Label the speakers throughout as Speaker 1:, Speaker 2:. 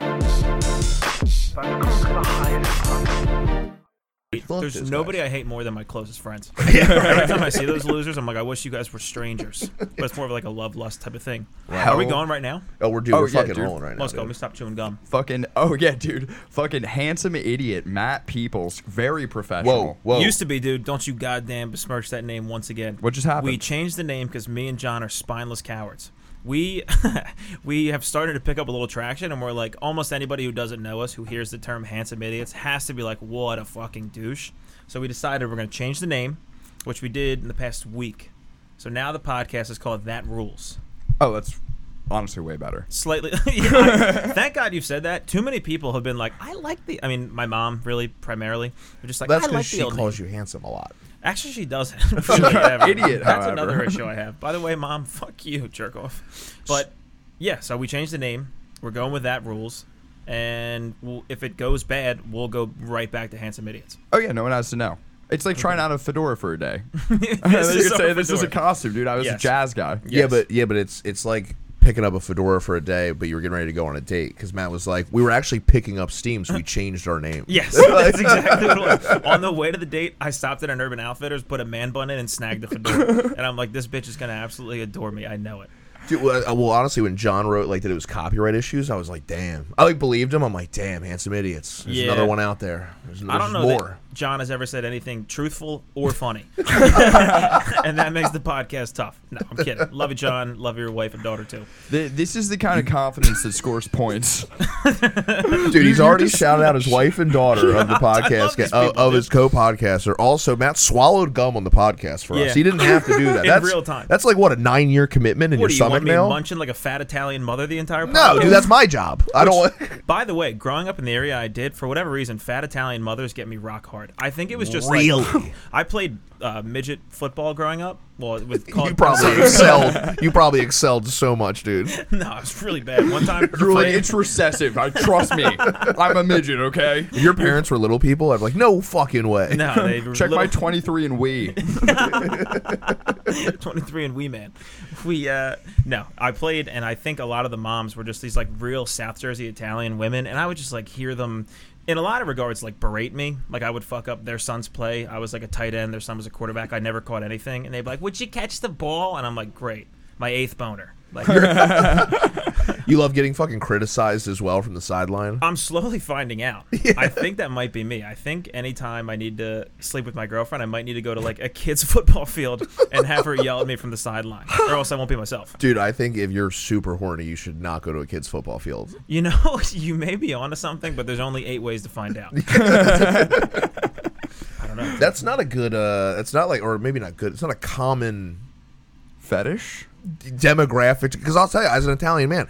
Speaker 1: Oh,
Speaker 2: Love
Speaker 1: There's
Speaker 2: those
Speaker 1: nobody
Speaker 2: guys.
Speaker 1: I hate more than my closest friends.
Speaker 2: Yeah,
Speaker 1: Every
Speaker 2: right.
Speaker 1: time I see those losers, I'm like, I wish you guys were strangers. But it's more of like a love lust type of thing. Are we
Speaker 2: How-
Speaker 1: going right now?
Speaker 2: Oh, we're dude,
Speaker 3: Oh,
Speaker 2: we're
Speaker 3: yeah,
Speaker 2: fucking
Speaker 3: dude.
Speaker 2: rolling right now.
Speaker 1: Let's go. Let me
Speaker 2: dude.
Speaker 1: stop chewing gum.
Speaker 3: Fucking oh yeah, dude. Fucking handsome idiot Matt Peoples, very professional.
Speaker 2: Oh, Whoa, whoa.
Speaker 1: Used to be, dude. Don't you goddamn besmirch that name once again.
Speaker 3: What just happened?
Speaker 1: We changed the name because me and John are spineless cowards. We we have started to pick up a little traction, and we're like almost anybody who doesn't know us who hears the term handsome idiots has to be like, what a fucking douche. So we decided we're going to change the name, which we did in the past week. So now the podcast is called That Rules.
Speaker 3: Oh, that's honestly way better.
Speaker 1: Slightly. Yeah, I- thank God you've said that. Too many people have been like, I like the. I mean, my mom really primarily, but just like
Speaker 4: That's
Speaker 1: I
Speaker 4: because
Speaker 1: like
Speaker 4: she
Speaker 1: the old name."
Speaker 4: calls you handsome a lot.
Speaker 1: Actually, she doesn't. Really, whatever.
Speaker 3: Idiot,
Speaker 1: That's
Speaker 3: however.
Speaker 1: another issue I have. By the way, mom, fuck you, jerk off. But yeah, so we changed the name. We're going with that rules, and we'll, if it goes bad, we'll go right back to handsome idiots.
Speaker 3: Oh yeah, no one has to know. It's like trying out a fedora for a day.
Speaker 1: this
Speaker 3: you could say
Speaker 1: our
Speaker 3: this is a
Speaker 1: fedora.
Speaker 3: costume, dude. I was a
Speaker 1: Yes.
Speaker 3: jazz guy.
Speaker 2: Yeah,
Speaker 1: Yes.
Speaker 2: but yeah, but it's it's like picking up a fedora for a day, but you were getting ready to go on a date because Matt was like, we were actually picking up steam,
Speaker 1: Uh,
Speaker 2: so we changed our name.
Speaker 1: Yes, that's exactly what it was. On the way to the date, I stopped at an Urban Outfitters, put a man bun in, and snagged the fedora. and I'm like, this bitch is gonna absolutely adore me. I know it.
Speaker 2: Dude, well, I- well, honestly, when John wrote like that it was copyright issues, I was like, damn. I like believed him. I'm like, damn, handsome idiots. There's
Speaker 1: Yeah.
Speaker 2: another one out there. There's, there's
Speaker 1: I don't know
Speaker 2: more.
Speaker 1: that John has ever said anything truthful or funny, and that makes the podcast tough. No, I'm kidding. Love you, John. Love your wife and daughter too.
Speaker 3: Th- this is the kind of confidence that scores points.
Speaker 2: Dude, he's already shouted out his wife and daughter of the podcast
Speaker 1: these
Speaker 2: of,
Speaker 1: people,
Speaker 2: of
Speaker 1: dude.
Speaker 2: his co-podcaster. Also, Matt swallowed gum on the podcast for
Speaker 1: Yeah.
Speaker 2: us. He didn't have to do that.
Speaker 1: In
Speaker 2: that's
Speaker 1: real time.
Speaker 2: That's like what a nine-year commitment in
Speaker 1: What
Speaker 2: your
Speaker 1: do you
Speaker 2: stomach
Speaker 1: want me
Speaker 2: now.
Speaker 1: munching like a fat Italian mother the entire?
Speaker 2: No,
Speaker 1: podcast?
Speaker 2: dude, that's my job. I don't. want...
Speaker 1: By the way, growing up in the area I did, for whatever reason, fat Italian mothers get me rock hard. I think it was just
Speaker 2: Really?
Speaker 1: Like, I played uh, midget football growing up. Well, it was called.
Speaker 2: You probably excelled. You probably excelled so much, dude.
Speaker 1: no, it was really bad. One time,
Speaker 3: You're like, it's recessive. I trust me. I'm a midget, okay?
Speaker 2: If your parents were little people, I'd be like, no fucking way.
Speaker 1: no, they were
Speaker 3: Check my
Speaker 1: little-
Speaker 3: 23 and we.
Speaker 1: 23 and Wee Man. We uh no, I played and I think a lot of the moms were just these like real South Jersey Italian women and I would just like hear them in a lot of regards like berate me. Like I would fuck up their son's play. I was like a tight end, their son was a quarterback. I never caught anything and they'd be like, "Would you catch the ball?" and I'm like, "Great. My eighth boner." Like
Speaker 2: You love getting fucking criticized as well from the sideline.
Speaker 1: I'm slowly finding out. I think that might be me. I think anytime I need to sleep with my girlfriend, I might need to go to like a kids football field and have her yell at me from the sideline or else I won't be myself.
Speaker 2: Dude, I think if you're super horny, you should not go to a kid's football field.
Speaker 1: You know, you may be onto something, but there's only eight ways to find out. I don't know.
Speaker 2: That's not a good. Uh, it's not like, or maybe not good. It's not a common
Speaker 3: Fetish?
Speaker 2: demographic. Because I'll tell you, as an Italian man,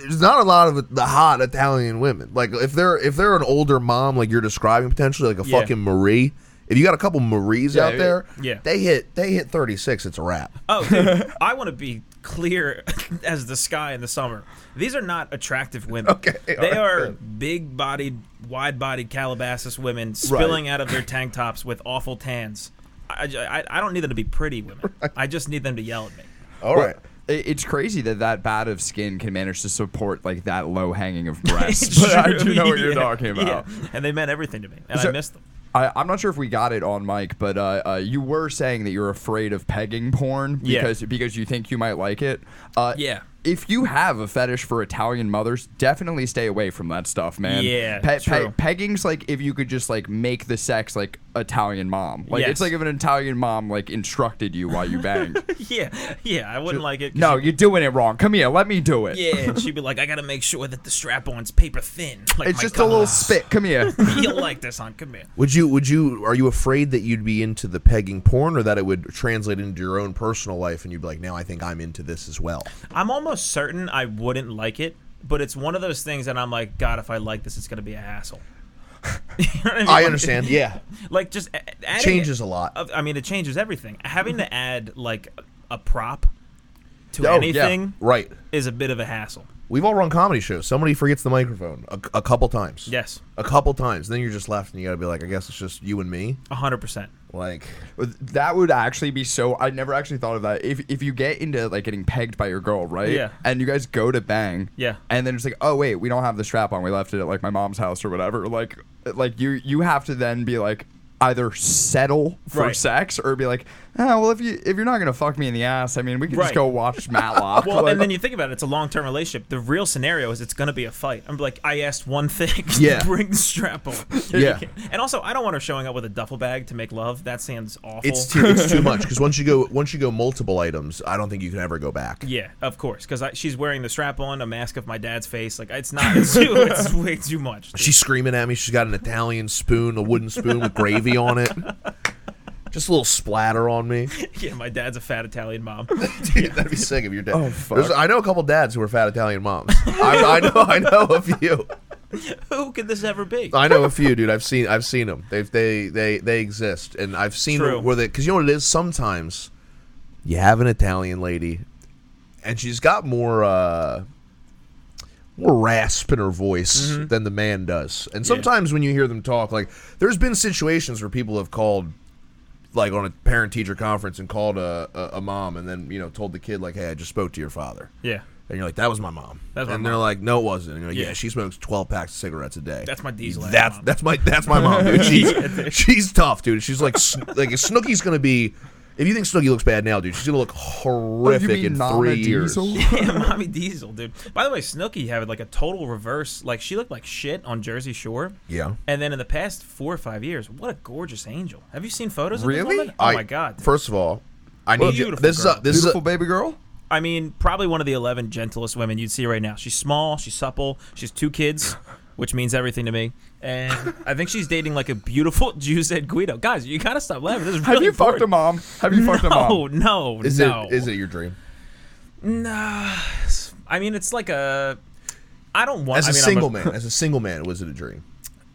Speaker 2: there's not a lot of the hot Italian women. Like if they're if they're an older mom, like you're describing potentially, like a
Speaker 1: Yeah.
Speaker 2: fucking Marie. If you got a couple Maries out
Speaker 3: yeah.
Speaker 2: there,
Speaker 1: Yeah.
Speaker 2: they hit they hit 36. It's a wrap.
Speaker 1: Oh, dude, I want to be clear as the sky in the summer. These are not attractive women.
Speaker 2: Okay, all
Speaker 1: they
Speaker 2: right,
Speaker 1: are
Speaker 2: good.
Speaker 1: big-bodied, wide-bodied Calabasas women spilling out of their tank tops with awful tans. I, I, I don't need them to be pretty women. I just need them to yell at me.
Speaker 2: All right.
Speaker 3: It- It's crazy that that bad of skin can manage to support like that low hanging of breasts.
Speaker 1: It's
Speaker 3: but I
Speaker 1: true,
Speaker 3: do know what you're
Speaker 1: yeah,
Speaker 3: talking about.
Speaker 1: yeah. And they meant everything to me, and
Speaker 3: So-
Speaker 1: I missed them.
Speaker 3: I, I'm not sure if we got it on mic, but uh, uh, you were saying that you're afraid of pegging porn
Speaker 1: Yeah.
Speaker 3: because because you think you might like it. Uh,
Speaker 1: Yeah.
Speaker 3: If you have a fetish for Italian mothers, definitely stay away from that stuff, man.
Speaker 1: Yeah, true.
Speaker 3: pegging's like if you could just like make the sex like Italian mom. Like
Speaker 1: Yes.
Speaker 3: it's like if an Italian mom like instructed you while you banged.
Speaker 1: Yeah, yeah, I wouldn't like it. 'cause
Speaker 3: no, you're doing it wrong. Come here, let me do it.
Speaker 1: Yeah, and she'd be like, I gotta make sure that the strap on's paper thin. Like,
Speaker 3: It's
Speaker 1: my
Speaker 3: just a
Speaker 1: God.
Speaker 3: little spit. Come here.
Speaker 1: You'll like this, hon. Come here.
Speaker 2: Would you? Would you? Are you afraid that you'd be into the pegging porn, or that it would translate into your own personal life, and you'd be like, now I think I'm into this as well?
Speaker 1: I'm almost certain I wouldn't like it, but it's one of those things that I'm like, God, if I like this, it's gonna be a hassle. You know what mean?
Speaker 2: I
Speaker 1: Like-
Speaker 2: understand. Yeah,
Speaker 1: Like, just a- a- adding
Speaker 2: changes a lot.
Speaker 1: of- I mean, it changes everything. Having to add like a prop to
Speaker 3: Oh, yeah.
Speaker 1: anything
Speaker 2: Right.
Speaker 1: is a bit of a hassle.
Speaker 2: We've all run comedy shows. Somebody forgets the microphone a, a couple times.
Speaker 1: Yes,
Speaker 2: A couple times. Then you're just left, and you gotta be like, I guess it's just you and me.
Speaker 1: hundred percent.
Speaker 2: Like
Speaker 3: That would actually be so. I never actually thought of that. If if you get into like getting pegged by your girl, right?
Speaker 1: Yeah.
Speaker 3: And you guys go to bang.
Speaker 1: Yeah.
Speaker 3: And then it's like, oh wait, we don't have the strap on. We left it at like my mom's house or whatever. Like, like you you have to then be like either settle for
Speaker 1: Right.
Speaker 3: sex or be like, ah, well if you if you're not gonna fuck me in the ass, I mean we can
Speaker 1: Right.
Speaker 3: just go watch Matlock.
Speaker 1: Well,
Speaker 3: Like-
Speaker 1: and then you think about it, it's a long term relationship. The real scenario is it's going to be a fight. I'm like, I asked one thing.
Speaker 2: Yeah.
Speaker 1: bring the strap on.
Speaker 2: Yeah.
Speaker 1: And also, I don't want her showing up with a duffel bag to make love. That sounds awful.
Speaker 2: it's too, it's too much because once you go once you go multiple items, I don't think you can ever go back.
Speaker 1: yeah, of course, because she's wearing the strap on, a mask of my dad's face. Like it's not, it's too, it's way too much. dude.
Speaker 2: She's screaming at me. She's got an Italian spoon, a wooden spoon with gravy on it. Just a little splatter on me.
Speaker 1: yeah, my dad's a fat Italian mom.
Speaker 2: Dude, that'd be sick if your dad.
Speaker 3: Oh, fuck.
Speaker 2: There's- I know a couple dads who are fat Italian moms. I, I know, I know a few.
Speaker 1: Who could this ever be?
Speaker 2: I know a few, dude. I've seen, I've seen them. They, they, they, they exist, and I've seen
Speaker 1: True.
Speaker 2: where they. Because you know what it is. Sometimes you have an Italian lady, and she's got more, uh more rasp in her voice than the man does. And sometimes when you hear them talk, like there's been situations where people have called like on a parent teacher conference and called a, a, a mom and then you know told the kid like hey i just spoke to your father
Speaker 1: Yeah,
Speaker 2: and you're like that was my mom
Speaker 1: That's my
Speaker 2: and they're
Speaker 1: mom.
Speaker 2: like no it wasn't and you're like yeah.
Speaker 1: Yeah.
Speaker 2: she smokes 12 packs of cigarettes a day
Speaker 1: That's my diesel ass
Speaker 2: that's
Speaker 1: mom."
Speaker 2: that's my that's my mom dude
Speaker 1: Yeah,
Speaker 2: she's,
Speaker 1: dude.
Speaker 2: she's tough dude she's like s- like if snooki's gonna be if you think snooki looks bad now dude she's gonna look horrific
Speaker 3: Oh, mean
Speaker 2: in
Speaker 3: Nana
Speaker 2: three years
Speaker 3: Diesel?
Speaker 1: yeah, mommy Diesel, dude. By the way, Snooki had like a total reverse. Like she looked like shit on Jersey Shore.
Speaker 2: yeah
Speaker 1: And then in the past four or five years, what a gorgeous angel! Have you seen photos? Of
Speaker 3: Really?
Speaker 1: this woman? Oh
Speaker 2: I-
Speaker 1: my god! dude.
Speaker 2: first of all i need you
Speaker 1: beautiful
Speaker 2: this is
Speaker 1: girl.
Speaker 2: a, this is a,
Speaker 3: beautiful baby girl.
Speaker 1: I mean, probably one of the eleven gentlest women you'd see right now. She's small, she's supple, she's two kids, which means everything to me. And I think she's dating like a beautiful Jew said Guido. Guys, you gotta stop laughing. This is really
Speaker 3: Have you fucked a
Speaker 1: important.
Speaker 3: mom? Have you fucked a
Speaker 1: No,
Speaker 3: mom?
Speaker 1: no,
Speaker 2: is
Speaker 1: no.
Speaker 2: it is it your dream
Speaker 1: Nah. I mean, it's like a. I don't want.
Speaker 2: as a
Speaker 1: I mean, I'm
Speaker 2: single man as a single man was it a dream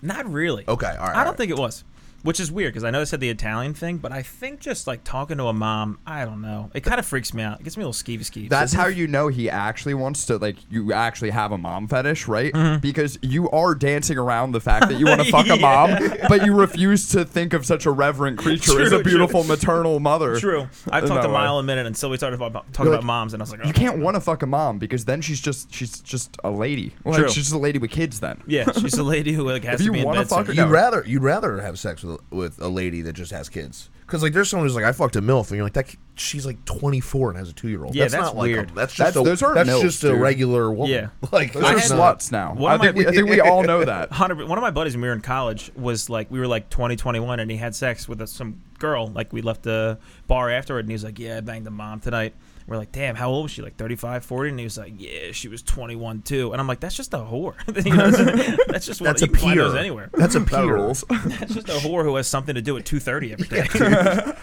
Speaker 1: Not really.
Speaker 2: Okay, all right,
Speaker 1: I
Speaker 2: all
Speaker 1: don't
Speaker 2: right.
Speaker 1: think it was, which is weird because I know I said the Italian thing, but I think just like talking to a mom, I don't know. It kind of freaks me out. It gets me a little skeevy skeevy.
Speaker 3: That's how you know he actually wants to like you actually have a mom fetish, right?
Speaker 1: Mm-hmm.
Speaker 3: Because you are dancing around the fact that you want to fuck a mom, but you refuse to think of such a reverent creature as
Speaker 1: True,
Speaker 3: a beautiful maternal mother.
Speaker 1: True. I've
Speaker 3: No
Speaker 1: talked a
Speaker 3: way.
Speaker 1: mile a minute until we started about, talking
Speaker 3: You're
Speaker 1: about
Speaker 3: like,
Speaker 1: moms, and I was like, oh.
Speaker 3: You can't want to fuck a mom because then she's just she's just a lady. Like,
Speaker 1: True.
Speaker 3: She's just a lady with kids then.
Speaker 1: Yeah, she's a lady who like has
Speaker 3: If
Speaker 1: to
Speaker 3: you
Speaker 1: be in
Speaker 3: wanna
Speaker 1: bed.
Speaker 3: fuck
Speaker 1: soon.
Speaker 3: her-
Speaker 2: You'd
Speaker 3: No.
Speaker 2: rather you'd rather have sex with with a lady that just has kids because like there's someone who's like I fucked a milf and you're like that ki- she's like 24 and has a two year old.
Speaker 1: Yeah, that's
Speaker 2: not like a-
Speaker 1: weird.
Speaker 2: that's just
Speaker 3: That's-
Speaker 2: a,
Speaker 3: those aren't
Speaker 2: that's
Speaker 3: MILFs,
Speaker 2: just a
Speaker 3: dude.
Speaker 2: regular woman.
Speaker 1: Yeah.
Speaker 2: like
Speaker 3: Those are
Speaker 2: that's not-
Speaker 3: sluts now.
Speaker 1: One
Speaker 3: I
Speaker 1: of
Speaker 3: think,
Speaker 1: my- Oh,
Speaker 3: we, I think we all know that.
Speaker 1: Hundred. One of my buddies when we were in college was like we were like 20, 21, and he had sex with a, some girl. Like we left the bar afterward, and he was like, "Yeah, I banged the mom tonight." We're like, "Damn, how old was she? Like 35, 40? And he was like, "Yeah, she was twenty one too." And I'm like, "That's just a whore. You know, that's, that's just one,
Speaker 2: That's a
Speaker 1: you can find those
Speaker 2: peer.
Speaker 1: anywhere.
Speaker 2: That's a
Speaker 3: That
Speaker 2: peer.
Speaker 3: rules.
Speaker 1: That's just a whore who has something to do at two thirty every day."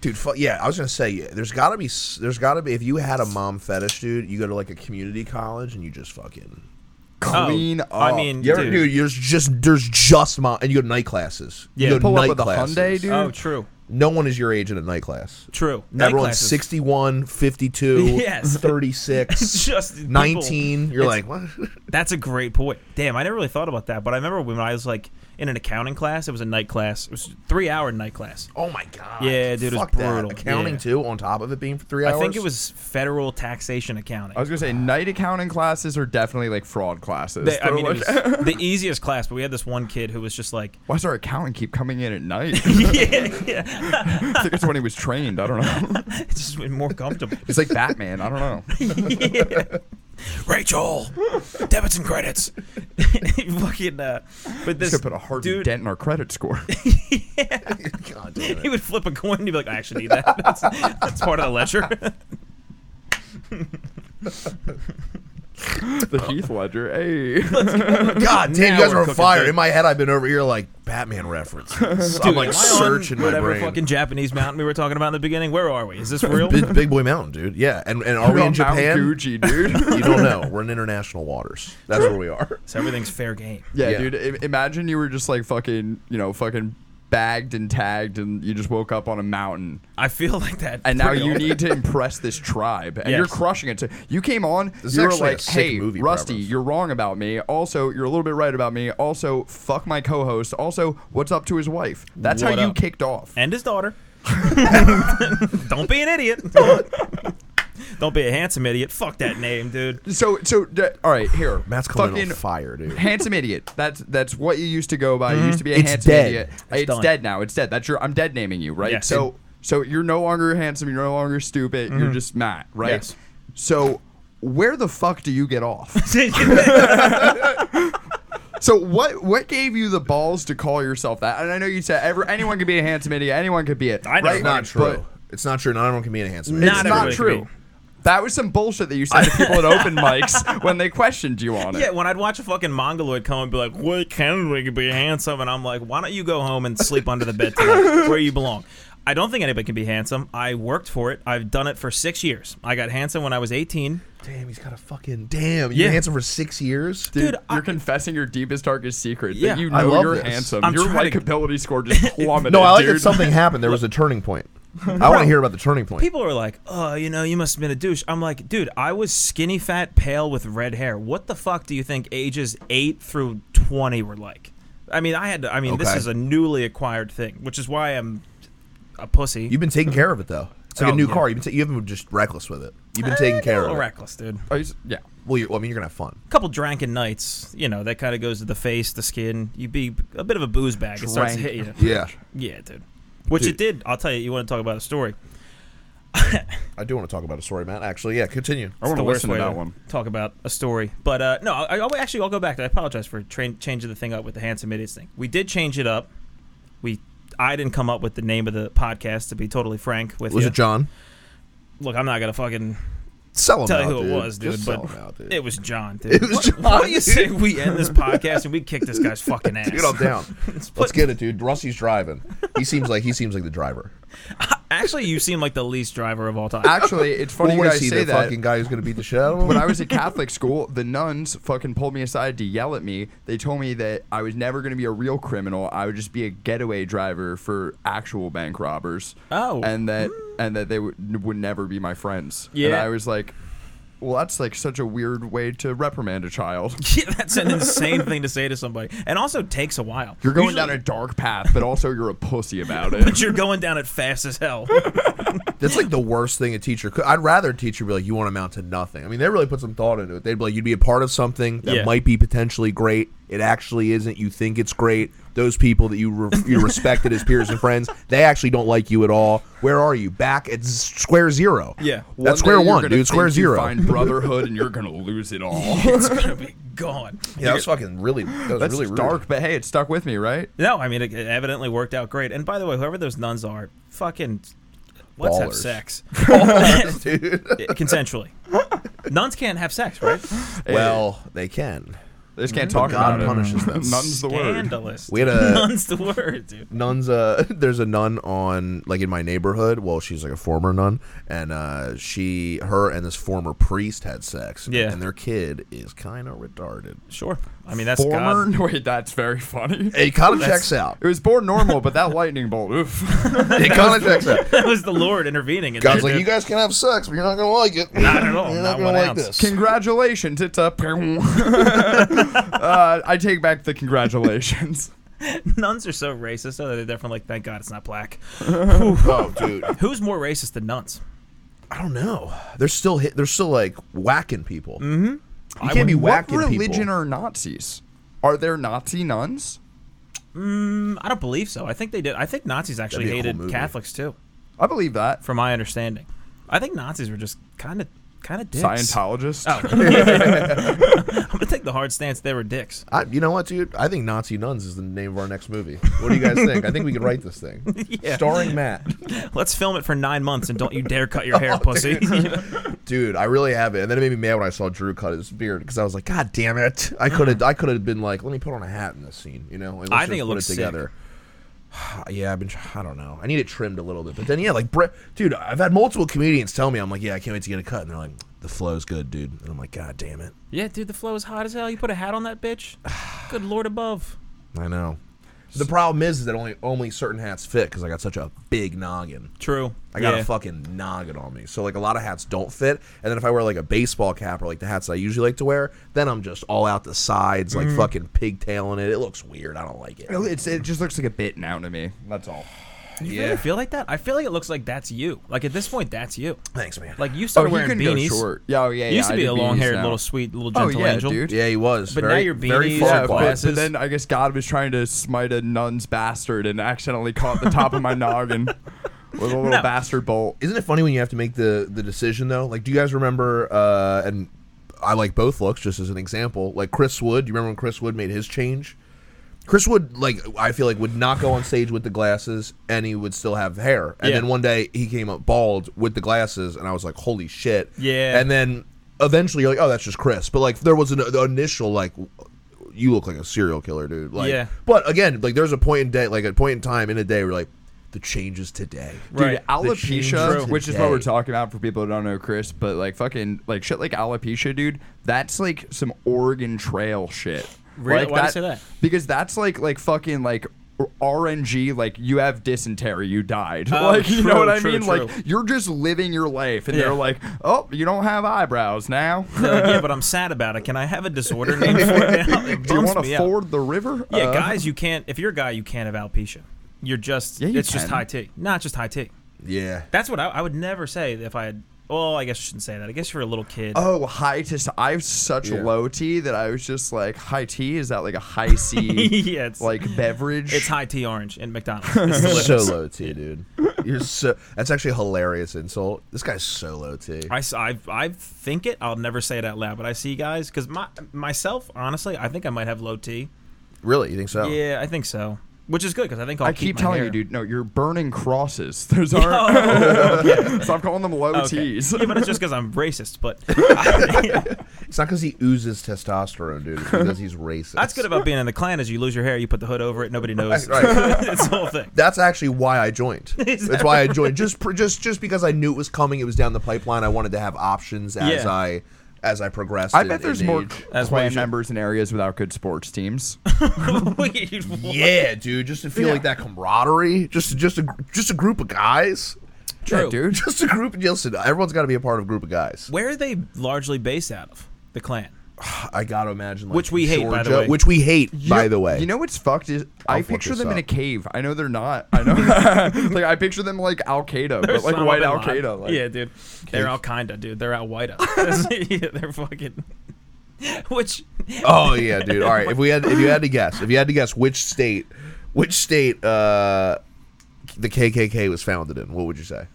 Speaker 2: Dude, fu- yeah, I was gonna say yeah, there's gotta be s- there's gotta be if you had a mom fetish, dude, you go to like a community college and you just fucking.
Speaker 3: Clean
Speaker 1: Oh,
Speaker 3: up.
Speaker 1: I mean,
Speaker 2: You ever,
Speaker 1: Dude.
Speaker 2: dude. there's just there's just mom and you go to night classes. You
Speaker 1: Yeah.
Speaker 2: go to
Speaker 3: Pull up
Speaker 2: night
Speaker 3: with a
Speaker 2: classes.
Speaker 3: Hyundai, dude.
Speaker 1: oh, true,
Speaker 2: No one is your age in a night class.
Speaker 1: true. Night
Speaker 2: Everyone's
Speaker 1: classes.
Speaker 2: 61, 52,
Speaker 1: Yes.
Speaker 2: 36,
Speaker 1: Just people-
Speaker 2: 19. You're like,
Speaker 1: it's-
Speaker 2: what?
Speaker 1: That's a great point. Damn, I never really thought about that. But I remember when I was like in an accounting class, it was a night class. It was a three hour night class.
Speaker 2: Oh my god.
Speaker 1: Yeah, dude, it was
Speaker 2: Fuck
Speaker 1: brutal.
Speaker 2: That. Accounting
Speaker 1: Yeah.
Speaker 2: too, on top of it being for three hours.
Speaker 1: I think it was federal taxation accounting.
Speaker 3: I was gonna say night accounting classes are definitely like fraud classes.
Speaker 1: They- I
Speaker 3: They're
Speaker 1: mean, it
Speaker 3: like-
Speaker 1: was the easiest class, but we had this one kid who was just like,
Speaker 3: why does our accountant keep coming in at night?
Speaker 1: yeah, yeah.
Speaker 3: I think it's when he was trained. I don't know.
Speaker 1: It's just been more comfortable.
Speaker 3: It's like Batman. I don't know.
Speaker 1: Rachel, debits and credits. Fucking, uh, but this
Speaker 3: This could put a hard
Speaker 1: dude,
Speaker 3: dent in our credit score.
Speaker 2: God damn
Speaker 1: he
Speaker 2: it.
Speaker 1: would flip a coin and he'd be like, I actually need that. That's, that's part of the ledger.
Speaker 3: the Heath Ledger. Hey.
Speaker 2: God damn,
Speaker 1: Now
Speaker 2: you guys
Speaker 1: we're
Speaker 2: are on
Speaker 1: cooking,
Speaker 2: fire.
Speaker 1: dude.
Speaker 2: In my head, I've been over here like Batman reference. I'm like
Speaker 1: Dude, am I on
Speaker 2: searching my
Speaker 1: whatever
Speaker 2: brain.
Speaker 1: fucking Japanese mountain we were talking about in the beginning. Where are we? Is this real?
Speaker 2: Big, Big Boy Mountain, dude. Yeah, and and are we in
Speaker 3: Mount
Speaker 2: Japan?
Speaker 3: Gucci, dude.
Speaker 2: You don't know. We're in international waters. That's where we are.
Speaker 1: so everything's fair game.
Speaker 3: yeah,
Speaker 2: Yeah.
Speaker 3: dude. I- imagine you were just like fucking, you know, fucking bagged and tagged and you just woke up on a mountain
Speaker 1: I feel like that.
Speaker 3: and now
Speaker 1: pretty
Speaker 3: you
Speaker 1: often.
Speaker 3: need to impress this tribe and you're
Speaker 1: Yes.
Speaker 3: crushing it so you came on
Speaker 2: is
Speaker 3: you were
Speaker 2: actually a
Speaker 3: like
Speaker 2: sick
Speaker 3: hey
Speaker 2: movie,
Speaker 3: rusty
Speaker 2: Proverbs."
Speaker 3: you're wrong about me also you're a little bit right about me also fuck my co-host also what's up to his wife that's
Speaker 1: What
Speaker 3: how you
Speaker 1: up?
Speaker 3: kicked off
Speaker 1: and his daughter. Don't be an idiot. Don't be a handsome idiot. Fuck that name, dude.
Speaker 3: so so d- all right here
Speaker 2: Matt's coming
Speaker 3: fucking
Speaker 2: on fire, dude. Mm-hmm.
Speaker 3: handsome idiot that's that's what you used to go by you used to be a
Speaker 2: It's
Speaker 3: handsome
Speaker 2: dead.
Speaker 3: idiot
Speaker 2: It's
Speaker 3: it's,
Speaker 1: done.
Speaker 3: dead now it's dead that's your i'm dead naming you right
Speaker 1: Yes.
Speaker 3: so so you're no longer handsome you're no longer stupid you're
Speaker 2: Mm-hmm.
Speaker 3: just matt right
Speaker 1: Yes.
Speaker 3: so where the fuck do you get off So what what gave you the balls to call yourself that? And I know you said every, anyone could be a handsome idiot, anyone could be it.
Speaker 1: I know.
Speaker 2: It's
Speaker 3: right?
Speaker 2: not
Speaker 1: but-
Speaker 2: true. it's not true. Not everyone can be an handsome.
Speaker 1: Not
Speaker 2: man.
Speaker 3: It's
Speaker 1: everybody
Speaker 3: not
Speaker 1: could
Speaker 3: true.
Speaker 1: be.
Speaker 3: That was some bullshit that you said to people at open mics when they questioned you on it.
Speaker 1: Yeah, when I'd watch a fucking mongoloid come and be like, "What can we be handsome?" and I'm like, "Why don't you go home and sleep under the bed tonight, where you belong?" I don't think anybody can be handsome. I worked for it. I've done it for six years. I got handsome when I was 18.
Speaker 2: Damn, he's got a fucking damn. You've
Speaker 1: Yeah.
Speaker 2: been handsome for six years.
Speaker 3: Dude,
Speaker 1: Dude, I-
Speaker 3: you're confessing your deepest, darkest secret
Speaker 1: Yeah.
Speaker 3: that you
Speaker 2: I
Speaker 3: know
Speaker 2: love
Speaker 3: you're
Speaker 2: this.
Speaker 3: handsome.
Speaker 1: I'm
Speaker 3: your
Speaker 1: trying to-
Speaker 3: likability score just plummeted.
Speaker 2: No, I like
Speaker 3: dude.
Speaker 2: that something happened. There was a turning point. I want to hear about the turning point.
Speaker 1: People are like, "Oh, you know, you must have been a douche." I'm like, "Dude, I was skinny, fat, pale with red hair. What the fuck do you think ages eight through 20 were like?" I mean, I had to. I mean, this
Speaker 2: Okay.
Speaker 1: is a newly acquired thing, which is why I'm a pussy.
Speaker 2: You've been taking care of it though. It's like
Speaker 1: Oh,
Speaker 2: a new
Speaker 1: yeah.
Speaker 2: car. You've been ta- you haven't been just reckless with it. You've been taking care
Speaker 1: a
Speaker 2: of
Speaker 1: little
Speaker 2: it.
Speaker 1: reckless, dude.
Speaker 3: Oh, you s- yeah.
Speaker 2: Well, you're, well, I mean, you're gonna have fun.
Speaker 1: couple drinking nights, you know, that kind of goes to the face, the skin. You be a bit of a booze bag. It starts to hit you.
Speaker 3: Drank.
Speaker 2: Yeah,
Speaker 1: Yeah, dude. Which it did. I'll tell you. You want to talk about a story?
Speaker 2: I do want to talk about a story, Matt. Actually, yeah, continue.
Speaker 3: I
Speaker 1: It's
Speaker 3: want to
Speaker 1: the worst
Speaker 3: listen to
Speaker 1: way
Speaker 3: that one.
Speaker 1: Talk about a story, but uh, no. I, I actually I'll go back. to I apologize for train, changing the thing up with the handsome idiots thing. We did change it up. We I didn't come up with the name of the podcast to be totally frank with
Speaker 2: Was
Speaker 1: you.
Speaker 2: it John?
Speaker 1: Look, I'm not gonna fucking.
Speaker 2: Sell him
Speaker 1: Tell you
Speaker 2: out,
Speaker 1: who it
Speaker 2: dude.
Speaker 1: was, dude,
Speaker 2: Just
Speaker 1: but
Speaker 2: sell him out, dude.
Speaker 1: It was John, dude.
Speaker 2: It was
Speaker 1: What-
Speaker 2: John,
Speaker 1: Why don't you say
Speaker 2: dude.
Speaker 1: we end this podcast and we kick this guy's fucking ass?
Speaker 2: Dude, I'm down. Let's
Speaker 1: put-
Speaker 2: get it, dude. Rusty's driving. He seems like he seems like the driver.
Speaker 1: Actually, you seem like the least driver of all time.
Speaker 3: Actually, it's funny
Speaker 2: Well,
Speaker 3: you
Speaker 2: what is
Speaker 3: guys
Speaker 2: he,
Speaker 3: say
Speaker 2: the
Speaker 3: that.
Speaker 2: fucking guy who's gonna beat the shit out of him?
Speaker 3: when I was at Catholic school, the nuns fucking pulled me aside to yell at me. They told me that I was never going to be a real criminal. I would just be a getaway driver for actual bank robbers.
Speaker 1: Oh.
Speaker 3: and that and that they would would never be my friends. and
Speaker 1: Yeah.
Speaker 3: I was like, well, that's like such a weird way to reprimand a child.
Speaker 1: Yeah, that's an insane thing to say to somebody, and also takes a while.
Speaker 3: You're going
Speaker 1: Usually-
Speaker 3: down a dark path, but also you're a pussy about
Speaker 1: but
Speaker 3: it.
Speaker 1: you're going down it fast as hell.
Speaker 2: That's like the worst thing a teacher could. I'd rather a teacher be like, "You want to amount to nothing." I mean, they really put some thought into it. They'd be like, "You'd be a part of something that
Speaker 1: Yeah.
Speaker 2: might be potentially great. It actually isn't. You think it's great. Those people that you re- you respected as peers and friends, they actually don't like you at all. Where are you? Back at s- square zero.
Speaker 1: Yeah.
Speaker 2: that's
Speaker 3: day
Speaker 2: square
Speaker 3: you're
Speaker 2: one,
Speaker 3: gonna
Speaker 2: dude. Square
Speaker 3: think you
Speaker 2: zero.
Speaker 3: Find brotherhood, and you're gonna lose it all.
Speaker 1: it's gonna be gone.
Speaker 2: yeah, that was fucking really. That was
Speaker 3: That's
Speaker 2: really rude.
Speaker 3: dark, but hey, it stuck with me, right?
Speaker 1: No, I mean it, it evidently worked out great. And by the way, whoever those nuns are, fucking let's have
Speaker 2: Ballers.
Speaker 1: sex
Speaker 2: dude.
Speaker 1: consensually. Nuns can't have sex, right?
Speaker 2: well, they can.
Speaker 3: They just can't talk
Speaker 2: Mm-hmm. God
Speaker 3: about it.
Speaker 2: punishes them.
Speaker 3: Nuns the word.
Speaker 1: Scandalous.
Speaker 2: We had a-
Speaker 1: nuns the word, dude.
Speaker 2: nuns uh there's a nun on like in my neighborhood well she's like a former nun and uh she her and this former priest had sex
Speaker 1: Yeah.
Speaker 2: and their kid is kind of retarded
Speaker 1: Sure. I mean that's
Speaker 3: Former?
Speaker 1: God.
Speaker 3: Wait, that's very funny. It
Speaker 2: it kind of checks out
Speaker 3: was born normal, but that lightning bolt. Oof.
Speaker 2: it kind of checks out
Speaker 1: That was the Lord intervening. In
Speaker 2: god's
Speaker 1: there,
Speaker 2: like
Speaker 1: dude.
Speaker 2: you guys can have sex but you're not gonna like it
Speaker 1: Not at all.
Speaker 2: you're
Speaker 1: Not
Speaker 2: not, gonna
Speaker 1: one
Speaker 2: like
Speaker 1: ounce.
Speaker 2: this
Speaker 3: Congratulations, it's a. uh, I take back the congratulations.
Speaker 1: nuns are so racist. though, that they're definitely like, thank God it's not black.
Speaker 2: oh dude
Speaker 1: Who's more racist than nuns?
Speaker 2: i don't know they're still hit they're still like whacking people mm-hmm you can't be
Speaker 3: what
Speaker 2: whacking
Speaker 3: religion
Speaker 2: people.
Speaker 3: are Nazis? Are there Nazi nuns?
Speaker 1: Mm, I don't believe so. I think they did. I think Nazis actually
Speaker 2: be a cool
Speaker 1: hated
Speaker 2: movie.
Speaker 1: Catholics too,
Speaker 3: I believe that.
Speaker 1: from my understanding. I think Nazis were just kind of kind of dicks.
Speaker 3: Scientologists.
Speaker 1: Oh. I'm gonna take the hard stance. They were dicks.
Speaker 2: I, you know what, dude? I think Nazi Nuns is the name of our next movie. What do you guys think? I think we could write this thing.
Speaker 1: Yeah.
Speaker 2: Starring Matt.
Speaker 1: Let's film it for nine months and don't you dare cut your
Speaker 3: Oh,
Speaker 1: hair, pussy.
Speaker 2: Dude, I really have it. And then it made me mad when I saw Drew cut his beard because I was like, God damn it! I could have, I could have been like, let me put on a hat in this scene, you know? and let's
Speaker 1: I
Speaker 2: just
Speaker 1: think it
Speaker 2: put
Speaker 1: looks sick.
Speaker 2: yeah, I've been. tr- I don't know. I need it trimmed a little bit, but then yeah, like, Bre- dude, I've had multiple comedians tell me, I'm like, yeah, I can't wait to get a cut, and they're like, the flow's good, dude, and I'm like, God damn it,
Speaker 1: yeah, dude, the flow is hot as hell. You put a hat on that bitch. Good lord above.
Speaker 2: I know. The problem is, that only only certain hats fit because I got such a big noggin.
Speaker 1: True.
Speaker 2: I got
Speaker 1: Yeah.
Speaker 2: a fucking noggin on me. So like a lot of hats don't fit. And then if I wear like a baseball cap or like the hats I usually like to wear, then I'm just all out the sides,
Speaker 1: Mm-hmm.
Speaker 2: like fucking pigtailing it. It looks weird. I don't like it.
Speaker 3: It's, it just looks like a bit now to me. That's all.
Speaker 1: You really feel like that? I feel like it looks like that's you. Like at this point, that's you.
Speaker 2: Thanks, man.
Speaker 1: Like
Speaker 3: Oh,
Speaker 1: you started wearing beanies.
Speaker 3: Yeah, oh, yeah,
Speaker 1: You used
Speaker 3: yeah,
Speaker 1: to
Speaker 3: I
Speaker 1: be
Speaker 3: do
Speaker 1: a long-haired
Speaker 3: beanies now.
Speaker 1: little sweet little
Speaker 3: Oh,
Speaker 1: gentle
Speaker 3: yeah,
Speaker 1: angel.
Speaker 3: dude.
Speaker 2: yeah, he was.
Speaker 1: But now
Speaker 2: very,
Speaker 1: you're
Speaker 2: very
Speaker 1: beanies,
Speaker 2: full
Speaker 1: yeah,
Speaker 2: of
Speaker 1: but-
Speaker 2: class.
Speaker 1: glasses.
Speaker 3: then I guess God was trying to smite a nun's bastard and accidentally caught the top of my noggin with a little
Speaker 1: No.
Speaker 3: bastard bolt.
Speaker 2: Isn't it funny when you have to make the the decision though? Like, do you guys remember? Uh, and I like both looks, just as an example. Like Chris Wood, do you remember when Chris Wood made his change? Chris Wood, like I feel like, would not go on stage with the glasses, and he would still have hair. And
Speaker 1: Yeah.
Speaker 2: then one day he came up bald with the glasses, and I was like, "Holy shit!"
Speaker 1: Yeah.
Speaker 2: And then eventually, you're like, "Oh, that's just Chris." But like, there was an the initial like, "You look like a serial killer, dude." Like,
Speaker 1: Yeah.
Speaker 2: But again, like, there's a point in day, like a point in time in a day, where like the change is today.
Speaker 3: Dude,
Speaker 1: Right.
Speaker 3: alopecia,
Speaker 2: changes
Speaker 3: which is what we're
Speaker 2: today.
Speaker 3: talking about for people who don't know Chris, but like fucking like shit like alopecia, dude, that's like some Oregon Trail shit.
Speaker 1: Really?
Speaker 3: Like
Speaker 1: Why'd you say that?
Speaker 3: Because that's like like fucking like RNG, like you have dysentery, you died.
Speaker 1: Oh,
Speaker 3: like you know
Speaker 1: true,
Speaker 3: what I
Speaker 1: true,
Speaker 3: mean?
Speaker 1: true.
Speaker 3: Like you're just living your life and
Speaker 1: Yeah.
Speaker 3: they're like, Oh, you don't have eyebrows now.
Speaker 1: They're like, Uh, yeah, but I'm sad about it. Can I have a disorder name for it now? It
Speaker 3: Do you
Speaker 1: bumps
Speaker 3: want
Speaker 1: me
Speaker 3: to
Speaker 1: out.
Speaker 3: ford the river?
Speaker 1: Yeah,
Speaker 3: Uh,
Speaker 1: guys, you can't. If you're a guy, you can't have alopecia. You're just.
Speaker 3: Yeah, you
Speaker 1: it's just
Speaker 3: can.
Speaker 1: high T. Not just high T.
Speaker 2: Yeah.
Speaker 1: That's what I, I would never say if I had. Well, I guess I shouldn't say that. I guess you're a little kid.
Speaker 3: Oh, high to I have such
Speaker 2: Yeah.
Speaker 3: low T that I was just like, high T is that like a high C
Speaker 1: yeah, it's
Speaker 3: like beverage?
Speaker 1: it's high tea orange in McDonald's. It's delicious.
Speaker 2: so low T, dude. You're so. That's actually a hilarious insult. This guy's so low T.
Speaker 1: I, s- I, I think it. I'll never say it out loud, but I see guys because my myself honestly, I think I might have low T.
Speaker 2: Really, you think so?
Speaker 1: Yeah, I think so, which is good because I think I'll
Speaker 3: I keep
Speaker 1: my
Speaker 3: telling
Speaker 1: hair.
Speaker 3: you, dude. No, you're burning crosses. Those aren't.
Speaker 1: Oh,
Speaker 3: Stop calling them low
Speaker 1: okay.
Speaker 3: T's.
Speaker 1: yeah, but it's just because I'm racist. But
Speaker 2: It's not because he oozes testosterone, dude. It's because he's racist.
Speaker 1: that's good about being in the Klan is you lose your hair, you put the hood over it, nobody knows.
Speaker 2: Right,
Speaker 1: it's the whole thing.
Speaker 2: That's actually why I joined. That's why I joined. Just pr- just just because I knew it was coming. It was down the pipeline. I wanted to have options as
Speaker 1: Yeah.
Speaker 2: I as I progressed.
Speaker 3: I
Speaker 2: in-
Speaker 3: bet
Speaker 2: in
Speaker 3: there's
Speaker 2: age.
Speaker 3: more
Speaker 1: That's why you
Speaker 3: clan
Speaker 1: should-
Speaker 3: members in areas without good sports teams.
Speaker 1: Wait, what?
Speaker 2: Yeah, dude. Just to feel
Speaker 3: Yeah.
Speaker 2: like that camaraderie. Just just a just a group of guys.
Speaker 1: True.
Speaker 3: Yeah, dude.
Speaker 2: Just a group. Listen, everyone's got to be a part of a group of guys.
Speaker 1: Where are they largely based out of? The Klan.
Speaker 2: I gotta imagine, like,
Speaker 1: Which we hate, by the
Speaker 2: Georgia-
Speaker 1: way.
Speaker 2: Which we hate,
Speaker 3: You
Speaker 2: by
Speaker 3: know-
Speaker 2: the way.
Speaker 3: you know what's fucked is
Speaker 2: I'll
Speaker 3: i
Speaker 2: look
Speaker 3: picture
Speaker 2: this
Speaker 3: them in
Speaker 2: up.
Speaker 3: a cave. I know they're not. I know, like I picture them like Al Qaeda, but like
Speaker 1: Osama
Speaker 3: white
Speaker 1: bin
Speaker 3: Al
Speaker 1: Laden.
Speaker 3: Qaeda. Like,
Speaker 1: yeah, dude. They're Al Qaeda, dude. They're Al Qaeda. yeah, they're fucking. Which
Speaker 2: Oh yeah, dude. All right, if we had if you had to guess, if you had to guess which state, which state uh, the KKK was founded in, what would you say?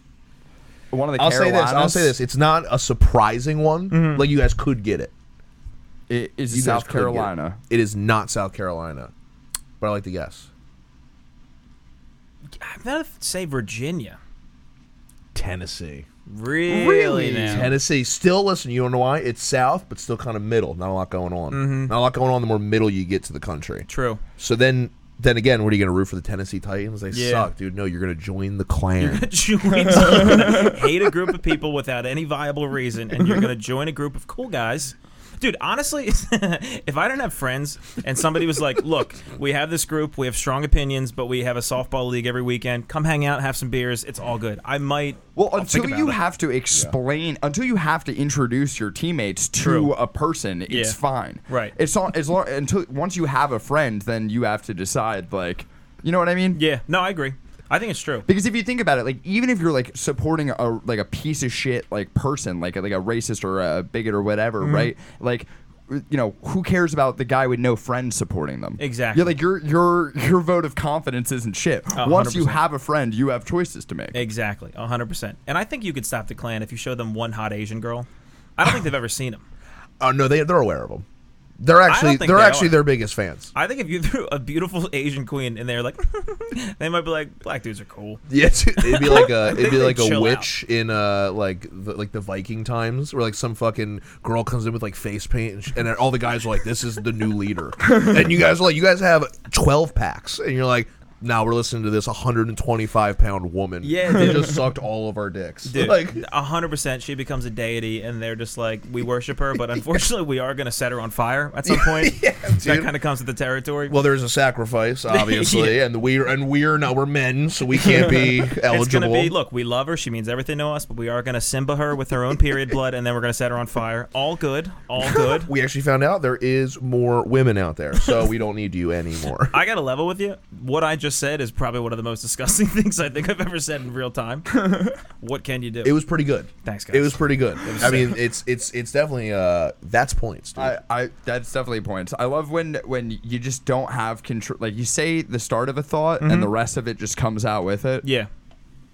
Speaker 3: one of the.
Speaker 2: I'll say this. I'll
Speaker 3: Carolinas.
Speaker 2: say this. It's not a surprising one.
Speaker 1: Mm-hmm.
Speaker 2: Like you guys could get it.
Speaker 3: It is
Speaker 2: You guys
Speaker 3: South
Speaker 2: could get it.
Speaker 3: Carolina.
Speaker 2: It is not South Carolina, but I like to guess
Speaker 1: I'm gonna say Virginia.
Speaker 2: Tennessee.
Speaker 1: Really? now?
Speaker 2: Tennessee. Still, listen. You don't know why? It's South, but still kind of middle. Not a lot going on.
Speaker 1: Mm-hmm.
Speaker 2: Not a lot going on. The more middle you get to the country.
Speaker 1: True.
Speaker 2: So then, then again, what are you going to root for the Tennessee Titans? They
Speaker 1: Yeah.
Speaker 2: suck, dude. No, you're going to join the Klan.
Speaker 1: Join someone- hate a group of people without any viable reason, and you're gonna join a group of cool guys. Dude, honestly, if I didn't have friends and somebody was like, "Look, we have this group, we have strong opinions, but we have a softball league every weekend. Come hang out, have some beers. It's all good." I might.
Speaker 3: Well,
Speaker 1: I'll think
Speaker 3: until
Speaker 1: about
Speaker 3: you
Speaker 1: it.
Speaker 3: have to explain, until you have to introduce your teammates to
Speaker 1: True.
Speaker 3: a person, it's
Speaker 1: Yeah.
Speaker 3: fine.
Speaker 1: Right.
Speaker 3: It's not as long until once you have a friend, then you have to decide. Like, you know what I mean?
Speaker 1: Yeah. No, I agree. I think it's true.
Speaker 3: Because if you think about it, like even if you're like supporting a like a piece of shit like person, like like a racist or a bigot or whatever,
Speaker 1: Mm-hmm.
Speaker 3: right? Like you know, who cares about the guy with no friends supporting them?
Speaker 1: Exactly.
Speaker 3: Yeah, like your your your vote of confidence isn't shit. Once you
Speaker 1: 100%.
Speaker 3: have a friend, you have choices to make.
Speaker 1: Exactly, 100%. And I think you could stop the Klan if you show them one hot Asian girl. I don't think they've ever seen them.
Speaker 2: Oh no, they they're aware of them. They're actually
Speaker 1: think
Speaker 2: they're
Speaker 1: they
Speaker 2: actually
Speaker 1: are.
Speaker 2: their biggest fans.
Speaker 1: I think if you threw a beautiful Asian queen in there, like, they might be like, black dudes are cool.
Speaker 2: Yeah, dude, it'd be like a it'd be
Speaker 1: They
Speaker 2: like a
Speaker 1: chill
Speaker 2: witch in uh like the, like the Viking times where like some fucking girl comes in with like face paint and, sh- and then all the guys are like this is the new leader and you guys are like you guys have twelve packs and you're like now we're listening to this 125 pound woman.
Speaker 1: Yeah,
Speaker 2: they
Speaker 1: dude.
Speaker 2: just sucked all of our dicks.
Speaker 1: Dude,
Speaker 2: Like,
Speaker 1: hundred percent, she becomes a deity, and they're just like, we worship her, but unfortunately, we are gonna set her on fire at some point. that
Speaker 2: dude.
Speaker 1: kind of comes with the territory.
Speaker 2: well, there's a sacrifice, obviously, and we are and we're now we're men, so we can't be eligible.
Speaker 1: It's gonna be look, we love her, she means everything to us, but we are gonna Simba her with her own period blood, and then we're gonna set her on fire. All good, all good.
Speaker 2: we actually found out there is more women out there, so we don't need you anymore.
Speaker 1: I gotta level with you. What I just said is probably one of the most disgusting things I think I've ever said in real time. what can you do?
Speaker 2: It was pretty good.
Speaker 1: Thanks, guys.
Speaker 2: It was pretty good. I mean, it's it's it's definitely uh that's points, dude.
Speaker 3: I, I that's definitely points. I love when when you just don't have control. Like you say the start of a thought and the rest of it just comes out with Oh, it.
Speaker 1: Mm-hmm. yeah.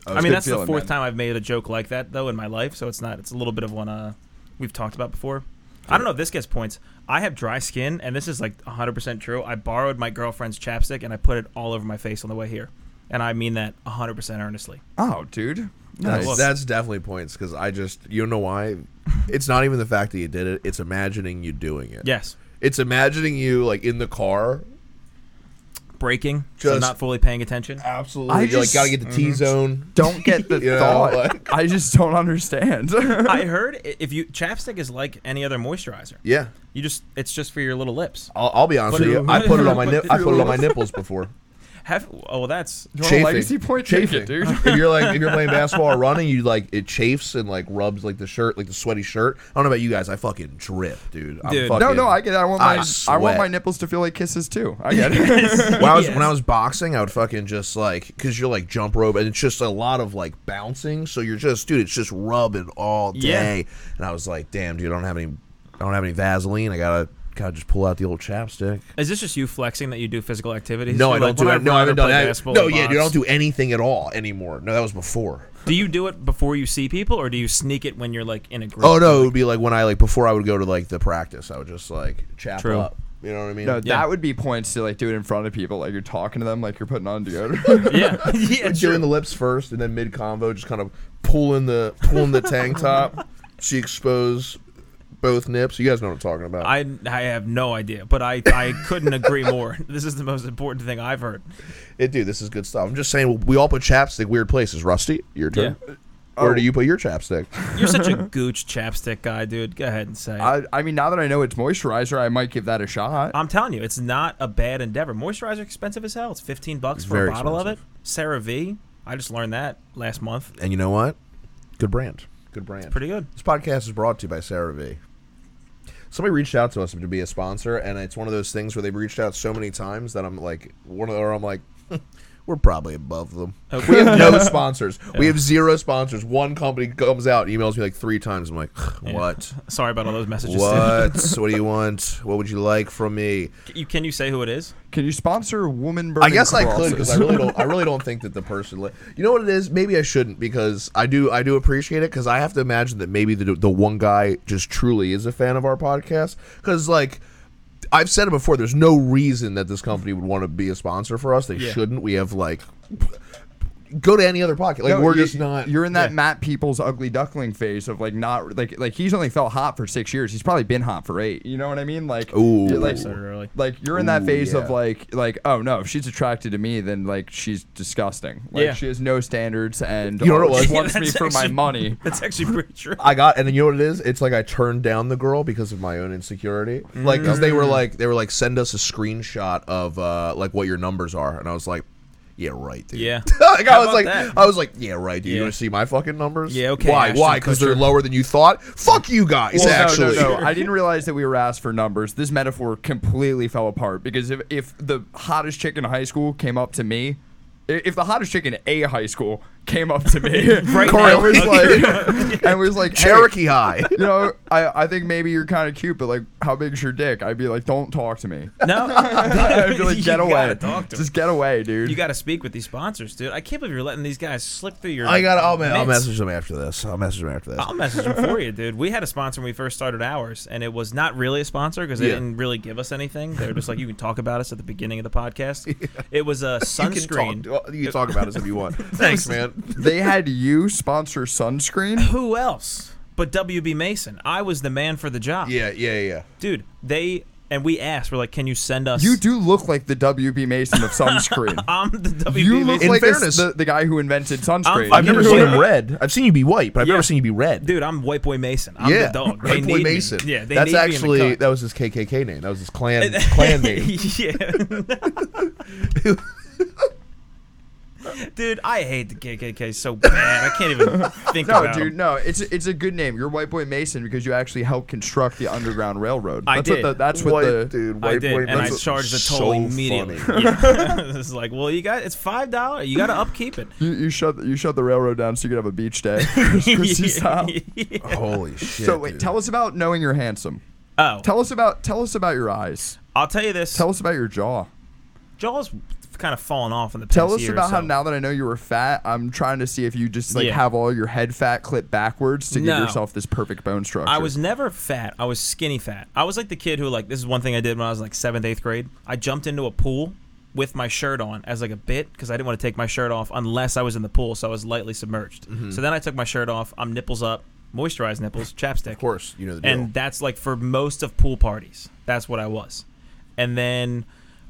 Speaker 1: I mean,
Speaker 3: it's good
Speaker 1: that's the
Speaker 3: feeling,
Speaker 1: fourth
Speaker 3: man.
Speaker 1: time I've made a joke like that though in my life, so it's not. It's a little bit of one uh, we've talked about before. I don't know if this gets points. I have dry skin, and this is like 100% true. I borrowed my girlfriend's chapstick and I put it all over my face on the way here, and I mean that 100% earnestly.
Speaker 3: Oh, dude.
Speaker 2: That's,
Speaker 3: Nice.
Speaker 1: Look.
Speaker 2: that's definitely points because I just you know why. It's not even the fact that you did it; it's imagining you doing it.
Speaker 1: Yes,
Speaker 2: it's imagining you like in the car,
Speaker 1: breaking, so
Speaker 2: Just-
Speaker 1: not fully paying attention.
Speaker 2: absolutely.
Speaker 3: I
Speaker 2: you like
Speaker 3: just-
Speaker 2: gotta get the T
Speaker 1: Mm-hmm.
Speaker 2: zone.
Speaker 3: don't get the
Speaker 2: You know,
Speaker 3: thought.
Speaker 2: like-
Speaker 3: I just don't understand.
Speaker 1: I heard i- if you chapstick is like any other moisturizer.
Speaker 2: Yeah,
Speaker 1: You just it's just for your little lips.
Speaker 2: I'll, I'll be honest
Speaker 1: Put
Speaker 2: with
Speaker 1: it-
Speaker 2: you. I put it on my
Speaker 1: put
Speaker 2: nip-
Speaker 1: it
Speaker 2: I put it on my
Speaker 1: through.
Speaker 2: nipples before.
Speaker 1: Have oh well, that's
Speaker 3: want a legacy point? Take
Speaker 2: chafing.
Speaker 3: it, dude.
Speaker 2: if you're like if you're playing basketball or running, you like it chafes and like rubs like the shirt, like the sweaty shirt. I don't know about you guys. I fucking drip, dude. I'm
Speaker 1: Dude. No,
Speaker 3: no,
Speaker 2: fucking-
Speaker 3: no, I get. That. I want my I, want
Speaker 2: sweat.
Speaker 3: my nipples to feel like kisses too. I get it.
Speaker 2: when I was
Speaker 1: Yes.
Speaker 2: when I was boxing, I would fucking just like because you're like jump rope and it's just a lot of like bouncing. So you're just dude, it's just rubbing all
Speaker 1: Yeah.
Speaker 2: day. And I was like, damn, dude, I don't have any, I don't have any Vaseline. I gotta gotta just pull out the old chapstick.
Speaker 1: is this just you flexing that you do physical activities?
Speaker 2: No, I
Speaker 1: You're
Speaker 2: don't
Speaker 1: like,
Speaker 2: do
Speaker 1: when
Speaker 2: it. No, I
Speaker 1: run or
Speaker 2: haven't done
Speaker 1: play
Speaker 2: that.
Speaker 1: basketball
Speaker 2: No,
Speaker 1: or
Speaker 2: yeah, dude, I
Speaker 1: box,
Speaker 2: don't do anything at all anymore. No, that was before.
Speaker 1: Do you do it before you see people, or do you sneak it when you're like in a group?
Speaker 2: Oh no, it would be like when I like before I would go to like the practice. I would just like chap
Speaker 1: True.
Speaker 2: up. You know what I mean?
Speaker 3: no,
Speaker 1: Yeah.
Speaker 3: that would be points to like do it in front of people. Like you're talking to them, like you're putting on deodorant.
Speaker 1: yeah, yeah,
Speaker 2: Like, doing the lips first, and then mid convo, just kind of pulling the pulling the tank top. She exposed both nips. You guys know what I'm talking about.
Speaker 1: I I have no idea, but I I couldn't agree more. This is the most important thing I've heard.
Speaker 2: it, dude, this is good stuff. I'm just saying, we all put chapstick weird places. Rusty, your turn.
Speaker 3: Oh.
Speaker 2: Where do you put your chapstick?
Speaker 1: You're such a gooch chapstick guy, dude. Go ahead and say. it.
Speaker 3: I, I mean, now that I know it's moisturizer, I might give that a shot.
Speaker 1: I'm telling you, it's not a bad endeavor. Moisturizer expensive as hell. It's 15 bucks for
Speaker 2: Very
Speaker 1: a bottle
Speaker 2: expensive.
Speaker 1: of it. CeraVe, I just learned that last month.
Speaker 2: And you know what? Good brand. Good brand.
Speaker 1: Pretty good.
Speaker 2: This podcast is brought to you by Sarah V. Somebody reached out to us to be a sponsor, and it's one of those things where they've reached out so many times that I'm like, one of, or I'm like, we're probably above them.
Speaker 1: Okay.
Speaker 2: We have no sponsors. We have zero sponsors. One company comes out, and emails me like three times. I'm like, what?
Speaker 1: Sorry about all those messages.
Speaker 2: What? what do you want? What would you like from me?
Speaker 1: Dude. You, can you say who it is?
Speaker 3: Can you sponsor woman burning?
Speaker 2: I guess I could because I
Speaker 3: crosses?
Speaker 2: really don't. I really don't think that the person. Li- you know what it is? Maybe I shouldn't because I do. I do appreciate it because I have to imagine that maybe the the one guy just truly is a fan of our podcast because like. I've said it before. There's no reason that this company would want to be a sponsor for us. They
Speaker 1: Yeah.
Speaker 2: shouldn't. We have like, go to any other pocket. Like
Speaker 3: No,
Speaker 2: we're
Speaker 3: you-
Speaker 2: just not.
Speaker 3: You're in that Matt Peoples ugly duckling phase of like not like like he's only felt hot for six years. He's probably been hot for eight. You know what I mean? Like,
Speaker 2: Ooh.
Speaker 3: you're
Speaker 1: I
Speaker 3: like,
Speaker 1: started early.
Speaker 3: like you're in that
Speaker 2: Ooh,
Speaker 3: phase of
Speaker 2: yeah.
Speaker 3: like like oh no, if she's attracted to me, then like she's disgusting. Like
Speaker 1: Yeah.
Speaker 3: she has no standards and
Speaker 2: You know what it
Speaker 3: always
Speaker 2: was?
Speaker 3: wants me
Speaker 1: That's
Speaker 3: for my
Speaker 1: actually-
Speaker 3: money.
Speaker 1: That's actually pretty true.
Speaker 2: I got, and you know what it is? It's like I turned down the girl because of my own insecurity. Like, 'cause they
Speaker 1: Mm.
Speaker 2: were like, they were like, send us a screenshot of uh, like what your numbers are, and I was like, yeah, right, dude.
Speaker 1: Yeah.
Speaker 2: like I
Speaker 1: How
Speaker 2: was
Speaker 1: about
Speaker 2: like,
Speaker 1: that?
Speaker 2: I was like, yeah, right, dude.
Speaker 1: Yeah.
Speaker 2: You want to see my fucking numbers?
Speaker 1: Yeah, okay,
Speaker 2: Why?
Speaker 1: Ashton
Speaker 2: Why? Because they're
Speaker 1: Kutcher.
Speaker 2: lower than you thought. Fuck you guys.
Speaker 3: Well, no,
Speaker 2: actually,
Speaker 3: no, no, I didn't realize that we were asked for numbers. This metaphor completely fell apart because if, if the hottest chick in high school came up to me, i- if the hottest chick in a high school came up to me,
Speaker 1: Right
Speaker 3: Corey
Speaker 1: now.
Speaker 3: was like, and was like, hey,
Speaker 2: Cherokee High.
Speaker 3: you know, I, I think maybe you're kind of cute, but like, how big's your dick? I'd be like, don't talk to me.
Speaker 1: No,
Speaker 3: I'd be like,
Speaker 1: You
Speaker 3: get
Speaker 1: gotta
Speaker 3: away,
Speaker 1: talk to him.
Speaker 3: just get away, dude.
Speaker 1: You got to speak with these sponsors, dude. I can't believe you're letting these guys slip through your.
Speaker 2: I got. I'll, ma- I'll
Speaker 1: mitts.
Speaker 2: message them after this. I'll message them after this.
Speaker 1: I'll message them for you, dude. We had a sponsor when we first started ours, and it was not really a sponsor because they
Speaker 2: Yeah.
Speaker 1: didn't really give us anything. They were just like, "You can talk about us at the beginning of the podcast." It was a
Speaker 2: you can
Speaker 1: sunscreen.
Speaker 2: talk. You can talk about us if you want. Thanks, man.
Speaker 3: they had you sponsor sunscreen.
Speaker 1: Who else but WB Mason? I was the man for the job,
Speaker 2: Yeah, yeah, yeah.
Speaker 1: dude. They and we asked, we're like, can you send us?
Speaker 3: You do look like the WB Mason of sunscreen.
Speaker 1: I'm the WB.
Speaker 3: you look
Speaker 2: In
Speaker 3: like this-
Speaker 2: fairness-
Speaker 3: the, the guy who invented sunscreen.
Speaker 2: I've never
Speaker 1: Yeah.
Speaker 2: seen him red. I've seen you be white, but I've
Speaker 1: Yeah.
Speaker 2: never seen you be red.
Speaker 1: dude, I'm White Boy Mason. I'm
Speaker 2: yeah,
Speaker 1: the dog. They
Speaker 2: White Boy
Speaker 1: need me.
Speaker 2: Mason.
Speaker 1: Yeah, they
Speaker 2: that's
Speaker 1: need me in the
Speaker 2: actually
Speaker 1: cut.
Speaker 2: that was his KKK name. That was his clan clan name.
Speaker 1: yeah. dude, I hate the KKK so bad. I can't even think
Speaker 3: No,
Speaker 1: about
Speaker 3: dude,
Speaker 1: 'em.
Speaker 3: no. It's it's a good name. You're White Boy Mason because you actually helped construct the Underground Railroad.
Speaker 1: I
Speaker 3: that's
Speaker 1: did.
Speaker 3: What the, that's what
Speaker 2: White
Speaker 3: the
Speaker 2: dude,
Speaker 1: I
Speaker 2: white
Speaker 1: did,
Speaker 2: boy.
Speaker 1: and I
Speaker 2: Mason.
Speaker 1: charged the toll
Speaker 2: So
Speaker 1: immediately.
Speaker 2: funny.
Speaker 1: Yeah. it's like, well, you got it's five dollars. You got to upkeep it.
Speaker 3: you, you shut you shut the railroad down so you could have a beach day. Christy style.
Speaker 2: Holy shit!
Speaker 3: So wait,
Speaker 2: dude.
Speaker 3: tell us about knowing you're handsome.
Speaker 1: Oh,
Speaker 3: Tell us about tell us about your eyes.
Speaker 1: I'll tell you this.
Speaker 3: Tell us about your jaw.
Speaker 1: Jaws kind of fallen off in the past
Speaker 3: Tell us
Speaker 1: year or
Speaker 3: about how
Speaker 1: so.
Speaker 3: now that I know you were fat, I'm trying to see if you just like
Speaker 1: Yeah.
Speaker 3: have all your head fat clipped backwards to
Speaker 1: No.
Speaker 3: give yourself this perfect bone structure.
Speaker 1: I was never fat. I was skinny fat. I was like the kid who like this is one thing I did when I was like seventh, eighth grade. I jumped into a pool with my shirt on as like a bit because I didn't want to take my shirt off unless I was in the pool, so I was lightly submerged.
Speaker 3: Mm-hmm.
Speaker 1: So then I took my shirt off. I'm nipples up, moisturized nipples, chapstick. Of
Speaker 2: course, you know the deal.
Speaker 1: And that's like for most of pool parties. That's what I was. And then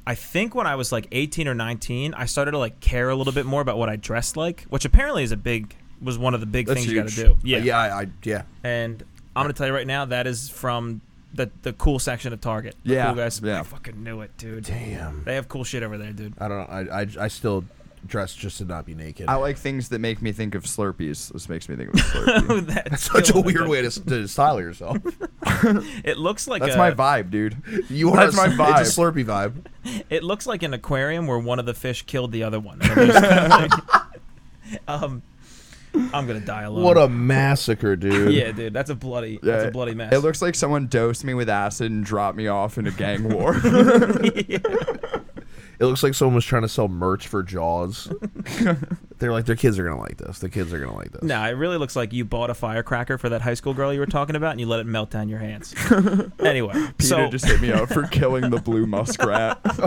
Speaker 1: I think when I was like 18 or 19, I started to like care a little bit more about what I dressed like, which apparently is a big was one of the big
Speaker 3: That's
Speaker 1: things you got to
Speaker 3: huge. Uh,
Speaker 1: do.
Speaker 2: yeah, Uh, yeah, I, I, yeah.
Speaker 1: And I'm gonna tell you right now, that is from the the cool section of Target. The
Speaker 3: Yeah,
Speaker 1: cool guys.
Speaker 3: yeah.
Speaker 1: I fucking knew it, dude.
Speaker 2: Damn.
Speaker 1: They have cool shit over there, dude.
Speaker 2: I don't know. I, I, I still dress just to not be naked.
Speaker 3: I like things that make me think of Slurpees. This makes me think of a Slurpee.
Speaker 1: That's
Speaker 2: Such a
Speaker 1: killing me,
Speaker 2: weird
Speaker 1: dude.
Speaker 2: way to, to style yourself.
Speaker 1: It looks like
Speaker 3: That's
Speaker 1: a,
Speaker 3: my vibe, dude.
Speaker 2: You are
Speaker 3: That's
Speaker 2: a-
Speaker 3: my vibe.
Speaker 2: It's a Slurpee vibe.
Speaker 1: It looks like an aquarium where one of the fish killed the other one. And I'm just- um, I'm gonna die alone.
Speaker 2: What a massacre, dude.
Speaker 1: yeah, dude. That's a bloody.
Speaker 3: Yeah,
Speaker 1: that's a bloody mess.
Speaker 3: It looks like someone dosed me with acid and dropped me off in a gang war.
Speaker 2: It looks like someone was trying to sell merch for Jaws. They're like, their kids are gonna like this. The kids are gonna like this.
Speaker 1: No, it really looks like you bought a firecracker for that high school girl you were talking about, and you let it melt down your hands. anyway,
Speaker 3: Peter
Speaker 1: so
Speaker 3: just hit me up for killing the blue muskrat.
Speaker 1: I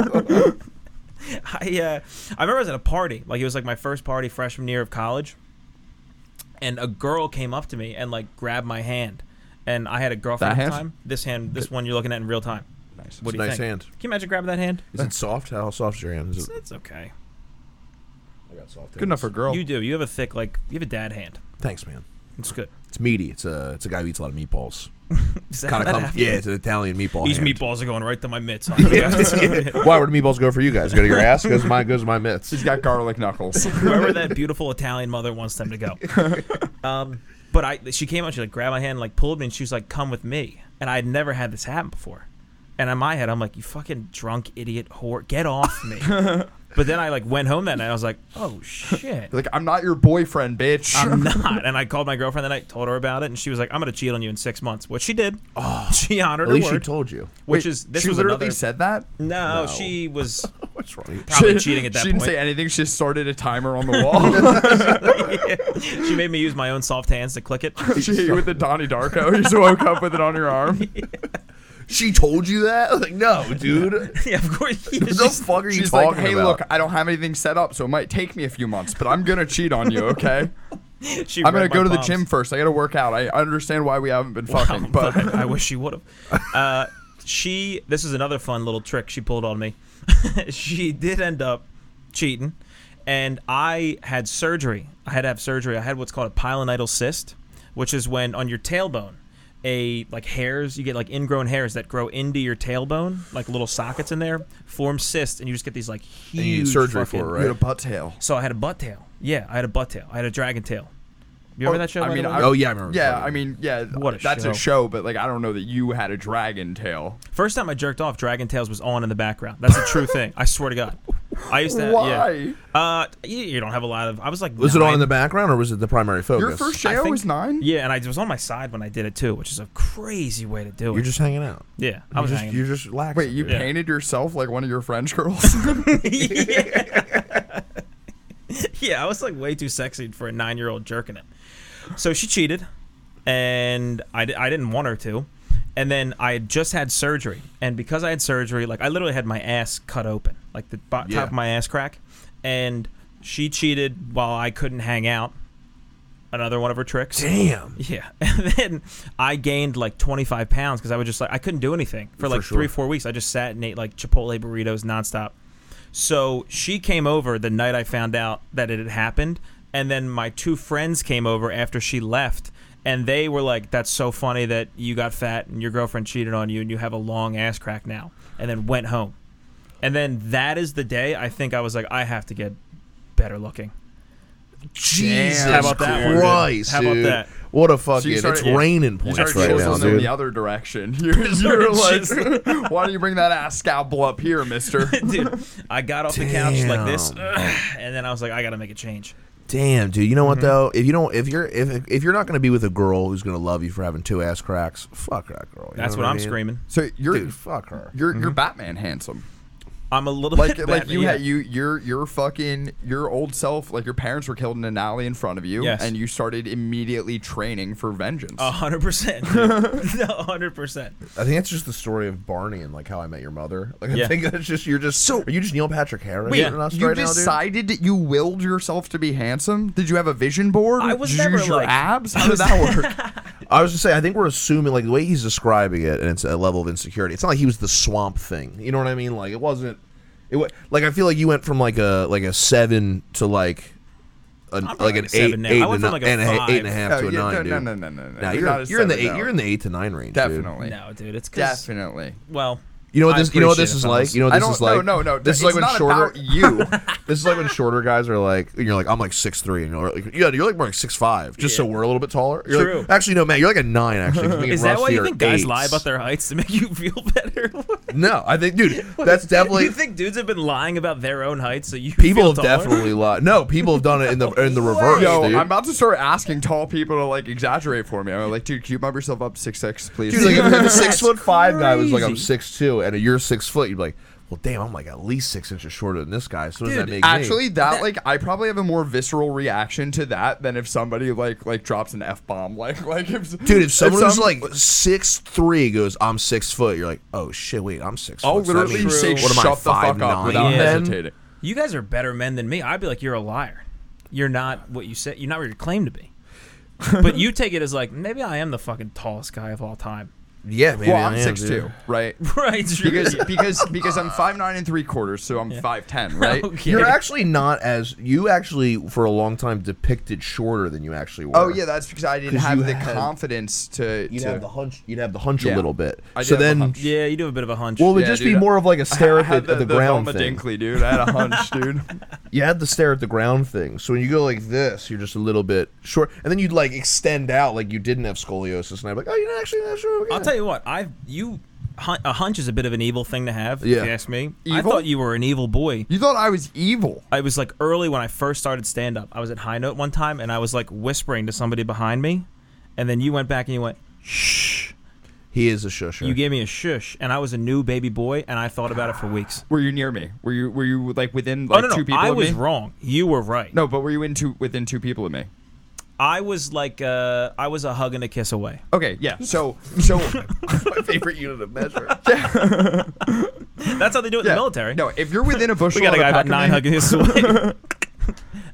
Speaker 1: uh, I remember I was at a party. Like it was like my first party freshman year of college, and a girl came up to me and like grabbed my hand, and I had a girlfriend
Speaker 3: That
Speaker 1: at
Speaker 3: hand?
Speaker 1: the time. This hand, this one you're looking at in real time.
Speaker 3: nice.
Speaker 1: What
Speaker 2: It's
Speaker 1: do
Speaker 2: a
Speaker 1: you
Speaker 2: nice
Speaker 1: think?
Speaker 2: hand.
Speaker 1: Can you imagine grabbing that hand?
Speaker 2: Is it soft? How soft is your hand? Is
Speaker 1: It's,
Speaker 2: it,
Speaker 1: it's okay.
Speaker 2: I got soft
Speaker 3: Good enough for a
Speaker 2: hands.
Speaker 3: girl.
Speaker 1: You do. You have a thick like you have a dad hand.
Speaker 2: Thanks, man.
Speaker 1: It's good.
Speaker 2: It's meaty. It's a it's a guy who eats a lot of meatballs.
Speaker 1: Is that
Speaker 2: Kind
Speaker 1: how
Speaker 2: of
Speaker 1: that
Speaker 2: comes.
Speaker 1: happened?
Speaker 2: Yeah, it's an Italian meatball.
Speaker 1: These
Speaker 2: hand.
Speaker 1: meatballs are going right to my mitts. Huh?
Speaker 2: Why would meatballs go for you guys? Go to your ass. Goes my goes my mitts.
Speaker 3: She's got garlic knuckles.
Speaker 1: wherever that beautiful Italian mother wants them to go. Um, but I, she came out, she like grabbed my hand, and, like pulled me, and she was like, "Come with me." And I had never had this happen before. And in my head, I'm like, "You fucking drunk idiot whore, get off me!" but then I like went home that night. I was like, "Oh shit."
Speaker 3: like, I'm not your boyfriend, bitch.
Speaker 1: I'm not, and I called my girlfriend that night, told her about it, and she was like, "I'm gonna cheat on you in six months," which she did. Oh, she honored
Speaker 2: At least
Speaker 1: her
Speaker 2: she
Speaker 1: word,
Speaker 2: told you.
Speaker 1: which
Speaker 3: Wait,
Speaker 1: is this
Speaker 3: she
Speaker 1: was
Speaker 3: literally
Speaker 1: another.
Speaker 3: said that?
Speaker 1: no,
Speaker 2: No.
Speaker 1: she was
Speaker 2: What's wrong?
Speaker 1: probably
Speaker 3: She-
Speaker 1: cheating at that
Speaker 3: She didn't
Speaker 1: point.
Speaker 3: say anything. She just started a timer on the wall.
Speaker 1: she made me use my own soft hands to click it.
Speaker 3: she hit you with the Donnie Darko. You just woke up with it on your arm.
Speaker 2: She told you that? Like, no, dude.
Speaker 1: yeah, of course.
Speaker 2: What the fuck are you
Speaker 3: She's
Speaker 2: talking
Speaker 3: like, hey,
Speaker 2: about?
Speaker 3: look, I don't have anything set up, so it might take me a few months, but I'm going to cheat on you, okay?
Speaker 1: She
Speaker 3: I'm gonna
Speaker 1: read my
Speaker 3: go to the
Speaker 1: palms.
Speaker 3: gym first. I gotta work out. I understand why we haven't been fucking,
Speaker 1: Um,
Speaker 3: but
Speaker 1: I, I wish she would have. Uh, she. This is another fun little trick she pulled on me. she did end up cheating, and I had surgery. I had to have surgery. I had what's called a pilonidal cyst, which is when on your tailbone. A like hairs you get like ingrown hairs that grow into your tailbone like little sockets in there form cysts and you just get these like huge
Speaker 2: And you need surgery
Speaker 1: fucking-
Speaker 2: for it,
Speaker 3: you had
Speaker 2: right?
Speaker 3: a butt tail.
Speaker 1: So I had a butt tail. Yeah, I had a butt tail. I had a dragon tail. You remember
Speaker 3: Or-
Speaker 1: that show?
Speaker 3: I
Speaker 1: by the
Speaker 3: mean,
Speaker 1: way?
Speaker 3: I-
Speaker 2: Oh yeah, I remember.
Speaker 3: Yeah, I mean, yeah,
Speaker 1: What a
Speaker 3: that's
Speaker 1: show.
Speaker 3: a show, but like, I don't know that you had a dragon tail.
Speaker 1: First time I jerked off, Dragon Tales was on in the background. That's a true thing. I swear to God. I used to.
Speaker 3: Why?
Speaker 1: Yeah. Uh, you, you don't have a lot of. I was like.
Speaker 2: was it on in the
Speaker 1: back?
Speaker 2: background or was it the primary focus?
Speaker 3: Your first
Speaker 1: I
Speaker 3: show
Speaker 1: think-
Speaker 3: was nine.
Speaker 1: Yeah, and I was on my side when I did it too, which is a crazy way to do it.
Speaker 2: You're just hanging out.
Speaker 1: yeah, I
Speaker 2: You're
Speaker 1: was
Speaker 2: just
Speaker 1: hanging.
Speaker 2: you're just laxing.
Speaker 3: Wait, you
Speaker 1: Yeah.
Speaker 3: painted yourself like one of your French girls?
Speaker 1: yeah, I was like way too sexy for a nine-year-old jerking it. So she cheated, and I, di- I didn't want her to. And then I had just had surgery, and because I had surgery, like I literally had my ass cut open, like the bo-
Speaker 2: Yeah.
Speaker 1: top of my ass crack, and she cheated while I couldn't hang out. another one of her tricks.
Speaker 2: Damn.
Speaker 1: Yeah, and then I gained like 25 pounds because I was just like I couldn't do anything for like
Speaker 2: sure.
Speaker 1: three four weeks. I just sat and ate like Chipotle burritos nonstop. So she came over the night I found out that it had happened, and then my two friends came over after she left, and they were like, "That's so funny that you got fat and your girlfriend cheated on you and you have a long ass crack now," and then went home. And then that is the day I think I was like, I have to get better looking.
Speaker 2: Jesus
Speaker 3: How about
Speaker 1: that one, dude?
Speaker 2: Christ,
Speaker 1: How about
Speaker 2: dude.
Speaker 1: that?
Speaker 2: What a fucking
Speaker 3: started-
Speaker 2: it's
Speaker 3: yeah.
Speaker 2: raining
Speaker 3: You
Speaker 2: points
Speaker 3: started
Speaker 2: right
Speaker 3: chiseling
Speaker 2: now,
Speaker 3: them in
Speaker 2: dude.
Speaker 3: the other direction. You're, you're like,
Speaker 1: chiseling.
Speaker 3: why don't you bring that ass scalpel up here, mister?
Speaker 1: Dude, I got off the couch like this,
Speaker 2: Damn.
Speaker 1: and then I was like, I gotta make a change.
Speaker 2: Damn, dude. You know what
Speaker 1: Mm-hmm.
Speaker 2: though? If you don't, if you're, if if you're not gonna be with a girl who's gonna love you for having two ass cracks, fuck that girl. you
Speaker 1: That's
Speaker 2: know
Speaker 1: what I'm
Speaker 2: I mean?
Speaker 1: screaming.
Speaker 3: So you're
Speaker 2: Dude, fuck her.
Speaker 3: you're you're Batman handsome.
Speaker 1: I'm a little
Speaker 3: Like
Speaker 1: bit
Speaker 3: like
Speaker 1: that-
Speaker 3: you
Speaker 1: yeah.
Speaker 3: had you your your fucking your old self like your parents were killed in an alley in front of you
Speaker 1: Yes. Uh-huh.
Speaker 3: and you started immediately training for vengeance.
Speaker 1: A hundred percent. A hundred percent.
Speaker 2: I think that's just the story of Barney and like How I Met Your Mother. Like I
Speaker 1: Yeah.
Speaker 2: think that's just you're just so. Are you just Neil Patrick Harris?
Speaker 1: Wait,
Speaker 2: in us
Speaker 3: you
Speaker 2: right now, dude?
Speaker 3: decided that you willed yourself to be handsome? Did you have a vision board?
Speaker 1: I was
Speaker 3: Did you
Speaker 1: never,
Speaker 3: use your
Speaker 1: like-
Speaker 3: abs? How did that work?
Speaker 2: I was just saying. I think we're assuming like the way he's describing it, and it's a level of insecurity. It's not like he was the Swamp Thing. You know what I mean? Like it wasn't. It was, like I feel like you went from like a like a seven to like. An,
Speaker 1: probably
Speaker 2: like an
Speaker 1: like a
Speaker 2: eight,
Speaker 1: seven now.
Speaker 2: eight,
Speaker 1: I
Speaker 2: and
Speaker 1: went
Speaker 2: a,
Speaker 1: from, like, a
Speaker 2: and
Speaker 1: five.
Speaker 2: eight and a half
Speaker 3: No,
Speaker 2: to a
Speaker 3: Oh, yeah,
Speaker 2: nine,
Speaker 3: no,
Speaker 2: dude.
Speaker 3: no, no, no, no, no.
Speaker 2: Nah,
Speaker 3: You're
Speaker 2: you're,
Speaker 3: not a
Speaker 2: you're in the
Speaker 3: seven,
Speaker 2: eight,
Speaker 3: no.
Speaker 2: you're in the eight to nine range, dude.
Speaker 3: Definitely.
Speaker 1: No, dude, it's 'cause-
Speaker 3: Definitely.
Speaker 1: Well,
Speaker 2: You know what
Speaker 1: I
Speaker 2: this? You know what
Speaker 1: appreciate
Speaker 2: this
Speaker 1: it,
Speaker 2: is
Speaker 1: fellas.
Speaker 2: like? You know what
Speaker 3: I
Speaker 2: this
Speaker 3: don't-
Speaker 2: is like?
Speaker 3: no, no, no,
Speaker 2: This is
Speaker 3: it's
Speaker 2: like when
Speaker 3: not
Speaker 2: shorter
Speaker 3: about you.
Speaker 2: this is like when shorter guys are like, you're like, I'm like six three, and you're like, yeah, you're like more like six five, just so
Speaker 1: Yeah.
Speaker 2: we're a little bit taller. You're
Speaker 1: True.
Speaker 2: Like, actually, no, man, you're like a nine. Actually, 'cause me and
Speaker 1: is that why
Speaker 2: Rusty
Speaker 1: you
Speaker 2: are
Speaker 1: think guys
Speaker 2: eights.
Speaker 1: lie about their heights to make you feel better?
Speaker 2: No, I think, dude, that's definitely
Speaker 1: you think dudes have been lying about their own heights so you
Speaker 2: people
Speaker 1: feel
Speaker 2: have
Speaker 1: taller?
Speaker 2: definitely lied. No, people have done it in the in the reverse.
Speaker 3: Yo,
Speaker 2: dude.
Speaker 3: I'm about to start asking tall people to like exaggerate for me. I'm like, dude, can you bump yourself up six six, please?
Speaker 2: Dude, like if if a six
Speaker 1: That's
Speaker 2: foot five guy was like, I'm
Speaker 1: crazy.
Speaker 2: six two, and you're six foot, you'd be like, well, damn, I'm like at least six inches shorter than this guy. So what does
Speaker 1: Dude,
Speaker 2: that make me?
Speaker 3: Actually, that like I probably have a more visceral reaction to that than if somebody like like drops an f bomb. Like like if
Speaker 2: Dude, if someone who's
Speaker 3: some-
Speaker 2: like six three goes, I'm six foot, you're like, oh shit, wait, I'm six.
Speaker 3: I'll
Speaker 2: foot, so that
Speaker 3: literally
Speaker 2: means-
Speaker 3: say
Speaker 2: what am I,
Speaker 3: shut the fuck up
Speaker 2: 5'9"
Speaker 3: without
Speaker 1: Yeah.
Speaker 2: then?
Speaker 3: hesitating.
Speaker 1: You guys are better men than me. I'd be like, you're a liar. You're not what you said. You're not what you claim to be. but you take it as like maybe I am the fucking tallest guy of all time.
Speaker 2: Yeah, maybe
Speaker 3: Well, I'm
Speaker 2: I am,
Speaker 3: six
Speaker 2: dude.
Speaker 3: two, right?
Speaker 1: Right? sure.
Speaker 3: Because because because I'm five nine and three quarters, so I'm five ten, right?
Speaker 1: Okay.
Speaker 2: You're actually not as you actually for a long time depicted shorter than you actually were.
Speaker 3: Oh yeah, that's because I didn't
Speaker 2: 'Cause
Speaker 3: have
Speaker 2: you
Speaker 3: the
Speaker 2: had-
Speaker 3: confidence to.
Speaker 2: you'd
Speaker 3: to
Speaker 2: have the hunch. You'd have the hunch a
Speaker 3: Yeah.
Speaker 2: little bit.
Speaker 3: I did
Speaker 2: so
Speaker 3: have a
Speaker 2: then,
Speaker 3: hunch.
Speaker 1: yeah, you do have a bit of a hunch.
Speaker 2: well, it would
Speaker 3: Yeah,
Speaker 2: just
Speaker 3: dude.
Speaker 2: be more of like a stare
Speaker 3: I
Speaker 2: at the,
Speaker 3: had the,
Speaker 2: at the ground
Speaker 3: Velma
Speaker 2: thing.
Speaker 3: Dinkley, dude. I had a hunch, dude.
Speaker 2: You had the stare at the ground thing. So when you go like this, you're just a little bit short, and then you'd like extend out like you didn't have scoliosis, and I'd be like, oh, you're not actually not short.
Speaker 1: I'll tell you what. I've you hun- a hunch is a bit of an evil thing to have.
Speaker 2: Yeah.
Speaker 1: If you ask me, I
Speaker 3: Evil?
Speaker 1: thought you were an evil boy.
Speaker 3: You thought I was evil.
Speaker 1: I was like early when I first started stand up. I was at High Note one time and I was like whispering to somebody behind me, and then you went back and you went,
Speaker 2: He is a shusher.
Speaker 1: you gave me a shush, and I was a new baby boy, and I thought about it for weeks.
Speaker 3: Were you near me? Were you were you like within like
Speaker 1: oh no, no,
Speaker 3: two people?
Speaker 1: I
Speaker 3: of
Speaker 1: was
Speaker 3: me?
Speaker 1: wrong. You were right.
Speaker 3: No, but were you in two within two people of me?
Speaker 1: I was like, uh, I was a hug and a kiss away.
Speaker 3: Okay, yeah. So so
Speaker 2: my favorite unit of measure.
Speaker 1: That's how they do it
Speaker 3: yeah.
Speaker 1: in the military.
Speaker 3: No, if you're within a bushel,
Speaker 1: we got a
Speaker 3: and
Speaker 1: guy about
Speaker 3: pack of
Speaker 1: nine Um.
Speaker 3: me,
Speaker 1: hug and kisses away.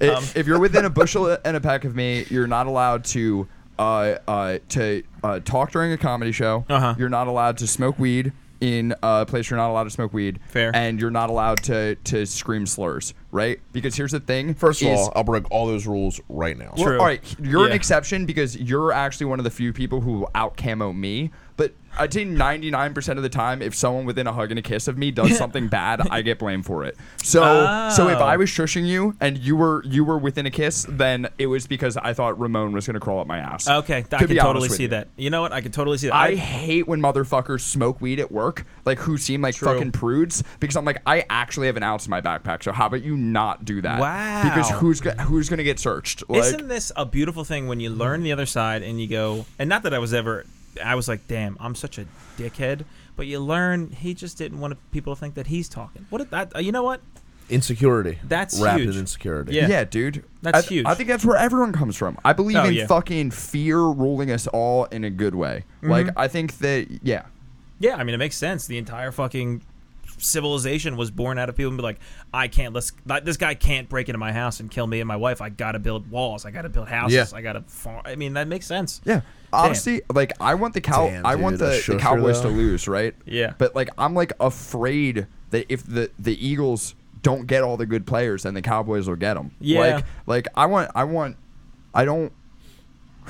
Speaker 3: if, if you're within a bushel and a pack of me, you're not allowed to uh uh to uh, talk during a comedy show.
Speaker 1: Uh-huh.
Speaker 3: You're not allowed to smoke weed in a place you're not allowed to smoke weed.
Speaker 1: Fair.
Speaker 3: And you're not allowed to to scream slurs, right? Because here's the thing.
Speaker 2: First of
Speaker 3: is-
Speaker 2: all, I'll break all those rules right now.
Speaker 3: Well,
Speaker 1: True.
Speaker 3: all right, you're an
Speaker 1: Yeah.
Speaker 3: exception because you're actually one of the few people who will out camo me. But I'd say 99% of the time, if someone within a hug and a kiss of me does something bad, I get blamed for it. So, so if
Speaker 1: Oh.
Speaker 3: I was shushing you and you were you were within a kiss, then it was because I thought Ramon was gonna crawl up my ass.
Speaker 1: Okay, I
Speaker 3: To
Speaker 1: can
Speaker 3: be honest
Speaker 1: totally
Speaker 3: with
Speaker 1: see
Speaker 3: you.
Speaker 1: that. You know what? I can totally see that.
Speaker 3: I hate when motherfuckers smoke weed at work, like who seem like
Speaker 1: True.
Speaker 3: fucking prudes, because I'm like, I actually have an ounce in my backpack. So how about you not do that? Because
Speaker 1: Wow.
Speaker 3: who's go- who's gonna get searched? Like,
Speaker 1: Isn't this a beautiful thing when you learn the other side and you go, and not that I was ever, I was like, damn, I'm such a dickhead, but you learn he just didn't want people to think that he's talking. What did that, you know what?
Speaker 2: Insecurity.
Speaker 1: That's
Speaker 2: wrapped
Speaker 1: huge.
Speaker 2: in insecurity.
Speaker 1: Yeah.
Speaker 3: Yeah, dude.
Speaker 1: That's
Speaker 3: I th-
Speaker 1: huge.
Speaker 3: I think that's where everyone comes from. I believe
Speaker 1: Oh,
Speaker 3: in
Speaker 1: yeah.
Speaker 3: fucking fear ruling us all in a
Speaker 1: Mm-hmm.
Speaker 3: good way. Like I think that yeah.
Speaker 1: Yeah, I mean, it makes sense. The entire fucking civilization was born out of people and be like, I can't. Let's like, this guy can't break into my house and kill me and my wife. I gotta build walls. I gotta build houses.
Speaker 2: Yeah.
Speaker 1: I gotta farm. I mean, that makes sense.
Speaker 3: Yeah. Honestly, like I want the cow
Speaker 2: Damn,
Speaker 3: I want
Speaker 2: dude, I
Speaker 3: the, the
Speaker 2: shook her,
Speaker 3: Cowboys to
Speaker 2: though.
Speaker 3: lose, right?
Speaker 1: Yeah.
Speaker 3: But like I'm like afraid that if the the Eagles don't get all the good players, then the Cowboys will get them.
Speaker 1: Yeah.
Speaker 3: Like like I want I want I don't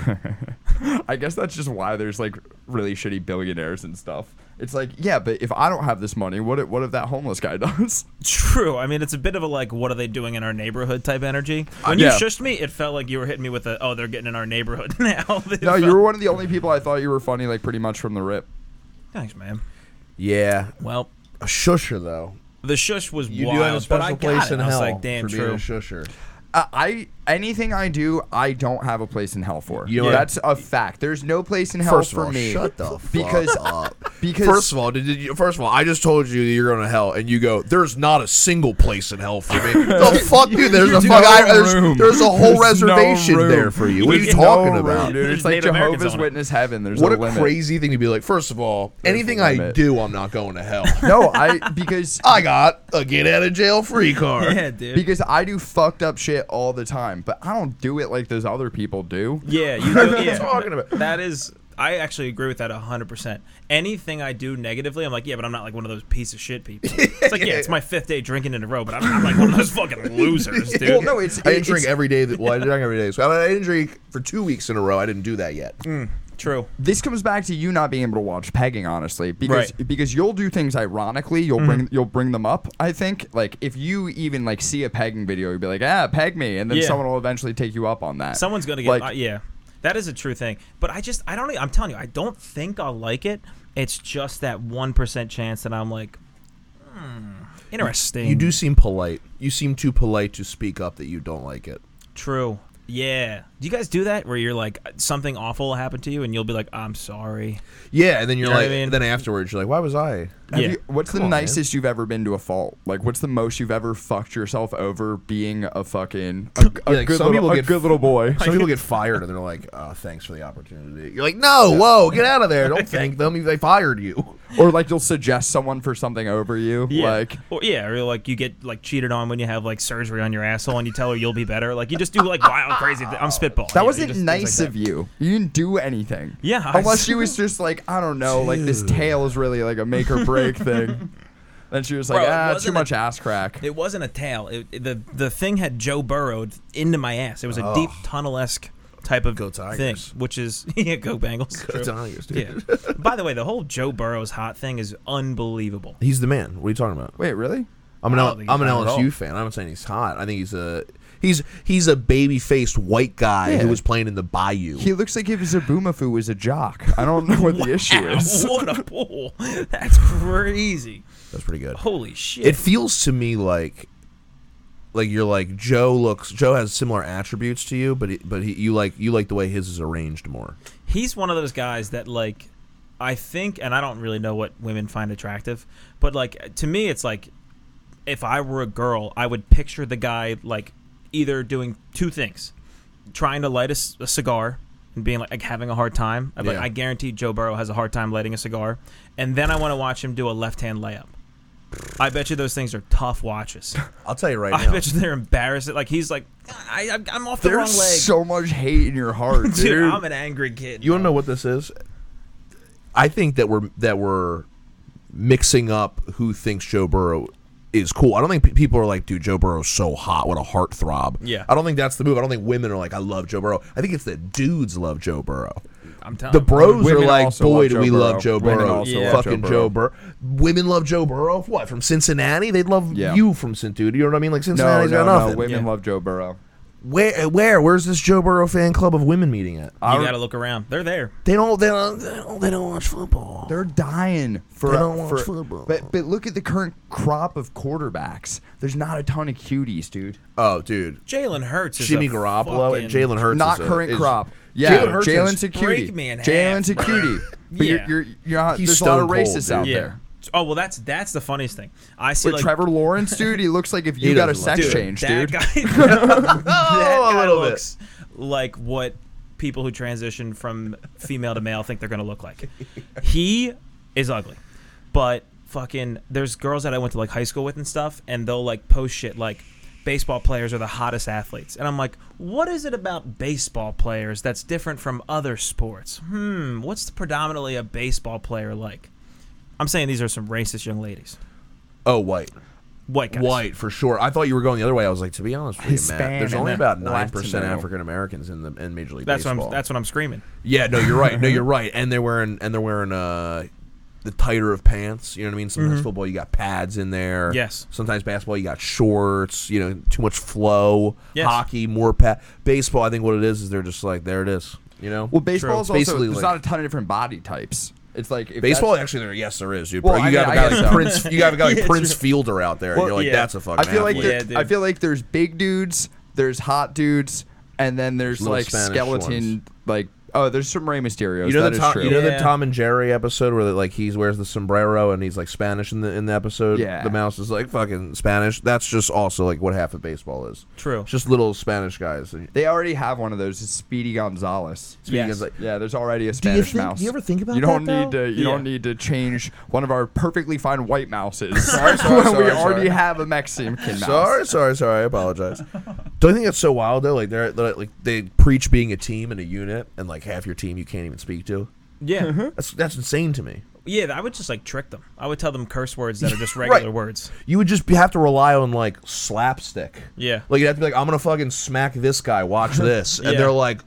Speaker 3: I guess that's just why there's like really shitty billionaires and stuff. It's like, yeah, but if I don't have this money, what if, what if that homeless guy does?
Speaker 1: True. I mean, it's a bit of a like, what are they doing in our neighborhood type energy.
Speaker 2: Uh,
Speaker 1: When
Speaker 3: yeah.
Speaker 1: you shushed me, it felt like you were hitting me with a, oh, they're getting in our neighborhood now. It
Speaker 3: No,
Speaker 1: felt-
Speaker 3: you were one of the only people I thought you were funny, like pretty much from the rip.
Speaker 1: Thanks, man.
Speaker 2: Yeah,
Speaker 1: Well,
Speaker 2: a shusher though.
Speaker 1: the shush was
Speaker 2: You
Speaker 1: wild,
Speaker 2: do have a
Speaker 1: but I
Speaker 2: special
Speaker 1: got
Speaker 2: place
Speaker 1: it.
Speaker 2: in
Speaker 1: I was
Speaker 2: hell
Speaker 1: like, damn,
Speaker 2: for being
Speaker 1: true.
Speaker 2: a shusher.
Speaker 3: Uh, I anything I do, I don't have a place in hell for.
Speaker 2: You know
Speaker 3: That's a fact. There's no place in hell
Speaker 2: First
Speaker 3: for
Speaker 2: of all,
Speaker 3: me.
Speaker 2: shut the fuck
Speaker 3: because
Speaker 2: up.
Speaker 3: because
Speaker 2: First of all, did did you, first of all, I just told you that you're going to hell, and you go, "There's not a single place in hell for me." the fuck, dude. There's
Speaker 3: You
Speaker 2: a
Speaker 3: do
Speaker 2: fuck. I,
Speaker 3: no
Speaker 2: there's,
Speaker 3: room.
Speaker 2: there's a whole
Speaker 3: There's no
Speaker 2: reservation
Speaker 3: room.
Speaker 2: there for you. What are you
Speaker 3: There's
Speaker 2: talking
Speaker 3: no room,
Speaker 2: about?
Speaker 3: dude.
Speaker 1: There's
Speaker 3: It's like
Speaker 1: Native Americans
Speaker 3: Jehovah's
Speaker 1: on it.
Speaker 3: Witness heaven. There's
Speaker 2: What
Speaker 3: no
Speaker 2: a
Speaker 3: limit.
Speaker 2: crazy thing to be like. First of all,
Speaker 3: There's
Speaker 2: anything
Speaker 3: a
Speaker 2: I
Speaker 3: limit.
Speaker 2: do, I'm not going to hell.
Speaker 3: No, I because
Speaker 2: I got a get out of jail free card.
Speaker 1: Yeah, dude.
Speaker 3: because I do fucked up shit all the time, but I don't do it like those other people do.
Speaker 1: Yeah, you know,
Speaker 2: I'm
Speaker 1: yeah.
Speaker 2: talking about.
Speaker 1: That is, I actually agree with that 100%. Anything I do negatively, I'm like, yeah, but I'm not like one of those piece of shit people. It's like, yeah, it's my fifth day drinking in a row, but I'm not like one of those fucking losers, dude.
Speaker 3: Well, no, it's
Speaker 2: I didn't
Speaker 3: it's-
Speaker 2: drink every day. That, well, I drank every day. So I didn't drink for two weeks in a row. I didn't do that yet.
Speaker 1: True.
Speaker 3: this comes back to you not being able to watch pegging honestly because
Speaker 1: Right. Mm-hmm.
Speaker 3: because you'll do things ironically you'll bring you'll bring them up i think like if you even like see a pegging video you'll be like ah peg me and then
Speaker 1: Yeah.
Speaker 3: someone will eventually take you up on that
Speaker 1: Someone's gonna get
Speaker 3: like
Speaker 1: uh, yeah. That is a true thing. But I just I don't e, I'm telling you, I don't think I'll like it. It's just that one percent chance that I'm like hmm, interesting.
Speaker 2: You do seem polite. You seem too polite to speak up that you don't like it.
Speaker 1: true. Yeah. Do you guys do that where you're like uh, something awful happened to you and you'll be like, I'm sorry.
Speaker 2: Yeah, and then you're
Speaker 1: You know what
Speaker 2: like,
Speaker 1: I mean?
Speaker 2: then afterwards you're like, why was I?
Speaker 3: have
Speaker 1: yeah.
Speaker 3: you- what's
Speaker 2: Come
Speaker 3: the
Speaker 2: on, man.
Speaker 3: nicest you've ever been to a fault like what's the most you've ever fucked yourself over being a fucking a, a
Speaker 2: Yeah, like,
Speaker 3: good,
Speaker 2: some
Speaker 3: little,
Speaker 2: people
Speaker 3: a
Speaker 2: get-
Speaker 3: good little boy
Speaker 2: Some people get fired and they're like, oh, thanks for the opportunity. You're like, no, whoa, get out of there. Don't thank them. They fired you.
Speaker 3: or like you'll suggest someone for something over you
Speaker 1: Yeah.
Speaker 3: like
Speaker 1: or, yeah, or like you get like cheated on when you have like surgery on your asshole and you tell her you'll be better. Like you just do like wild crazy thi- I'm spitballing. you
Speaker 3: That
Speaker 1: know, you
Speaker 3: wasn't
Speaker 1: just- things like
Speaker 3: nice
Speaker 1: that.
Speaker 3: of you. You didn't do anything.
Speaker 1: Yeah, I
Speaker 3: Unless
Speaker 1: s-
Speaker 3: she was just like, I don't know, like this tail is really like a make or break thing. Then she was like,
Speaker 1: Bro, it
Speaker 3: ah, too
Speaker 1: wasn't
Speaker 3: much
Speaker 1: a-
Speaker 3: ass crack.
Speaker 1: It wasn't a tail. It, it- the the thing had Joe burrowed into my ass. It was a deep tunnel esque type of
Speaker 2: Oh. Go
Speaker 1: thing,
Speaker 2: Tigers.
Speaker 1: which is yeah, go Bengals. True.
Speaker 2: Tigers, dude.
Speaker 1: Yeah. By the way, the whole Joe Burrow's hot thing is unbelievable.
Speaker 2: He's the man. What are you talking about?
Speaker 3: Wait, really?
Speaker 2: I'm an,
Speaker 1: I
Speaker 2: L-
Speaker 1: don't think
Speaker 2: I'm an
Speaker 1: he's hot at all.
Speaker 2: LSU fan. I'm not saying he's hot. I think he's a he's he's a baby faced white guy
Speaker 3: Yeah.
Speaker 2: who was playing in the Bayou.
Speaker 3: He looks like if Zabumafu was a jock. I don't know what the issue
Speaker 1: Ow,
Speaker 3: is.
Speaker 1: what a pull! That's crazy.
Speaker 2: That's pretty good.
Speaker 1: Holy shit!
Speaker 2: It feels to me like like you're like Joe looks. Joe has similar attributes to you, but he, but he, you like you like the way his is arranged more.
Speaker 1: He's one of those guys that like I think, and I don't really know what women find attractive, but like to me, it's like if I were a girl, I would picture the guy like either doing two things: trying to light a, c- a cigar and being like, like, having a hard time. I'm like,
Speaker 2: Yeah.
Speaker 1: I guarantee Joe Burrow has a hard time lighting a cigar, and then I want to watch him do a left-hand layup. I bet you those things are tough watches.
Speaker 2: I'll tell you right
Speaker 1: I
Speaker 2: now.
Speaker 1: bet you they're embarrassed. Like he's like, I, I, I'm off the wrong
Speaker 3: There's
Speaker 1: leg.
Speaker 3: so much hate in your heart, dude.
Speaker 1: dude, I'm an angry kid.
Speaker 2: You want to
Speaker 1: bro.
Speaker 2: know what this is? I think that we're that we're mixing up who thinks Joe Burrow is cool. I don't think pe- people are like, dude, Joe Burrow's so hot. What a heartthrob.
Speaker 1: Yeah.
Speaker 2: I don't think that's the move. I don't think women are like, I love Joe Burrow. I think it's that dudes love Joe Burrow.
Speaker 1: I'm telling
Speaker 2: The bros are
Speaker 3: Uh, Women
Speaker 2: like,
Speaker 3: also love
Speaker 2: boy, do
Speaker 3: Joe
Speaker 2: we
Speaker 3: Burrow.
Speaker 2: love Joe
Speaker 3: Women
Speaker 2: Burrow.
Speaker 3: also
Speaker 1: love
Speaker 2: Fucking
Speaker 3: Joe
Speaker 2: Joe Burrow. Women love Joe Burrow. What, from Cincinnati? They'd love
Speaker 3: Yeah.
Speaker 2: you from Cincinnati. You know what I mean? Like,
Speaker 3: no,
Speaker 2: Cincinnati's
Speaker 3: no,
Speaker 2: got
Speaker 3: no.
Speaker 2: nothing.
Speaker 3: Women
Speaker 1: Yeah. Oh.
Speaker 3: love Joe Burrow.
Speaker 2: where, where? Where's this Joe Burrow fan club of women meeting at?
Speaker 3: I
Speaker 1: You
Speaker 3: don't-
Speaker 1: got to look around. They're there.
Speaker 2: They don't, they don't, they don't, they don't watch football.
Speaker 3: They're dying for,
Speaker 2: They don't watch
Speaker 3: for-
Speaker 2: football.
Speaker 3: But but look at the current crop of quarterbacks. There's not a ton of cuties, dude.
Speaker 2: Oh, dude.
Speaker 1: Jalen Hurts is
Speaker 2: Jimmy
Speaker 1: a
Speaker 2: Garoppolo and
Speaker 1: fucking-
Speaker 2: Jalen Hurts.
Speaker 3: not
Speaker 2: is a-
Speaker 3: current
Speaker 2: is-
Speaker 3: crop. Yeah,
Speaker 2: Jalen Hurts
Speaker 3: Jalen
Speaker 2: is-
Speaker 3: Security.
Speaker 1: Break me in half,
Speaker 3: Jalen
Speaker 1: bro.
Speaker 3: Security.
Speaker 1: Yeah.
Speaker 3: But you're, you're, you're not,
Speaker 2: He's
Speaker 3: there's a lot of
Speaker 2: stone cold,
Speaker 3: racists
Speaker 2: dude.
Speaker 3: out
Speaker 1: Yeah.
Speaker 3: there.
Speaker 1: Oh well, that's that's the funniest thing. I see
Speaker 3: With
Speaker 1: like
Speaker 3: Trevor Lawrence, dude, he looks like if you got a
Speaker 2: doesn't look good.
Speaker 3: sex change,
Speaker 1: that
Speaker 3: dude.
Speaker 1: Guy, that
Speaker 2: Oh, a
Speaker 1: guy
Speaker 2: little bit.
Speaker 1: looks like what people who transition from female to male think they're going to look like. He is ugly, but fucking there's girls that I went to like high school with and stuff, and they'll like post shit like baseball players are the hottest athletes, and I'm like, what is it about baseball players that's different from other sports? Hmm, what's predominantly a baseball player like? I'm saying these are some racist young ladies,
Speaker 2: Oh, white.
Speaker 1: white guys.
Speaker 2: White for sure. I thought you were going the other way. I was like, to be honest with you, Matt, there's
Speaker 3: Hispanic.
Speaker 2: only about nine percent
Speaker 3: Latino.
Speaker 2: African Americans in the in Major League
Speaker 1: That's what
Speaker 2: Baseball.
Speaker 1: I'm. That's what I'm screaming.
Speaker 2: Yeah, no, you're right. No, you're right. And they're wearing and they're wearing uh the tighter of pants. You know what I mean? Sometimes football you got pads in there.
Speaker 1: Mm-hmm. Yes.
Speaker 2: Sometimes basketball you got shorts. You know, too much flow.
Speaker 1: Yes.
Speaker 2: Hockey more pad. Baseball, I think what it is is they're just like there it is. You know,
Speaker 3: Well, baseball is
Speaker 2: It's
Speaker 3: also
Speaker 2: basically
Speaker 3: there's
Speaker 2: like-
Speaker 3: not a ton of different body types. It's like if
Speaker 2: Baseball,
Speaker 3: that's-
Speaker 2: actually, there. Yes, there is. Dude.
Speaker 3: Well, I
Speaker 2: you got
Speaker 3: mean,
Speaker 2: a guy
Speaker 3: I guess
Speaker 2: like
Speaker 3: so.
Speaker 2: Prince. You got a guy like
Speaker 1: Yeah,
Speaker 2: Prince
Speaker 1: true.
Speaker 2: Fielder out there. and
Speaker 3: Well,
Speaker 2: you're like,
Speaker 1: yeah.
Speaker 2: that's a fucking.
Speaker 3: I feel like
Speaker 2: athlete.
Speaker 1: Yeah,
Speaker 3: there-
Speaker 1: dude.
Speaker 3: I feel like there's big dudes, there's hot dudes, and then there's
Speaker 2: Little
Speaker 3: like
Speaker 2: Spanish
Speaker 3: skeleton
Speaker 2: ones.
Speaker 3: like oh there's some Rey Mysterio's.
Speaker 2: You know
Speaker 3: that
Speaker 2: the
Speaker 3: is
Speaker 2: Tom,
Speaker 3: true.
Speaker 2: you know the
Speaker 1: Yeah.
Speaker 2: Tom and Jerry episode where like he wears the sombrero and he's like Spanish in the in the episode.
Speaker 3: Yeah.
Speaker 2: the mouse is like fucking Spanish. That's just also like what half of baseball is.
Speaker 1: True.
Speaker 2: It's just little Spanish guys. And-
Speaker 3: They already have one of those. It's Speedy Gonzalez.
Speaker 1: Yes.
Speaker 2: because, like,
Speaker 3: Yeah, there's already a
Speaker 2: you
Speaker 3: Spanish
Speaker 2: think-
Speaker 3: mouse.
Speaker 2: do you ever think about
Speaker 3: You don't
Speaker 2: that,
Speaker 3: need
Speaker 2: though?
Speaker 3: to. You don't
Speaker 1: Yeah.
Speaker 3: need to change one of our perfectly fine white mouses.
Speaker 2: Sorry, sorry,
Speaker 3: when we
Speaker 2: sorry,
Speaker 3: already
Speaker 2: sorry.
Speaker 3: have a Mexican mouse.
Speaker 2: Sorry, sorry, sorry. I apologize. Don't you think it's so wild though? Like they're, they're like they preach being a team and a unit, and like half your team you can't even speak to.
Speaker 1: Yeah.
Speaker 2: That's that's insane to me.
Speaker 1: Yeah, I would just like trick them. I would tell them curse words that are just regular
Speaker 2: Right.
Speaker 1: words.
Speaker 2: You would just be, have to rely on like slapstick.
Speaker 1: Yeah.
Speaker 2: Like you'd have to be like, I'm gonna fucking smack this guy. Watch this, and
Speaker 1: Yeah.
Speaker 2: they're like,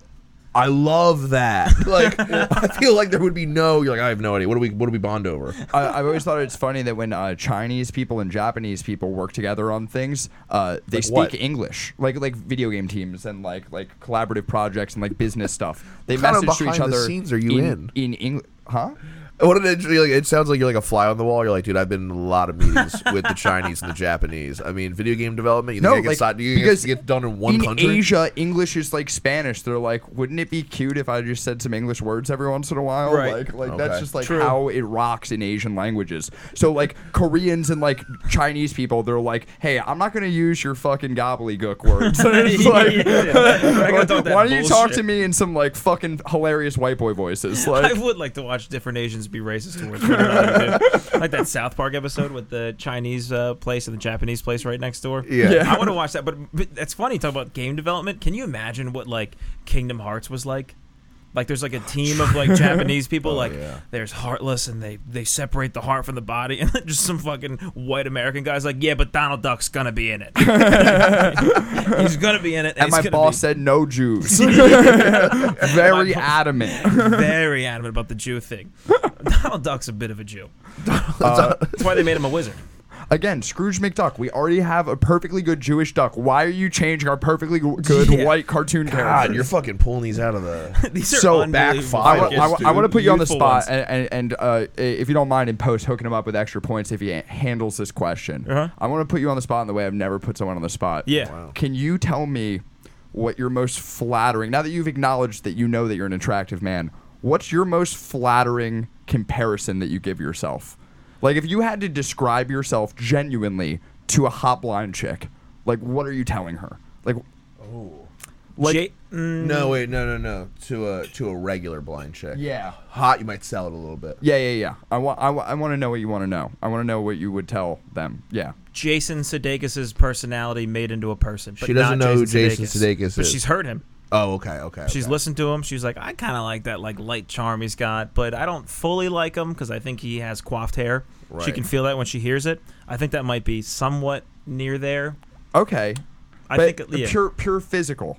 Speaker 2: I love that. Like I feel like there would be no. You're like, I have no idea. What do we what do we bond over?
Speaker 3: I, I've always thought it's funny that when uh, Chinese people and Japanese people work together on things, uh, they
Speaker 2: Like
Speaker 3: speak
Speaker 2: what?
Speaker 3: English, like like video game teams and like like collaborative projects and like business stuff. They
Speaker 2: What kind of
Speaker 3: message to each
Speaker 2: behind the
Speaker 3: other.
Speaker 2: scenes are you
Speaker 3: in? In English, huh?
Speaker 2: What an interesting. Like, it sounds like you're like a fly on the wall. You're like, dude, I've been in a lot of meetings with the Chinese and the Japanese. I mean, video game development. You think
Speaker 3: No,
Speaker 2: it gets
Speaker 3: like,
Speaker 2: do you think it
Speaker 3: because
Speaker 2: gets done in one
Speaker 3: in
Speaker 2: country.
Speaker 3: Asia, English is like Spanish. They're like, wouldn't it be cute if I just said some English words every once in a while?
Speaker 1: Right.
Speaker 3: Like, like
Speaker 2: Okay.
Speaker 3: that's just like
Speaker 1: True.
Speaker 3: how it rocks in Asian languages. So like Koreans and like Chinese people, they're like, hey, I'm not gonna use your fucking gobbledygook words. And it's like,
Speaker 1: I gotta talk that
Speaker 3: why don't you talk to
Speaker 1: bullshit.
Speaker 3: me in some like fucking hilarious white boy voices?
Speaker 1: I
Speaker 3: Like,
Speaker 1: would like to watch different Asians be racist towards one another. dude. like that South Park episode with the Chinese uh, place and the Japanese place right next door.
Speaker 2: Yeah. Yeah.
Speaker 1: I want to watch that. But, but that's funny. Talk about game development. Can you imagine what like Kingdom Hearts was like? Like there's like a team of like Japanese
Speaker 3: Oh,
Speaker 1: people. like
Speaker 2: yeah.
Speaker 1: there's heartless, and they they separate the heart from the body, and just some fucking white American guys like, yeah, but Donald Duck's gonna be in it. he's gonna be in it.
Speaker 3: and
Speaker 1: he's
Speaker 3: my
Speaker 1: gonna
Speaker 3: boss
Speaker 1: be-
Speaker 3: said no Jews.
Speaker 1: My
Speaker 3: Very
Speaker 1: boss-
Speaker 3: adamant.
Speaker 1: very adamant about the Jew thing. Donald Duck's a bit of a Jew.
Speaker 3: Uh,
Speaker 1: That's why they made him a wizard.
Speaker 3: Again, Scrooge McDuck. We already have a perfectly good Jewish duck. Why are you changing our perfectly g- good
Speaker 1: Yeah.
Speaker 3: white cartoon
Speaker 2: God,
Speaker 3: character?
Speaker 2: you're fucking pulling these out of the.
Speaker 1: These are
Speaker 2: so back
Speaker 1: unbelievable.
Speaker 2: five.
Speaker 3: I, wa-
Speaker 1: Yes,
Speaker 3: I, wa- I
Speaker 1: dude.
Speaker 3: want to put you on the
Speaker 1: Youthful
Speaker 3: spot,
Speaker 1: ones.
Speaker 3: and, and, and uh, i- if you don't mind, in post, hooking him up with extra points if he a- handles this question.
Speaker 1: Uh-huh.
Speaker 3: I want to put you on the spot in the way I've never put someone on the spot.
Speaker 1: Yeah. Wow.
Speaker 3: Can you tell me what your most flattering? Now that you've acknowledged that you know that you're an attractive man, what's your most flattering comparison that you give yourself? Like, if you had to describe yourself genuinely to a hot blind chick, like, what are you telling her? Like, like-
Speaker 1: J- mm,
Speaker 2: No, wait, no, no, no. To a to a regular blind check.
Speaker 3: Yeah.
Speaker 2: hot. You might sell it a little bit.
Speaker 3: yeah, yeah, yeah. I want, I, wa- I want to know what you want to know. I want to know what you would tell them. Yeah.
Speaker 1: Jason Sudeikis' personality made into a person. But
Speaker 2: She doesn't
Speaker 1: not
Speaker 2: know who Jason
Speaker 1: Jason
Speaker 2: Sudeikis
Speaker 1: But
Speaker 2: is.
Speaker 1: she's heard him.
Speaker 2: Oh, okay, okay.
Speaker 1: She's
Speaker 2: okay.
Speaker 1: listened to him. She's like, I kind of like that like light charm he's got, but I don't fully like him because I think he has coiffed hair. She
Speaker 2: Right.
Speaker 1: can feel that when she hears it. I think that might be somewhat near there.
Speaker 3: Okay.
Speaker 1: I
Speaker 3: but
Speaker 1: think uh, yeah.
Speaker 3: pure pure physical.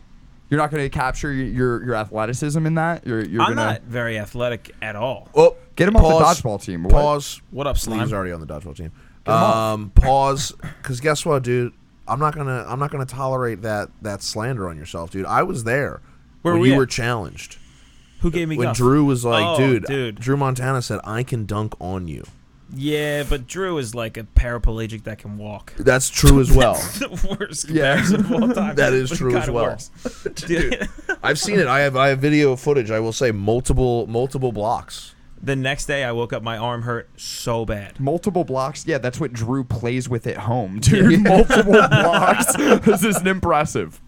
Speaker 3: You're not going to capture y- your your athleticism in that. You're you're
Speaker 1: I'm
Speaker 3: gonna
Speaker 1: not very athletic at all.
Speaker 2: Oh,
Speaker 3: Get him off
Speaker 2: pause,
Speaker 3: the dodgeball team. What?
Speaker 2: Pause.
Speaker 1: What up, slime?
Speaker 2: He's already on the dodgeball team.
Speaker 3: him off.
Speaker 2: Um, pause. Because guess what, dude? I'm not gonna. I'm not gonna tolerate that that slander on yourself, dude. I was there
Speaker 1: Where
Speaker 2: when
Speaker 1: were we
Speaker 2: you
Speaker 1: at?
Speaker 2: were challenged.
Speaker 1: Who gave me
Speaker 2: When
Speaker 1: guff?
Speaker 2: Drew was like,
Speaker 1: Oh,
Speaker 2: dude,
Speaker 1: dude.
Speaker 2: Drew Montana said, "I can dunk on you."
Speaker 1: Yeah, but Drew is like a paraplegic that can walk.
Speaker 2: That's true as well.
Speaker 1: the worst
Speaker 3: Yeah.
Speaker 1: comparison of all time.
Speaker 2: That is
Speaker 1: But it
Speaker 2: true as
Speaker 1: kinda
Speaker 2: well.
Speaker 1: works.
Speaker 2: I've seen it. I have. I have video footage. I will say multiple multiple blocks.
Speaker 1: the next day, I woke up, my arm hurt so bad.
Speaker 3: Multiple blocks. Yeah, that's what Drew plays with at home, dude. Multiple blocks. This isn't impressive.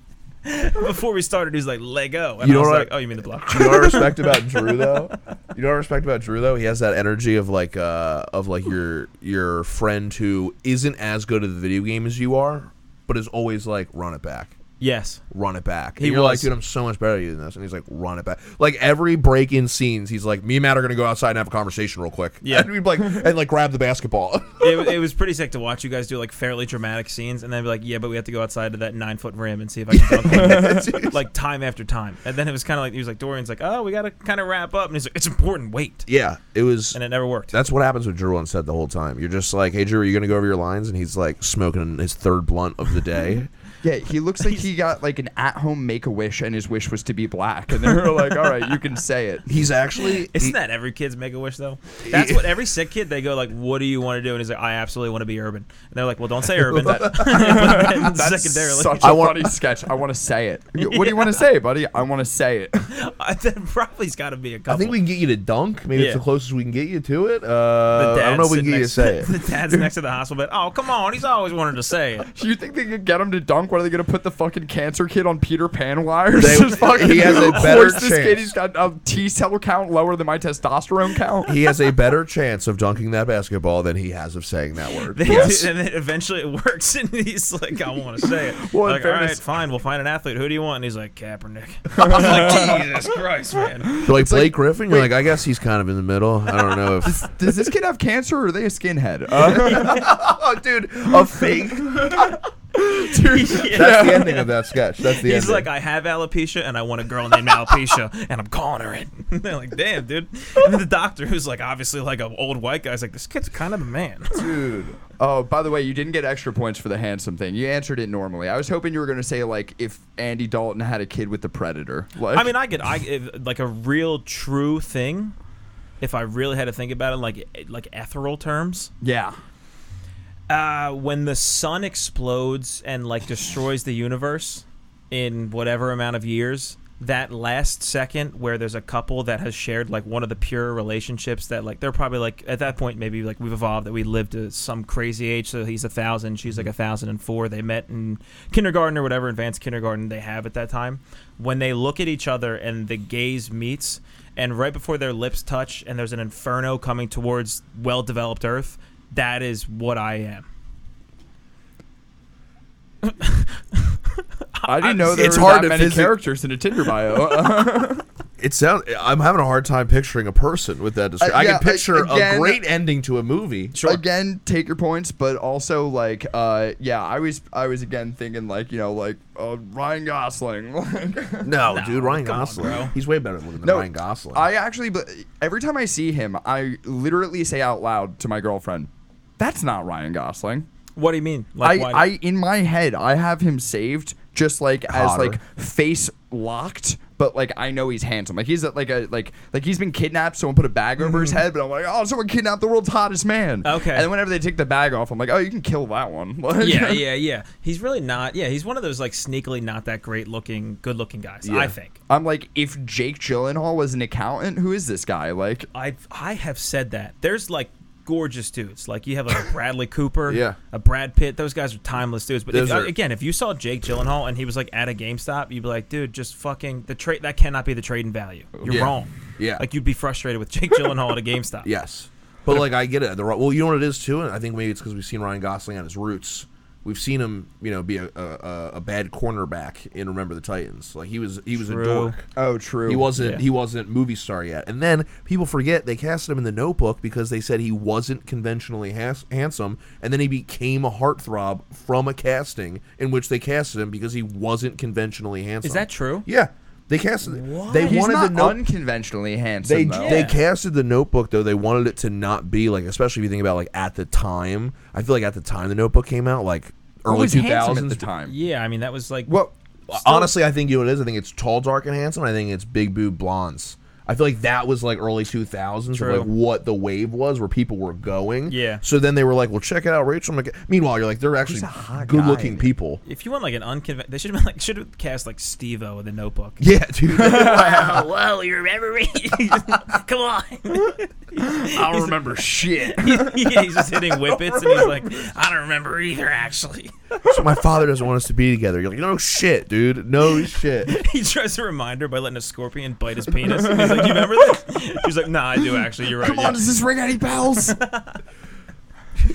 Speaker 1: Before we started, he's like Lego, and
Speaker 2: You
Speaker 1: I
Speaker 2: know
Speaker 1: was
Speaker 2: what I-
Speaker 1: like, "Oh, you mean the block?"
Speaker 2: You know what I respect about Drew though? You know what I respect about Drew though? He has that energy of like uh of like your your friend who isn't as good at the video game as you are, but is always like, run it back.
Speaker 1: yes,
Speaker 2: Run it back.
Speaker 1: He
Speaker 2: And you're like,
Speaker 1: was.
Speaker 2: dude, I'm so much better at you than this. And he's like, run it back. Like every break in scenes, he's like, me and Matt are gonna go outside and have a conversation real quick.
Speaker 1: Yeah.
Speaker 2: And we'd be like and like grab the basketball.
Speaker 1: it, it was pretty sick to watch you guys do like fairly dramatic scenes, and then be like, "Yeah, but we have to go outside to that nine foot rim and see if I can dunk one," like time after time." And then it was kind of like he was like, "Dorian's like, oh, we got to kind of wrap up," and he's like, "It's important, wait,"
Speaker 2: yeah. It was
Speaker 1: and it never worked.
Speaker 2: That's what happens with Drew on set the whole time. You're just like, "Hey, Drew, are you gonna go over your lines?" And he's like smoking his third blunt of the day.
Speaker 3: Yeah, he looks like he got like an at-home make-a-wish, and his wish was to be black. And they were like, "All right, you can say it."
Speaker 2: he's actually
Speaker 1: Isn't
Speaker 2: he-
Speaker 1: that every kid's make a wish though? That's what every sick kid they go like, "What do you want to do?" And he's like, "I absolutely want to be urban." And they're like, "Well, don't say urban." And secondarily,
Speaker 3: such a
Speaker 2: I want-
Speaker 3: funny sketch. I want to say it. What do you want to say, buddy? I want to say it.
Speaker 1: I- that probably's got to be a couple.
Speaker 2: I think we can get you to dunk. Maybe
Speaker 1: Yeah.
Speaker 2: it's the closest we can get you to it. Uh, I don't know if we can get you to say it.
Speaker 1: The dad's next to the hospital bed. Oh, come on! He's always wanted to say it.
Speaker 3: Do you think they could get him to dunk? What are they going to put the fucking cancer kid on Peter Pan wires?
Speaker 2: They-
Speaker 3: Just fucking
Speaker 2: he has a better
Speaker 3: hoist This kid,
Speaker 2: chance.
Speaker 3: he's got a T cell count lower than my testosterone count.
Speaker 2: He has a better chance of dunking that basketball than he has of saying that word.
Speaker 1: They
Speaker 3: Yes.
Speaker 1: do, and then eventually it works, and he's like, "I want to say it."
Speaker 3: Well, in
Speaker 1: like, all right,
Speaker 3: fairness-
Speaker 1: fine, we'll find an athlete. Who do you want? And he's like, "Kaepernick." I'm like, Jesus Christ, man!
Speaker 2: They're like Blake Griffin. You're like, I guess he's kind of in the middle. I don't know if.
Speaker 3: Does this kid have cancer or are they a skinhead? Uh,
Speaker 2: oh, dude, a fake.
Speaker 1: Yeah.
Speaker 2: That's the ending of that sketch. That's the
Speaker 1: He's
Speaker 2: ending.
Speaker 1: like, I have alopecia, and I want a girl named alopecia, and I'm calling her it. And they're like, damn, dude. And then the doctor, who's like obviously like an old white guy, is like, this kid's kind of a man.
Speaker 2: dude.
Speaker 3: oh, by the way, you didn't get extra points for the handsome thing. You answered it normally. I was hoping you were going to say like if Andy Dalton had a kid with the predator. Like,
Speaker 1: I mean, I get, I if, like a real true thing. If I really had to think about it, like like ethereal terms,
Speaker 3: yeah.
Speaker 1: uh, when the sun explodes and like destroys the universe in whatever amount of years, that last second where there's a couple that has shared like one of the pure relationships that like they're probably like at that point maybe like we've evolved that we lived to some crazy age. So he's a thousand, she's
Speaker 3: Mm-hmm.
Speaker 1: like a thousand and four. They met in kindergarten or whatever advanced kindergarten they have at that time. When they look at each other and the gaze meets. And right before their lips touch, and there's an inferno coming towards well developed Earth, that is what I am.
Speaker 3: I didn't know there
Speaker 2: it's
Speaker 3: were
Speaker 2: hard
Speaker 3: that
Speaker 2: to
Speaker 3: many
Speaker 2: physi-
Speaker 3: characters in a Tinder bio.
Speaker 2: It sound. I'm having a hard time picturing a person with that. Description.
Speaker 3: Uh,
Speaker 2: I
Speaker 3: yeah,
Speaker 2: can picture
Speaker 3: again-
Speaker 2: a great ending to a movie.
Speaker 3: Again, take your points, but also like, uh, yeah, I was I was again thinking like, you know, like uh, Ryan Gosling. Like,
Speaker 2: No,
Speaker 1: No,
Speaker 2: dude, Ryan
Speaker 1: come on,
Speaker 2: Gosling.
Speaker 1: bro.
Speaker 2: he's way better looking than
Speaker 3: No,
Speaker 2: Ryan Gosling.
Speaker 3: I actually, but every time I see him, I literally say out loud to my girlfriend, "That's not Ryan Gosling."
Speaker 1: What do you mean?
Speaker 3: I,
Speaker 1: why-
Speaker 3: I in my head, I have him saved just like as
Speaker 2: Hotter.
Speaker 3: like face locked. But like I know he's handsome. Like he's a, like a like like he's been kidnapped. Someone put a bag over his head. But I'm like, oh, someone kidnapped the world's hottest man.
Speaker 1: Okay.
Speaker 3: And then whenever they take the bag off, I'm like, oh, you can kill that one. Like-
Speaker 1: yeah, yeah, yeah. He's really not. Yeah, he's one of those like sneakily not that great looking, good looking guys. I think.
Speaker 3: I'm like, if Jake Gyllenhaal was an accountant, who is this guy? Like,
Speaker 1: I I have said that. There's like gorgeous dudes. Like you have like a Bradley Cooper,
Speaker 2: Yeah.
Speaker 1: a Brad Pitt. Those guys are timeless dudes. But if,
Speaker 2: Those are-
Speaker 1: again, if you saw Jake Gyllenhaal and he was like at a GameStop, you'd be like, dude, just fucking the trade. That cannot be the trade in value. You're
Speaker 2: Yeah.
Speaker 1: wrong.
Speaker 2: Yeah.
Speaker 1: Like you'd be frustrated with Jake Gyllenhaal at a GameStop.
Speaker 2: Yes, but like I get it. The, well, you know what it is too, and I think maybe it's because we've seen Ryan Gosling at his roots. We've seen him, you know, be a, a, a- a bad cornerback in Remember the Titans. Like he was, he was
Speaker 1: True.
Speaker 2: a dork.
Speaker 3: oh, true.
Speaker 2: He wasn't,
Speaker 1: Yeah.
Speaker 2: he wasn't movie star yet. And then people forget they casted him in The Notebook because they said he wasn't conventionally has- handsome, and then he became a heartthrob from a casting in which they casted him because he wasn't conventionally handsome.
Speaker 1: Is that true?
Speaker 2: Yeah, they casted. They
Speaker 3: He's
Speaker 2: wanted
Speaker 3: not
Speaker 2: the note.
Speaker 3: unconventionally handsome.
Speaker 2: They
Speaker 3: though.
Speaker 2: they
Speaker 1: Yeah.
Speaker 2: casted the Notebook though. They wanted it to not be like, especially if you think about like at the time. I feel like at the time the Notebook came out, like
Speaker 3: Who
Speaker 2: early
Speaker 3: was
Speaker 2: two
Speaker 3: handsome at
Speaker 2: thousands.
Speaker 3: the time.
Speaker 1: Yeah, I mean that was like
Speaker 3: Well,
Speaker 2: Honestly, I think you know what it is. I think it's tall, dark, and handsome. I think it's big boob blondes. I feel like that was like early two thousands of
Speaker 1: True.
Speaker 2: like what the wave was, where people were going.
Speaker 1: Yeah.
Speaker 2: So then they were like, well, check it out, Rachel. McA-" Meanwhile, you're like, they're actually
Speaker 3: hot guy,
Speaker 2: good looking
Speaker 3: man.
Speaker 2: people.
Speaker 1: if you want like an unconventional, they should have like should have cast like Steve-O in the Notebook.
Speaker 2: Yeah, dude.
Speaker 1: wow, whoa, you remember me? Come on.
Speaker 3: I don't remember shit.
Speaker 1: he's just hitting whippets and he's like, I don't remember either, actually.
Speaker 2: So my father doesn't want us to be together. You're like, no shit, dude. No shit.
Speaker 1: He tries to remind her by letting a scorpion bite his penis. He's like, "You remember this?" She's like, "Nah, I do actually. You're right."
Speaker 3: Come on,
Speaker 1: yeah."
Speaker 3: does this ring any bells?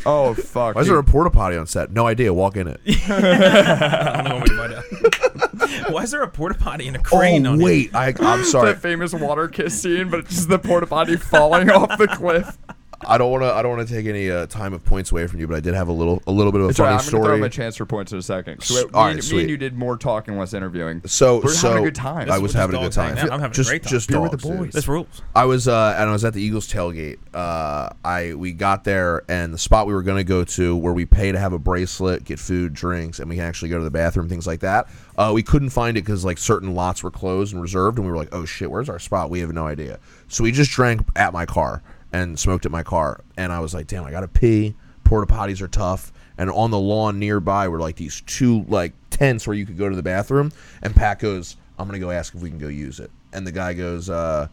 Speaker 3: oh fuck!
Speaker 2: Why is
Speaker 3: dude.
Speaker 2: there a porta potty on set? No idea. Walk in it.
Speaker 1: I don't know what we find out. Why is there a porta potty and a crane
Speaker 2: Oh
Speaker 1: on it?
Speaker 2: wait, I, I'm sorry.
Speaker 3: that famous water kiss scene, but it's just the porta potty falling off the cliff.
Speaker 2: I don't want to. I don't want to take any uh, time of points away from you, but I did have a little, a little bit of a
Speaker 3: It's all
Speaker 2: funny
Speaker 3: right, I'm gonna throw him
Speaker 2: story.
Speaker 3: a chance for points in a second.
Speaker 2: S-
Speaker 3: So,
Speaker 2: all right,
Speaker 3: me, and- me
Speaker 2: sweet.
Speaker 3: and you did more talking, less interviewing.
Speaker 2: so,
Speaker 3: We're
Speaker 2: so
Speaker 3: having a good time.
Speaker 2: I
Speaker 1: This
Speaker 2: was
Speaker 1: is what
Speaker 2: having a good
Speaker 1: this dog's
Speaker 2: time.
Speaker 1: hanging out. I'm having a
Speaker 2: just,
Speaker 1: great time.
Speaker 2: Just
Speaker 3: Beer with
Speaker 2: dogs,
Speaker 3: the
Speaker 2: dude.
Speaker 3: boys.
Speaker 1: This rules.
Speaker 2: I was uh, and I was at the Eagles tailgate. Uh, I we got there and the spot we were gonna go to where we pay to have a bracelet, get food, drinks, and we can actually go to the bathroom, things like that. Uh, we couldn't find it because like certain lots were closed and reserved, and we were like, oh shit, where's our spot? We have no idea. So we just drank at my car and smoked at my car, and I was like, damn, I gotta pee. Porta potties are tough. And on the lawn nearby were like these two like tents where you could go to the bathroom. And Pat goes, "I'm gonna go ask if we can go use it." And the guy goes, uh,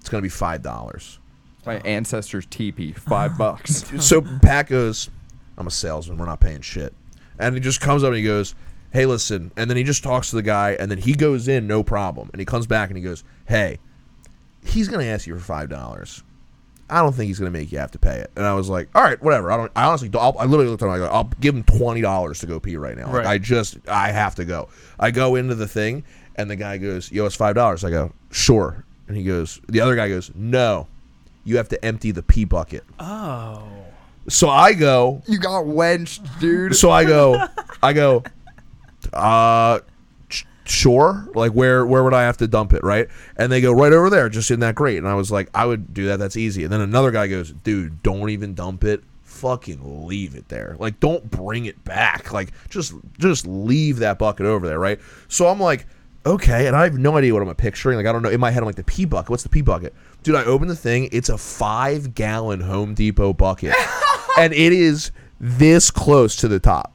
Speaker 2: it's gonna be five dollars.
Speaker 3: My ancestors' teepee, five bucks.
Speaker 2: So Pat goes, I'm a salesman, we're not paying shit. And he just comes up and he goes, Hey, listen. And then he just talks to the guy and then he goes in, no problem. And he comes back and he goes, Hey, he's gonna ask you for five dollars. I don't think he's gonna make you have to pay it. And I was like, all right, whatever. I don't. I honestly, don't- I'll, I literally looked at him. I go, I'll give him twenty dollars to go pee right now. Like,
Speaker 1: Right.
Speaker 2: I just, I have to go. I go into the thing, and the guy goes, "Yo, it's five dollars." I go, "Sure." And he goes, the other guy goes, "No, you have to empty the pee bucket."
Speaker 1: Oh.
Speaker 2: So I go,
Speaker 3: you got wenched, dude.
Speaker 2: so I go, I go, uh, sh- sure. Like where where would I have to dump it, right? And they go right over there, just in that grate. And I was like, I would do that. That's easy. And then another guy goes, dude, don't even dump it. Fucking leave it there. Like don't bring it back. Like just just leave that bucket over there, right? So I'm like. Okay, and I have no idea what I'm picturing. Like I don't know. In my head, I'm like the pee bucket. What's the pee bucket, dude? I open the thing. It's a five gallon Home Depot bucket, and it is this close to the top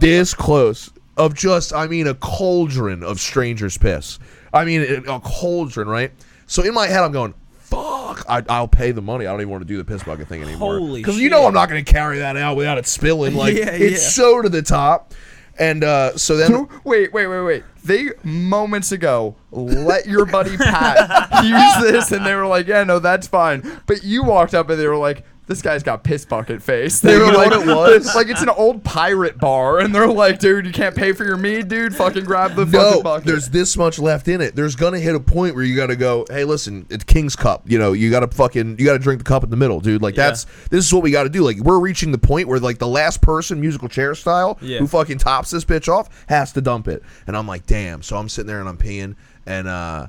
Speaker 2: this close of just I mean a cauldron of strangers piss. I mean a a cauldron, right? So in my head I'm going, fuck, I, I'll pay the money. I don't even want to do the piss bucket thing anymore.
Speaker 1: Holy
Speaker 2: you know
Speaker 1: shit.
Speaker 2: I'm not going to carry that out without it spilling. Like
Speaker 1: Yeah,
Speaker 2: it's
Speaker 1: yeah.
Speaker 2: so to the top, and uh, so then
Speaker 3: Who- Wait, wait, wait, wait. They moments ago let your buddy Pat use this, and they were like, "Yeah, no, that's fine." But you walked up, and they were like, "This guy's got piss bucket face." They
Speaker 2: You
Speaker 3: were
Speaker 2: know
Speaker 3: like,
Speaker 2: what it was?
Speaker 3: "It's Like it's an old pirate bar," and they're like, "Dude, you can't pay for your meat, dude. Fucking grab the fucking
Speaker 2: no,
Speaker 3: bucket."
Speaker 2: there's this much left in it. There's gonna hit a point where you gotta go. Hey, listen, it's King's Cup. You know, you gotta fucking you gotta drink the cup in the middle, dude. Like
Speaker 1: Yeah.
Speaker 2: that's this is what we gotta do. Like we're reaching the point where like the last person, musical chair style,
Speaker 1: Yeah.
Speaker 2: who fucking tops this bitch off has to dump it. And I'm like, damn. So I'm sitting there and I'm peeing and uh.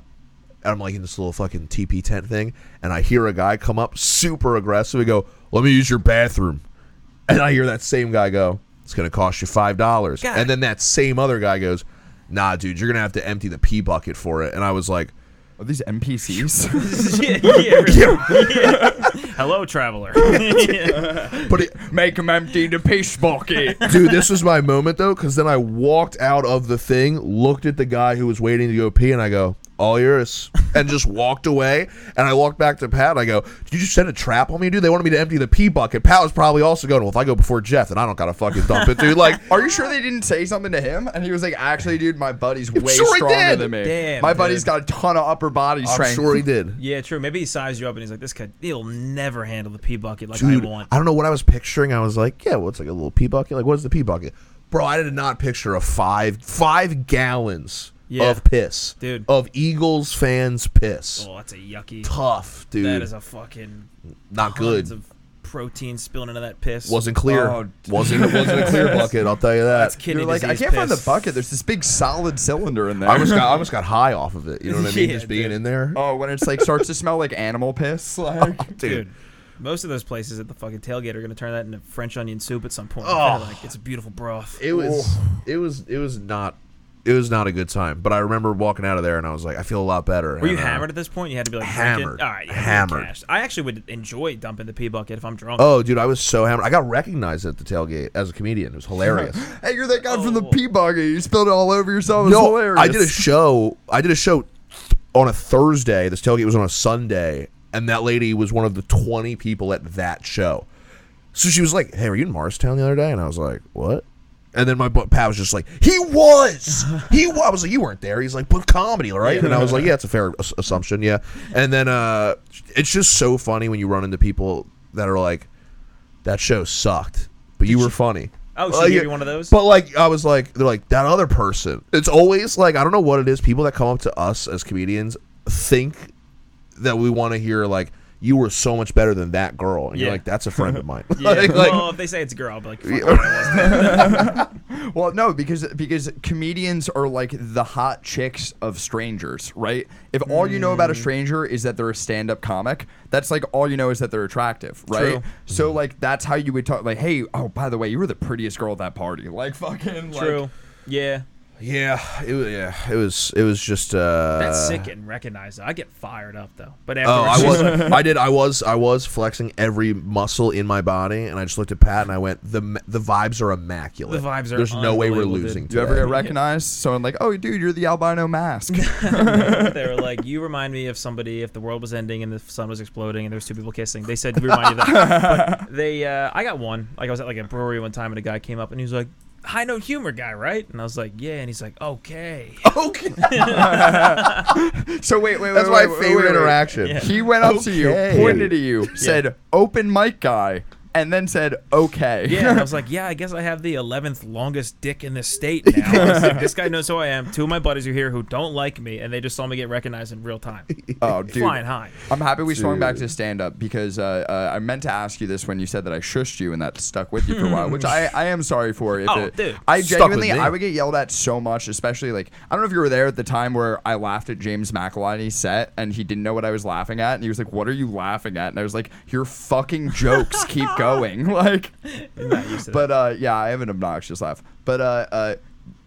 Speaker 2: and I'm like in this little fucking TP tent thing, and I hear a guy come up super aggressive and go, "Let me use your bathroom." And I hear that same guy go, "It's gonna cost you five dollars."
Speaker 1: God.
Speaker 2: And then that same other guy goes, "Nah, dude, you're gonna have to empty the pee bucket for it." And I was like,
Speaker 3: Are these NPCs?
Speaker 1: yeah, yeah, really. Yeah. Hello, traveler. Yeah.
Speaker 2: "But it,
Speaker 3: Make them empty the piss bucket.
Speaker 2: dude, this was my moment though, because then I walked out of the thing, looked at the guy who was waiting to go pee, and I go, "All yours," and just walked away. And I walked back to Pat. And I go, "Did you just set a trap on me, dude? They wanted me to empty the pee bucket." Pat was probably also going, "Well, if I go before Jeff, then I don't gotta fucking dump it, dude." Like.
Speaker 3: Are you sure they didn't say something to him? And he was like, "Actually, dude, my buddy's way
Speaker 2: sure he
Speaker 3: stronger
Speaker 2: did.
Speaker 3: than me.
Speaker 1: Damn,
Speaker 3: my
Speaker 1: dude.
Speaker 3: buddy's got a ton of upper body
Speaker 2: I'm
Speaker 3: strength."
Speaker 2: sure he did.
Speaker 1: Yeah, true. Maybe he sized you up and he's like, "This kid, he'll never handle the pee bucket like
Speaker 2: Dude,
Speaker 1: I want."
Speaker 2: I don't know what I was picturing. I was like, yeah, well, it's like a little pee bucket. Like, what's the pee bucket? Bro, I did not picture a five five gallons
Speaker 1: Yeah.
Speaker 2: of piss,
Speaker 1: Dude.
Speaker 2: of Eagles fans piss.
Speaker 1: oh, that's a yucky.
Speaker 2: Tough, dude.
Speaker 1: That is a fucking
Speaker 2: not
Speaker 1: tons
Speaker 2: good.
Speaker 1: of protein spilling into that piss.
Speaker 2: Wasn't clear.
Speaker 3: Oh, d-
Speaker 2: wasn't wasn't a clear bucket. I'll tell you
Speaker 1: that's
Speaker 2: that.
Speaker 1: kidney
Speaker 3: You're like, I
Speaker 1: disease
Speaker 3: can't find the
Speaker 1: piss."
Speaker 3: bucket. There's this big solid cylinder in there.
Speaker 2: I almost got I almost got high off of it. You know what I mean?
Speaker 1: Yeah,
Speaker 2: Just being
Speaker 1: dude.
Speaker 2: in there,
Speaker 3: oh, when it's like starts to smell like animal piss.
Speaker 2: Oh,
Speaker 3: Like,
Speaker 1: dude. Most of those places at the fucking tailgate are gonna turn that into French onion soup at some point.
Speaker 2: Oh.
Speaker 1: Like, it's a beautiful broth.
Speaker 2: It was it was it was not it was not a good time. But I remember walking out of there and I was like, I feel a lot better.
Speaker 1: Were you
Speaker 2: And, uh,
Speaker 1: hammered at this point? You had to be like drinking?
Speaker 2: Hammered.
Speaker 1: All right, yeah, you're
Speaker 2: Hammered.
Speaker 1: cashed. I actually would enjoy dumping the pee bucket if I'm drunk.
Speaker 2: Oh, dude, I was so hammered. I got recognized at the tailgate as a comedian. It was hilarious.
Speaker 3: hey, you're that guy from the
Speaker 1: Oh.
Speaker 3: pee bucket. You spilled it all over yourself. It's hilarious.
Speaker 2: I did a show. I did a show th- on a Thursday. This tailgate was on a Sunday, and that lady was one of the twenty people at that show. So she was like, "Hey, were you in Morristown the other day?" And I was like, "What?" And then my bu- pal was just like, he was, he was. I was like, you weren't there. He's like, but comedy, right? And I was like, yeah, it's a fair ass- assumption, yeah. And then uh, it's just so funny when you run into people that are like, that show sucked, but you were funny.
Speaker 1: Oh, she
Speaker 2: Like,
Speaker 1: gave you one of those?
Speaker 2: But like, I was like, they're like that other person. It's always like I don't know what it is. People that come up to us as comedians think that we want to hear like you were so much better than that girl, and you're
Speaker 1: Yeah.
Speaker 2: like, that's a friend of mine.
Speaker 1: Yeah.
Speaker 2: like, like-
Speaker 1: well, if they say it's a girl, I'll be like, fuck it,
Speaker 2: Yeah.
Speaker 1: I wasn't.
Speaker 3: Well, no, because because comedians are like the hot chicks of strangers, right? If all you know
Speaker 1: Mm.
Speaker 3: about a stranger is that they're a stand-up comic, that's like all you know is that they're attractive, right?
Speaker 1: True.
Speaker 3: So like that's how you would talk. Like, hey, oh by the way, you were the prettiest girl at that party. Like, fucking like-
Speaker 1: True. yeah.
Speaker 2: yeah, it, wa- yeah, it was, it was just. Uh,
Speaker 1: That's sick getting recognized. though. I get fired up though. But
Speaker 2: Oh,
Speaker 1: afterwards,
Speaker 2: I
Speaker 1: she's
Speaker 2: was,
Speaker 1: like,
Speaker 2: I did, I was, I was flexing every muscle in my body, and I just looked at Pat and I went, the m- the vibes are immaculate.
Speaker 1: The vibes are
Speaker 2: There's no way we're
Speaker 1: unbelievable, dude.
Speaker 2: losing.
Speaker 3: Do you ever
Speaker 2: today."
Speaker 3: get recognized? Someone like, oh, dude, you're the albino mask.
Speaker 1: they were like, "You remind me of somebody. If the world was ending and the sun was exploding and there's two people kissing, they said you remind you of that." But they, uh, I got one. Like I was at like a brewery one time, and a guy came up and he was like, "High note humor guy, right?" And I was like, "Yeah." And he's like, "Okay."
Speaker 2: okay,
Speaker 3: so wait, wait, wait.
Speaker 2: that's
Speaker 3: wait,
Speaker 2: my
Speaker 3: wait, wait,
Speaker 2: favorite
Speaker 3: wait.
Speaker 2: interaction.
Speaker 1: Yeah.
Speaker 3: He went up to you,
Speaker 2: Okay.
Speaker 3: pointed at you, said, "Open mic guy," and then said, "Okay."
Speaker 1: Yeah, and I was like, yeah, I guess I have the eleventh longest dick in the state now. I was like, this guy knows who I am. Two of my buddies are here who don't like me, and they just saw me get recognized in real time,
Speaker 3: oh, dude.
Speaker 1: flying high.
Speaker 3: I'm happy we swung back to stand up because uh, uh, I meant to ask you this when you said that I shushed you and that stuck with you for a while, which I, I am sorry for. If
Speaker 1: Hmm. Oh,
Speaker 3: it,
Speaker 1: dude.
Speaker 3: I
Speaker 2: Stuck with
Speaker 3: genuinely
Speaker 2: me.
Speaker 3: I would get yelled at so much, especially like I don't know if you were there at the time where I laughed at James McElhinney's set and he didn't know what I was laughing at and he was like, "What are you laughing at?" And I was like, "Your fucking jokes keep going." Like,
Speaker 1: I'm not used to that.
Speaker 3: but uh, yeah, I have an obnoxious laugh. But uh, uh,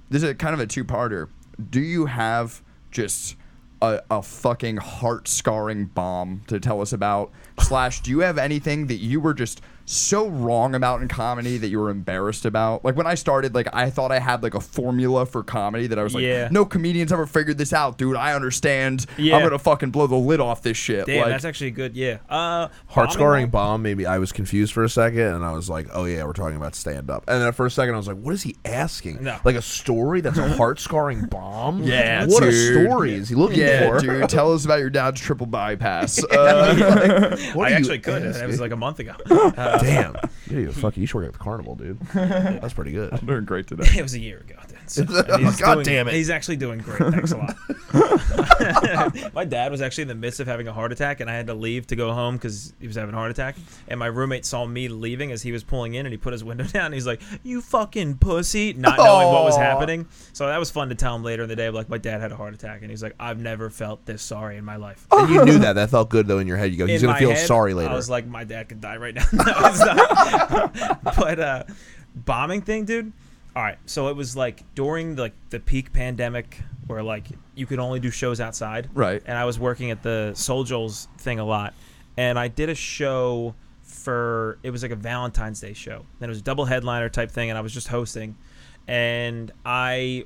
Speaker 3: this is a kind of a two-parter. Do you have just a, a fucking heart-scarring bomb to tell us about? Slash, do you have anything that you were just so wrong about in comedy that you were embarrassed about? Like when I started, like I thought I had like a formula for comedy that I was like,
Speaker 1: Yeah.
Speaker 3: no comedians ever figured this out, dude. I understand.
Speaker 1: Yeah.
Speaker 3: I'm gonna fucking blow the lid off this shit.
Speaker 1: Damn,
Speaker 3: like,
Speaker 1: that's actually good. Yeah. Uh,
Speaker 2: Heart
Speaker 1: bombing
Speaker 2: scarring
Speaker 1: bomb-
Speaker 2: bomb. Maybe I was confused for a second, and I was like, "Oh yeah, we're talking about stand up." And then for a second, I was like, "What is he asking?
Speaker 1: No.
Speaker 2: Like a story that's a heart scarring bomb?
Speaker 1: Yeah,
Speaker 2: what
Speaker 3: dude.
Speaker 2: a story is he looking
Speaker 3: yeah,
Speaker 2: for?
Speaker 3: dude. Tell us about your dad's triple bypass. Uh,
Speaker 2: What
Speaker 1: I
Speaker 2: are you
Speaker 1: actually could. That
Speaker 2: asking?
Speaker 1: was uh, like a month ago.
Speaker 2: Damn, you need to fucking. You should work at the carnival, dude. That's pretty good.
Speaker 3: doing great today.
Speaker 1: It was a year ago. Then, so- and
Speaker 2: Oh, God
Speaker 1: doing-
Speaker 2: damn it.
Speaker 1: He's actually doing great. Thanks a lot. my dad was actually in the midst of having a heart attack, and I had to leave to go home because he was having a heart attack. And my roommate saw me leaving as he was pulling in, and he put his window down. And he's like, "You fucking pussy," not knowing what was
Speaker 3: Aw.
Speaker 1: happening. So that was fun to tell him later in the day. Like my dad had a heart attack, and he's like, "I've never felt this sorry in my life."
Speaker 2: And you knew that. That felt good though in your head. You go, he's
Speaker 1: in
Speaker 2: gonna
Speaker 1: my
Speaker 2: feel
Speaker 1: head,
Speaker 2: sorry later.
Speaker 1: I was like, my dad could die right now. no, it's not. but uh, bombing thing, dude. All right, so it was like during like the peak pandemic, where like you could only do shows outside.
Speaker 3: Right.
Speaker 1: And I was working at the Soul Joel's thing a lot, and I did a show for it was like a Valentine's Day show, and it was a double headliner type thing, and I was just hosting, and I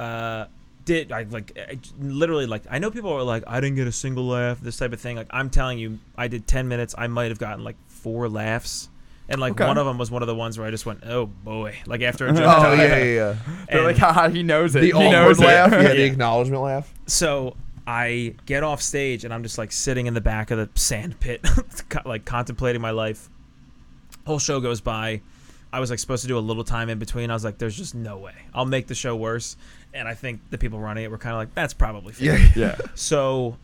Speaker 1: uh, did I like I j- literally like I know people are like I didn't get a single laugh this type of thing like I'm telling you I did 10 minutes I might have gotten like four laughs and like
Speaker 3: Okay.
Speaker 1: one of them was one of the ones where I just went oh boy like after a joke
Speaker 2: oh yeah, yeah, yeah.
Speaker 3: They're like, haha, he knows it.
Speaker 2: The
Speaker 3: he knows
Speaker 2: awkward
Speaker 3: it.
Speaker 2: laugh. Yeah, the
Speaker 1: Yeah.
Speaker 2: acknowledgement laugh.
Speaker 1: so I get off stage and I'm just like sitting in the back of the sand pit, co- like contemplating my life. Whole show goes by. I was like supposed to do a little time in between. I was like, "There's just no way I'll make the show worse." And I think the people running it were kind of like, "That's probably fair."
Speaker 3: Yeah.
Speaker 1: So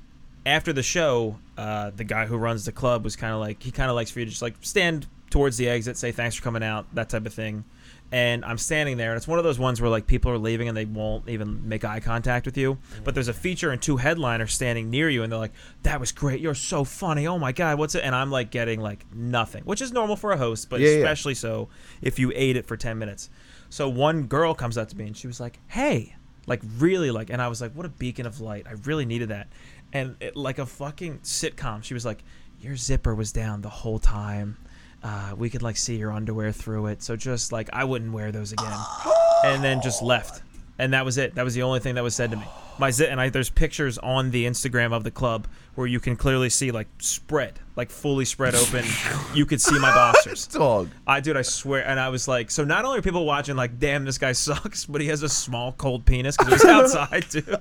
Speaker 1: after the show, uh, the guy who runs the club was kind of like he kind of likes for you to just like stand towards the exit, say thanks for coming out, that type of thing. And I'm standing there, and it's one of those ones where like people are leaving and they won't even make eye contact with you. But there's a feature and two headliners standing near you, and they're like, "That was great. You're so funny. Oh my god, what's it?" And I'm like getting like nothing, which is normal for a host, but
Speaker 2: Yeah, yeah.
Speaker 1: especially so if you ate it for ten minutes. So one girl comes up to me and she was like, "Hey," like really like, and I was like, "What a beacon of light! I really needed that." And it, like a fucking sitcom, she was like, "Your zipper was down the whole time. Uh, we could like see your underwear through it. So just like, I wouldn't wear those again." and then just left. and that was it. That was the only thing that was said to me. My zit and I there's pictures on the Instagram of the club where you can clearly see like spread, like fully spread open. you could see my boxers.
Speaker 2: Dog.
Speaker 1: I dude, I swear, and I was like, so not only are people watching like, damn, this guy sucks, but he has a small cold penis because it was outside too.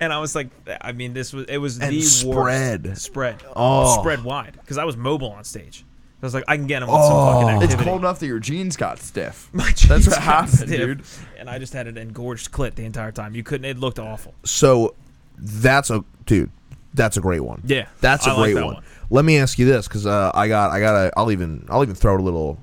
Speaker 1: and I was like, I mean, this was it was
Speaker 2: And
Speaker 1: the
Speaker 2: spread.
Speaker 1: worst spread,
Speaker 2: Oh.
Speaker 1: spread wide because I was mobile on stage. I was like, I can get him with some fucking
Speaker 3: It's
Speaker 1: activity.
Speaker 3: cold enough that your jeans got stiff.
Speaker 2: Uh,
Speaker 1: My jeans
Speaker 3: That's what
Speaker 1: got
Speaker 3: happened,
Speaker 1: stiff,
Speaker 3: dude.
Speaker 1: And I just had an engorged clit the entire time. You couldn't. It looked awful.
Speaker 2: So that's a dude. That's a great one.
Speaker 1: Yeah,
Speaker 2: that's a
Speaker 1: I like
Speaker 2: great
Speaker 1: that
Speaker 2: one.
Speaker 1: one.
Speaker 2: Let me ask you this, because uh, I got, I got, to I'll even, I'll even throw a little,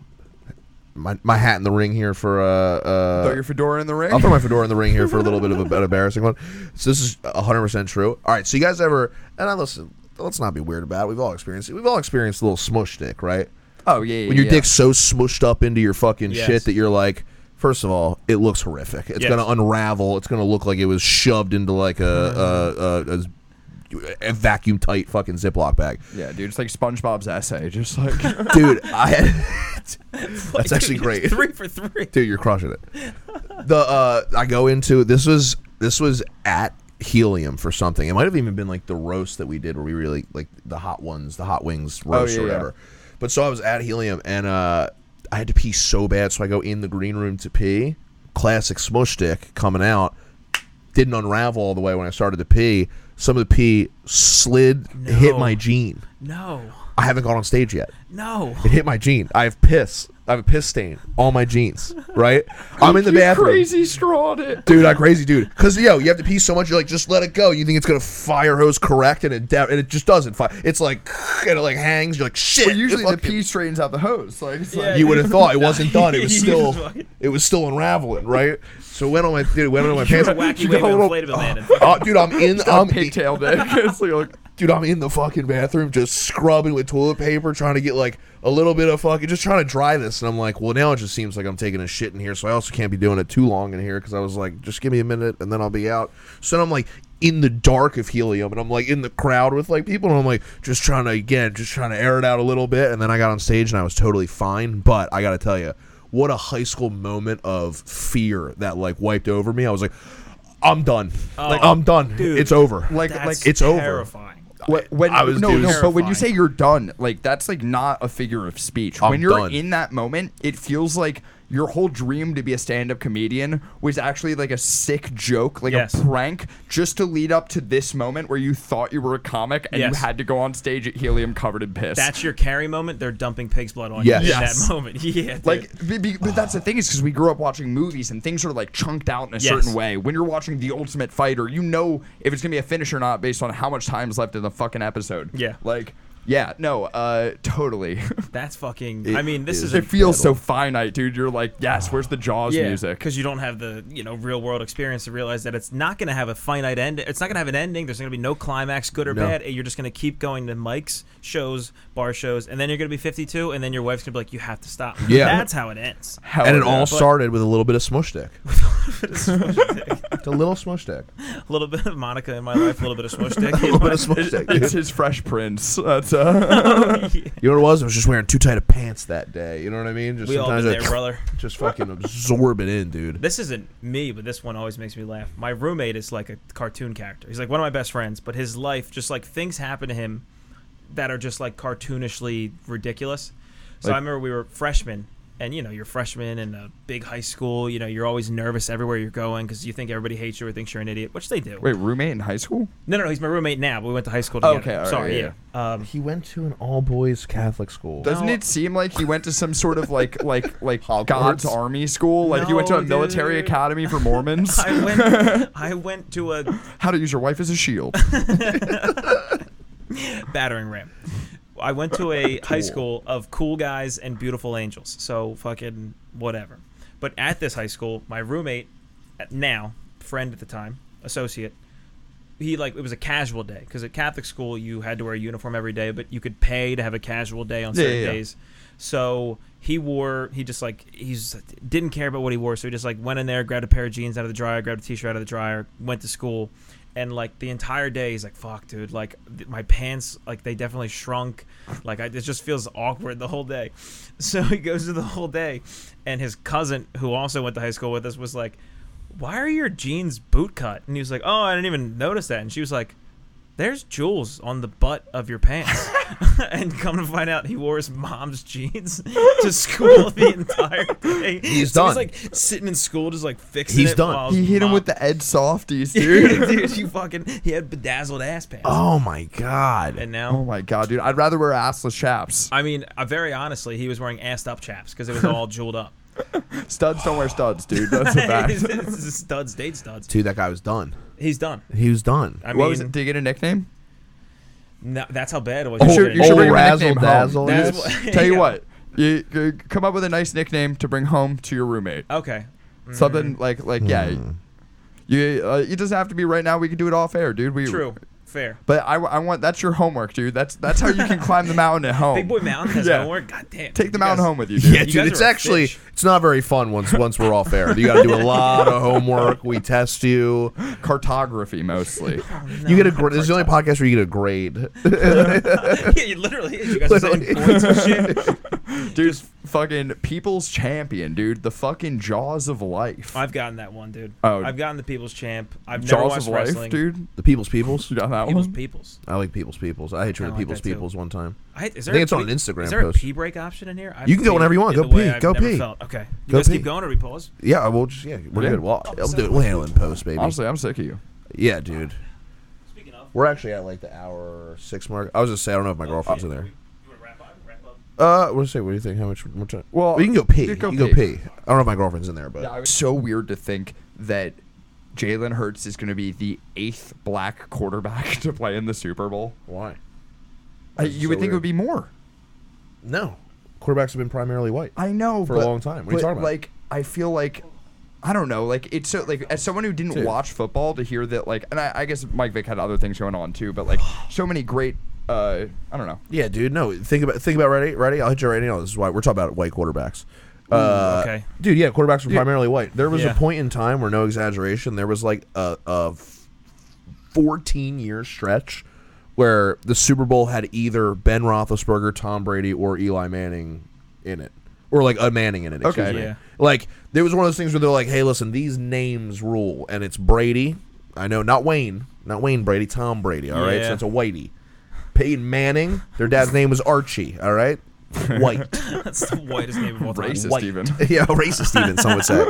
Speaker 2: my, my hat in the ring here for uh, uh
Speaker 3: Throw your fedora in the ring.
Speaker 2: I'll throw my fedora in the ring here for a little bit of a, an embarrassing one. So this is 100% true. All right, so you guys ever, and I listen, let's not be weird about it. We've all experienced it. We've all experienced a little smush dick, right?
Speaker 3: oh yeah, yeah.
Speaker 2: When your
Speaker 3: yeah.
Speaker 2: dick's so smushed up into your fucking
Speaker 1: Yes.
Speaker 2: shit that you're like, first of all, it looks horrific. It's
Speaker 1: Yes.
Speaker 2: going to unravel. It's going to look like it was shoved into like a,
Speaker 1: Mm-hmm.
Speaker 2: a, a, a, a vacuum tight fucking Ziploc bag.
Speaker 3: Yeah, dude, it's like SpongeBob's essay. Just like
Speaker 2: Dude, I had. That's actually great.
Speaker 1: Three for three.
Speaker 2: dude you're crushing it the uh i go into this was this was at helium for something it might have even been like the roast that we did where we really like the hot ones the hot wings roast
Speaker 3: Oh, yeah,
Speaker 2: or
Speaker 3: yeah.
Speaker 2: whatever but so i was at helium and uh i had to pee so bad so i go in the green room to pee classic smush dick coming out didn't unravel all the way when i started to pee some of the pee slid hit
Speaker 1: No.
Speaker 2: my jean
Speaker 1: No,
Speaker 2: i haven't gone on stage yet
Speaker 1: no.
Speaker 2: it hit my jean. I have piss. I have a piss stain on my jeans. Right? I'm in the
Speaker 3: You
Speaker 2: bathroom.
Speaker 3: Crazy strawed it.
Speaker 2: Dude, I'm crazy, dude. Because yo, you have to pee so much, you're like, just let it go. You think it's gonna fire hose correct, and it da- and it just doesn't fire. It's like, and it like hangs. You're like, shit.
Speaker 3: Well, usually
Speaker 2: it
Speaker 3: the
Speaker 2: fucking-
Speaker 3: pee straightens out the hose. Like, it's
Speaker 1: Yeah.
Speaker 3: like
Speaker 2: You would have thought it wasn't done. It was
Speaker 1: You
Speaker 2: still,
Speaker 1: just fucking-
Speaker 2: it was still unraveling, right? So it went on my, dude, it went on my pants.
Speaker 1: a wacky
Speaker 2: You
Speaker 1: wave
Speaker 2: go
Speaker 1: of
Speaker 2: a little-
Speaker 1: inflatable man.
Speaker 2: Oh, dude, I'm in.
Speaker 3: a
Speaker 2: I'm
Speaker 3: pigtail dick. It's like, like,
Speaker 2: dude, I'm in the fucking bathroom just scrubbing with toilet paper, trying to get like a little bit of fucking, just trying to dry this. And I'm like, well, now it just seems like I'm taking a shit in here, so I also can't be doing it too long in here because I was like, just give me a minute and then I'll be out. So then I'm like in the dark of helium and I'm like in the crowd with like people and I'm like just trying to again just trying to air it out a little bit and then I got on stage and I was totally fine but I got to tell you what a high school moment of fear that like wiped over me I was like I'm done like I'm done it's over
Speaker 3: like,
Speaker 1: That's
Speaker 3: like
Speaker 2: it's over.
Speaker 1: terrifying.
Speaker 3: Wh- when
Speaker 2: I was
Speaker 3: no,
Speaker 2: dude-
Speaker 3: no, but when you
Speaker 1: terrifying.
Speaker 3: say you're done, like that's like not a figure of speech.
Speaker 2: I'm
Speaker 3: when you're
Speaker 2: done.
Speaker 3: in that moment, it feels like your whole dream to be a stand-up comedian was actually like a sick joke, like
Speaker 1: Yes.
Speaker 3: a prank, just to lead up to this moment where you thought you were a comic and
Speaker 1: Yes.
Speaker 3: you had to go on stage at helium covered in piss.
Speaker 1: That's your carry moment. They're dumping pig's blood on
Speaker 2: Yes.
Speaker 1: you in
Speaker 3: Yes.
Speaker 1: that moment. Yeah, dude.
Speaker 3: Like, be, be- but that's the thing is because we grew up watching movies and things are like chunked out in a certain way. When you're watching The Ultimate Fighter, you know if it's gonna be a finish or not based on how much time's left in the fucking episode.
Speaker 1: Yeah.
Speaker 3: Like, yeah, no, uh, totally.
Speaker 1: that's fucking. I mean, this is
Speaker 3: it feels so finite, dude. You're like, yes, where's the Jaws music?
Speaker 1: because you don't have the you know real world experience to realize that it's not going to have a finite end. It's not going to have an ending. There's going to be no climax, good or
Speaker 2: No.
Speaker 1: bad. and You're just going to keep going to mics, shows, bar shows, and then you're going to be 52, and then your wife's going to be like, "You have to stop."
Speaker 2: Yeah.
Speaker 1: that's how it ends.
Speaker 3: Hell
Speaker 2: and it
Speaker 3: yeah.
Speaker 2: all
Speaker 3: But-
Speaker 2: started with a little bit of smush dick. it's a little smush dick.
Speaker 1: A little bit of Monica in my life, a little bit of smush dick.
Speaker 2: A little bit of smush dick.
Speaker 3: It's
Speaker 2: dude.
Speaker 3: his Fresh Prince. That's uh,
Speaker 2: You know what it was? I was just wearing too tight of pants that day. You know what I mean? Just
Speaker 1: we all been
Speaker 2: sometimes
Speaker 1: there,
Speaker 2: I
Speaker 1: brother.
Speaker 2: just fucking absorb it in, dude.
Speaker 1: This isn't me, but this one always makes me laugh. My roommate is like a cartoon character. He's like one of my best friends, but his life, just like things happen to him that are just like cartoonishly ridiculous. So
Speaker 2: Like-
Speaker 1: I remember we were freshmen, and you know, you're freshmen in a big high school. You know, you're always nervous everywhere you're going because you think everybody hates you or thinks you're an idiot, which they do.
Speaker 3: wait, roommate in high school?
Speaker 1: No, no, no, he's my roommate now, but we went to high school
Speaker 3: Oh,
Speaker 1: together.
Speaker 3: okay, all right,
Speaker 1: Sorry,
Speaker 3: yeah,
Speaker 1: yeah. Um,
Speaker 2: He went to an all boys Catholic school.
Speaker 3: Doesn't
Speaker 1: No.
Speaker 3: it seem like he went to some sort of like like like God's army school? Like he went to a
Speaker 1: No,
Speaker 3: military
Speaker 1: dude.
Speaker 3: academy for Mormons?
Speaker 1: I went. I went to a
Speaker 3: How to use your wife as a shield.
Speaker 1: battering ram. I went to a high school of cool guys and beautiful angels. So fucking whatever. But at this high school, my roommate, at- now friend at the time, associate, he like it was a casual day because at Catholic school you had to wear a uniform every day, but you could pay to have a casual day on
Speaker 3: Yeah,
Speaker 1: certain
Speaker 3: yeah, yeah.
Speaker 1: days. So he wore he just like he's didn't care about what he wore, so he just like went in there, grabbed a pair of jeans out of the dryer, grabbed a t-shirt out of the dryer, went to school, and like the entire day he's like, "Fuck, dude! Like th- my pants, like they definitely shrunk. Like I, it just feels awkward the whole day." So he goes through the whole day, and his cousin, who also went to high school with us, was like, why are your jeans boot cut? And he was like, oh, I didn't even notice that. And she was like, there's jewels on the butt of your pants. and come to find out, he wore his mom's jeans to school the entire day.
Speaker 2: He's done.
Speaker 1: so He's like sitting in school, just like fixing
Speaker 2: He's
Speaker 1: it
Speaker 2: done.
Speaker 1: while
Speaker 3: He
Speaker 1: his
Speaker 3: hit him
Speaker 1: mom-
Speaker 3: with the Ed Softies, dude.
Speaker 1: dude, you fucking. He had bedazzled ass pants.
Speaker 2: Oh my god.
Speaker 1: And now,
Speaker 3: oh my god, dude! I'd rather wear assless chaps.
Speaker 1: I mean, uh, very honestly, he was wearing assed up chaps because it was all jeweled up.
Speaker 3: Studs don't wear studs, dude. That's a
Speaker 1: This
Speaker 3: fact.
Speaker 1: is studs, date studs.
Speaker 2: Dude, that guy was done.
Speaker 1: He's done.
Speaker 2: He was done.
Speaker 1: I
Speaker 3: what
Speaker 1: mean,
Speaker 3: was it? Did you get a nickname?
Speaker 1: no, that's how bad it was.
Speaker 3: You
Speaker 2: Oh,
Speaker 3: should, you
Speaker 2: oh,
Speaker 3: should bring your
Speaker 2: razzle
Speaker 3: nickname
Speaker 2: dazzle.
Speaker 3: home.
Speaker 1: That's
Speaker 3: Yes.
Speaker 1: what-
Speaker 3: Tell you
Speaker 1: yeah.
Speaker 3: what, you, you come up with a nice nickname to bring home to your roommate.
Speaker 1: Okay.
Speaker 3: Something like like yeah,
Speaker 2: Hmm.
Speaker 3: you uh, it doesn't have to be right now. We can do it off air, dude. We
Speaker 1: True. Fair.
Speaker 3: But I, I want that's your homework, dude. That's that's how you can climb the mountain at home.
Speaker 1: Big Boy Mountain has
Speaker 3: Oh. Yeah.
Speaker 1: homework. God damn.
Speaker 3: Take the
Speaker 1: You
Speaker 3: mountain
Speaker 1: guys-
Speaker 3: home with you, dude.
Speaker 2: Yeah,
Speaker 1: guys
Speaker 2: dude, it's
Speaker 1: are a
Speaker 2: actually
Speaker 1: fish.
Speaker 2: it's not very fun once once we're off air. You got to do a lot of homework. We test you.
Speaker 3: Cartography mostly.
Speaker 2: you get a gr- this is the only podcast where you get a grade.
Speaker 1: yeah, you literally. You guys are
Speaker 2: Literally.
Speaker 1: saying points and shit.
Speaker 3: dude, fucking people's champion, dude. The fucking jaws of life.
Speaker 1: I've gotten that one, dude.
Speaker 3: Oh.
Speaker 1: I've gotten the People's Champ. I've never
Speaker 3: jaws
Speaker 1: watched
Speaker 3: of life,
Speaker 1: wrestling.
Speaker 3: dude.
Speaker 2: The people's peoples.
Speaker 3: You got that
Speaker 1: People's
Speaker 3: one?
Speaker 1: Peoples.
Speaker 2: I like people's peoples. I had to
Speaker 1: I
Speaker 2: read
Speaker 1: like
Speaker 2: people's
Speaker 1: that too.
Speaker 2: peoples one time.
Speaker 1: I, is
Speaker 2: I
Speaker 1: there
Speaker 2: think
Speaker 1: a
Speaker 2: it's on
Speaker 1: pee-
Speaker 2: an Instagram
Speaker 1: Is there
Speaker 2: post.
Speaker 1: a pee break option in here? I
Speaker 2: You can go
Speaker 1: pee
Speaker 2: whenever you want.
Speaker 1: in
Speaker 2: Go
Speaker 1: the way
Speaker 2: pee.
Speaker 1: I've
Speaker 2: Go
Speaker 1: never
Speaker 2: pee.
Speaker 1: Felt. Okay. You
Speaker 2: Go
Speaker 1: guys
Speaker 2: pee.
Speaker 1: keep going or we pause?
Speaker 2: Yeah, we'll just yeah, we're
Speaker 3: Yeah.
Speaker 2: good. Well, I'll do it. We'll handle it in post, baby.
Speaker 3: Honestly, I'm sick of you.
Speaker 2: Yeah, dude.
Speaker 1: Speaking of. Oh,
Speaker 2: We're actually at like the hour six mark. I was just say I don't know if my girlfriend's in there.
Speaker 1: You want to wrap up? Wrap up?
Speaker 2: Uh, what do you say? What do you think? How much? What time?
Speaker 3: Well,
Speaker 2: you can go pee. You
Speaker 3: you go
Speaker 2: can go
Speaker 3: pee.
Speaker 2: pee. I don't know if my girlfriend's in there, but
Speaker 3: Yeah, it's so weird to think that Jalen Hurts is going to be the eighth black quarterback to play in the Super Bowl.
Speaker 2: why?
Speaker 3: I,
Speaker 2: That's
Speaker 3: you
Speaker 2: so
Speaker 3: would
Speaker 2: weird.
Speaker 3: think it would be more.
Speaker 2: No, quarterbacks have been primarily white.
Speaker 3: I know
Speaker 2: For a
Speaker 3: but-
Speaker 2: long time. What are you
Speaker 3: but,
Speaker 2: talking about?
Speaker 3: Like I feel like I don't know. Like it's so like as someone who didn't
Speaker 2: Dude.
Speaker 3: watch football to hear that like and I, I guess Mike Vick had other things going on too, but like so many great. uh I don't know.
Speaker 2: Yeah, dude. No, think about think about ready. Ready? I'll hit you right now. This is why we're talking about white quarterbacks. Uh,
Speaker 1: okay.
Speaker 2: Dude, yeah, quarterbacks were primarily white. There was
Speaker 1: Yeah.
Speaker 2: a point in time where, no exaggeration, there was like a, a 14 year stretch where the Super Bowl had either Ben Roethlisberger, Tom Brady, or Eli Manning in it, or like a Manning in it. excuse
Speaker 3: Okay.
Speaker 2: me.
Speaker 1: Yeah.
Speaker 2: Like there was one of those things where they're like, "Hey, listen, these names rule," and it's Brady. I know, not Wayne, not Wayne Brady, Tom Brady. All right,
Speaker 1: Yeah.
Speaker 2: so it's a Whitey. Peyton Manning. Their dad's name was Archie. All right, white.
Speaker 1: That's the whitest name of all time.
Speaker 3: Racist
Speaker 2: White.
Speaker 3: even.
Speaker 2: yeah, racist even. Some would say.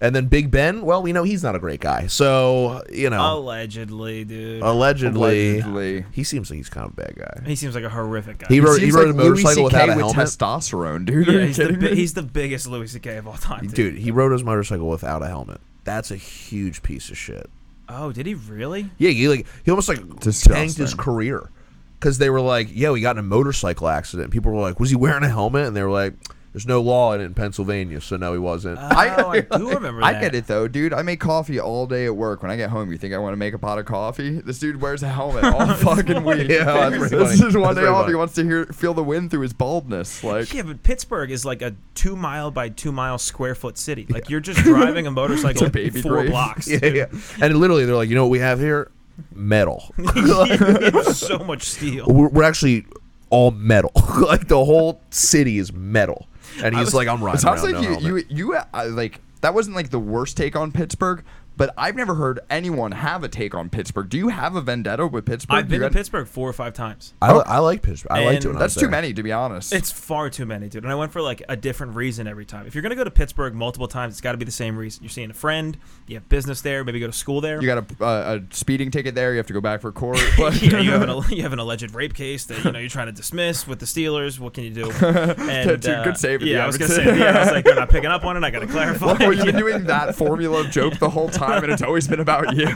Speaker 2: And then Big Ben. Well, we know he's not a great guy. So you know,
Speaker 1: Allegedly, dude.
Speaker 2: allegedly,
Speaker 3: Allegedly.
Speaker 2: he seems like he's kind of a bad guy.
Speaker 1: he seems like a horrific guy.
Speaker 2: He rode, he
Speaker 3: seems
Speaker 2: rode
Speaker 3: like
Speaker 2: a
Speaker 3: Louis
Speaker 2: motorcycle without
Speaker 3: CK
Speaker 2: a
Speaker 3: with
Speaker 2: helmet.
Speaker 3: testosterone, dude. Are
Speaker 1: yeah,
Speaker 3: you
Speaker 1: he's, the,
Speaker 3: kidding
Speaker 1: bi-
Speaker 3: me?
Speaker 1: he's the biggest Louis C.K. of all time, dude.
Speaker 2: Dude, he rode his motorcycle without a helmet. That's a huge piece of shit.
Speaker 1: Oh, did he really?
Speaker 2: Yeah, he like he almost like tanked his
Speaker 3: Disgusting.
Speaker 2: career because they were like, "Yo, he got in a motorcycle accident." And people were like, "Was he wearing a helmet?" And they were like, "There's no law in it in Pennsylvania, so no, he wasn't."
Speaker 1: Oh, I, do remember that.
Speaker 3: I get it though, dude. I make coffee all day at work. When I get home, you think I want to make a pot of coffee? This dude wears a helmet all fucking week.
Speaker 2: Yeah, that's pretty
Speaker 3: this
Speaker 2: funny.
Speaker 3: is one
Speaker 2: That's
Speaker 3: day
Speaker 2: pretty
Speaker 3: off.
Speaker 2: funny.
Speaker 3: He wants to hear feel the wind through his baldness. Like
Speaker 1: Yeah, but Pittsburgh is like a two mile by two mile square foot city. Like you're just driving a motorcycle
Speaker 3: It's a baby
Speaker 1: four
Speaker 3: grave.
Speaker 1: blocks.
Speaker 2: yeah,
Speaker 1: dude.
Speaker 2: yeah. And literally, they're like, "You know what we have here? Metal.
Speaker 1: It's so much steel.
Speaker 2: we're, we're actually all metal. like the whole city is metal." And he's
Speaker 1: was-
Speaker 2: like, "I'm
Speaker 3: it
Speaker 2: riding."
Speaker 3: sounds
Speaker 2: around
Speaker 3: like
Speaker 2: no helmet."
Speaker 3: you, you you uh, like that wasn't like the worst take on Pittsburgh, but I've never heard anyone have a take on Pittsburgh. Do you have a vendetta with Pittsburgh?
Speaker 1: I've
Speaker 3: Do you
Speaker 1: been to
Speaker 3: got-
Speaker 1: Pittsburgh four or five times.
Speaker 2: I, li- I like Pittsburgh. I liked it.
Speaker 1: And
Speaker 2: When I was
Speaker 3: That's too
Speaker 2: there.
Speaker 3: many, to be honest.
Speaker 1: It's far too many, dude. And I went for like a different reason every time. If you're gonna go to Pittsburgh multiple times, it's got to be the same reason. You're seeing a friend, you have business there, maybe go to school there.
Speaker 3: you got a, uh, a speeding ticket there. You have to go back for court.
Speaker 1: yeah, you have an al- you have an alleged rape case that you know you're trying to dismiss with the Steelers. What can you do? And, uh,
Speaker 3: Dude, good save at
Speaker 1: Yeah,
Speaker 3: the
Speaker 1: I was
Speaker 3: end.
Speaker 1: gonna say. Yeah, I was like, they're not picking up on it. I gotta clarify.
Speaker 3: Well, you've been doing that formula of joke the whole time, and it's always been about you.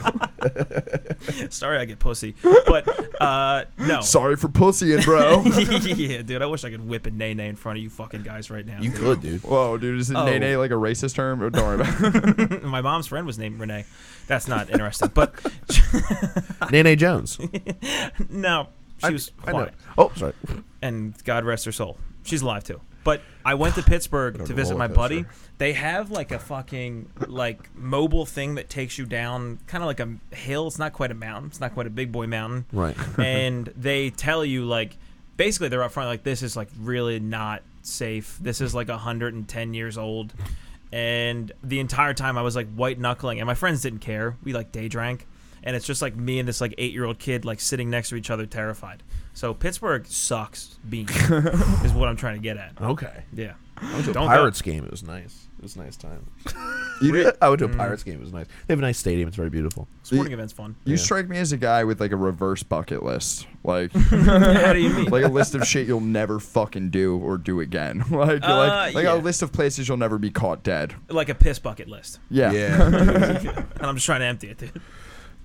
Speaker 1: Sorry, I get pussy. But uh, no.
Speaker 3: Sorry for pussying, bro.
Speaker 1: yeah, dude, I wish I could whip a nay nay in front of you fucking guys right now.
Speaker 2: You
Speaker 1: dude.
Speaker 2: could, dude.
Speaker 3: Whoa, dude, is
Speaker 1: Oh.
Speaker 3: nay nay like a racist term? Oh, Don't worry about it.
Speaker 1: My mom's friend was named Renee. That's not interesting. But
Speaker 2: Nene Jones.
Speaker 1: no, she was
Speaker 2: I know.
Speaker 1: white.
Speaker 2: Oh, sorry.
Speaker 1: and God rest her soul. She's alive too. But I went to Pittsburgh
Speaker 2: What
Speaker 1: to
Speaker 2: a
Speaker 1: visit my
Speaker 2: rollercoaster.
Speaker 1: buddy. They have like a fucking like mobile thing that takes you down kind of like a hill. It's not quite a mountain. It's not quite a big boy mountain.
Speaker 2: Right.
Speaker 1: and they tell you like basically they're up front like this is like really not safe. This is like 110 years old. and the entire time I was like white knuckling, and my friends didn't care. We like day drank, and it's just like me and this like eight year old kid like sitting next to each other, terrified. So Pittsburgh sucks. Being is what I'm trying to get at.
Speaker 2: Okay.
Speaker 1: Yeah,
Speaker 2: I went to a
Speaker 1: Don't go.
Speaker 2: Pirates game. It was nice. It was a nice time. I went to a Pirates game. It was nice. They have a nice stadium. It's very beautiful.
Speaker 1: sporting events fun.
Speaker 3: You
Speaker 2: Yeah.
Speaker 3: strike me as a guy with like a reverse bucket list, like
Speaker 1: How do you mean?
Speaker 3: like a list of shit you'll never fucking do or do again. Like you're like
Speaker 1: Uh,
Speaker 3: like
Speaker 1: yeah.
Speaker 3: a list of places you'll never be caught dead.
Speaker 1: like a piss bucket list,
Speaker 3: Yeah.
Speaker 2: dude.
Speaker 1: and I'm just trying to empty it, dude.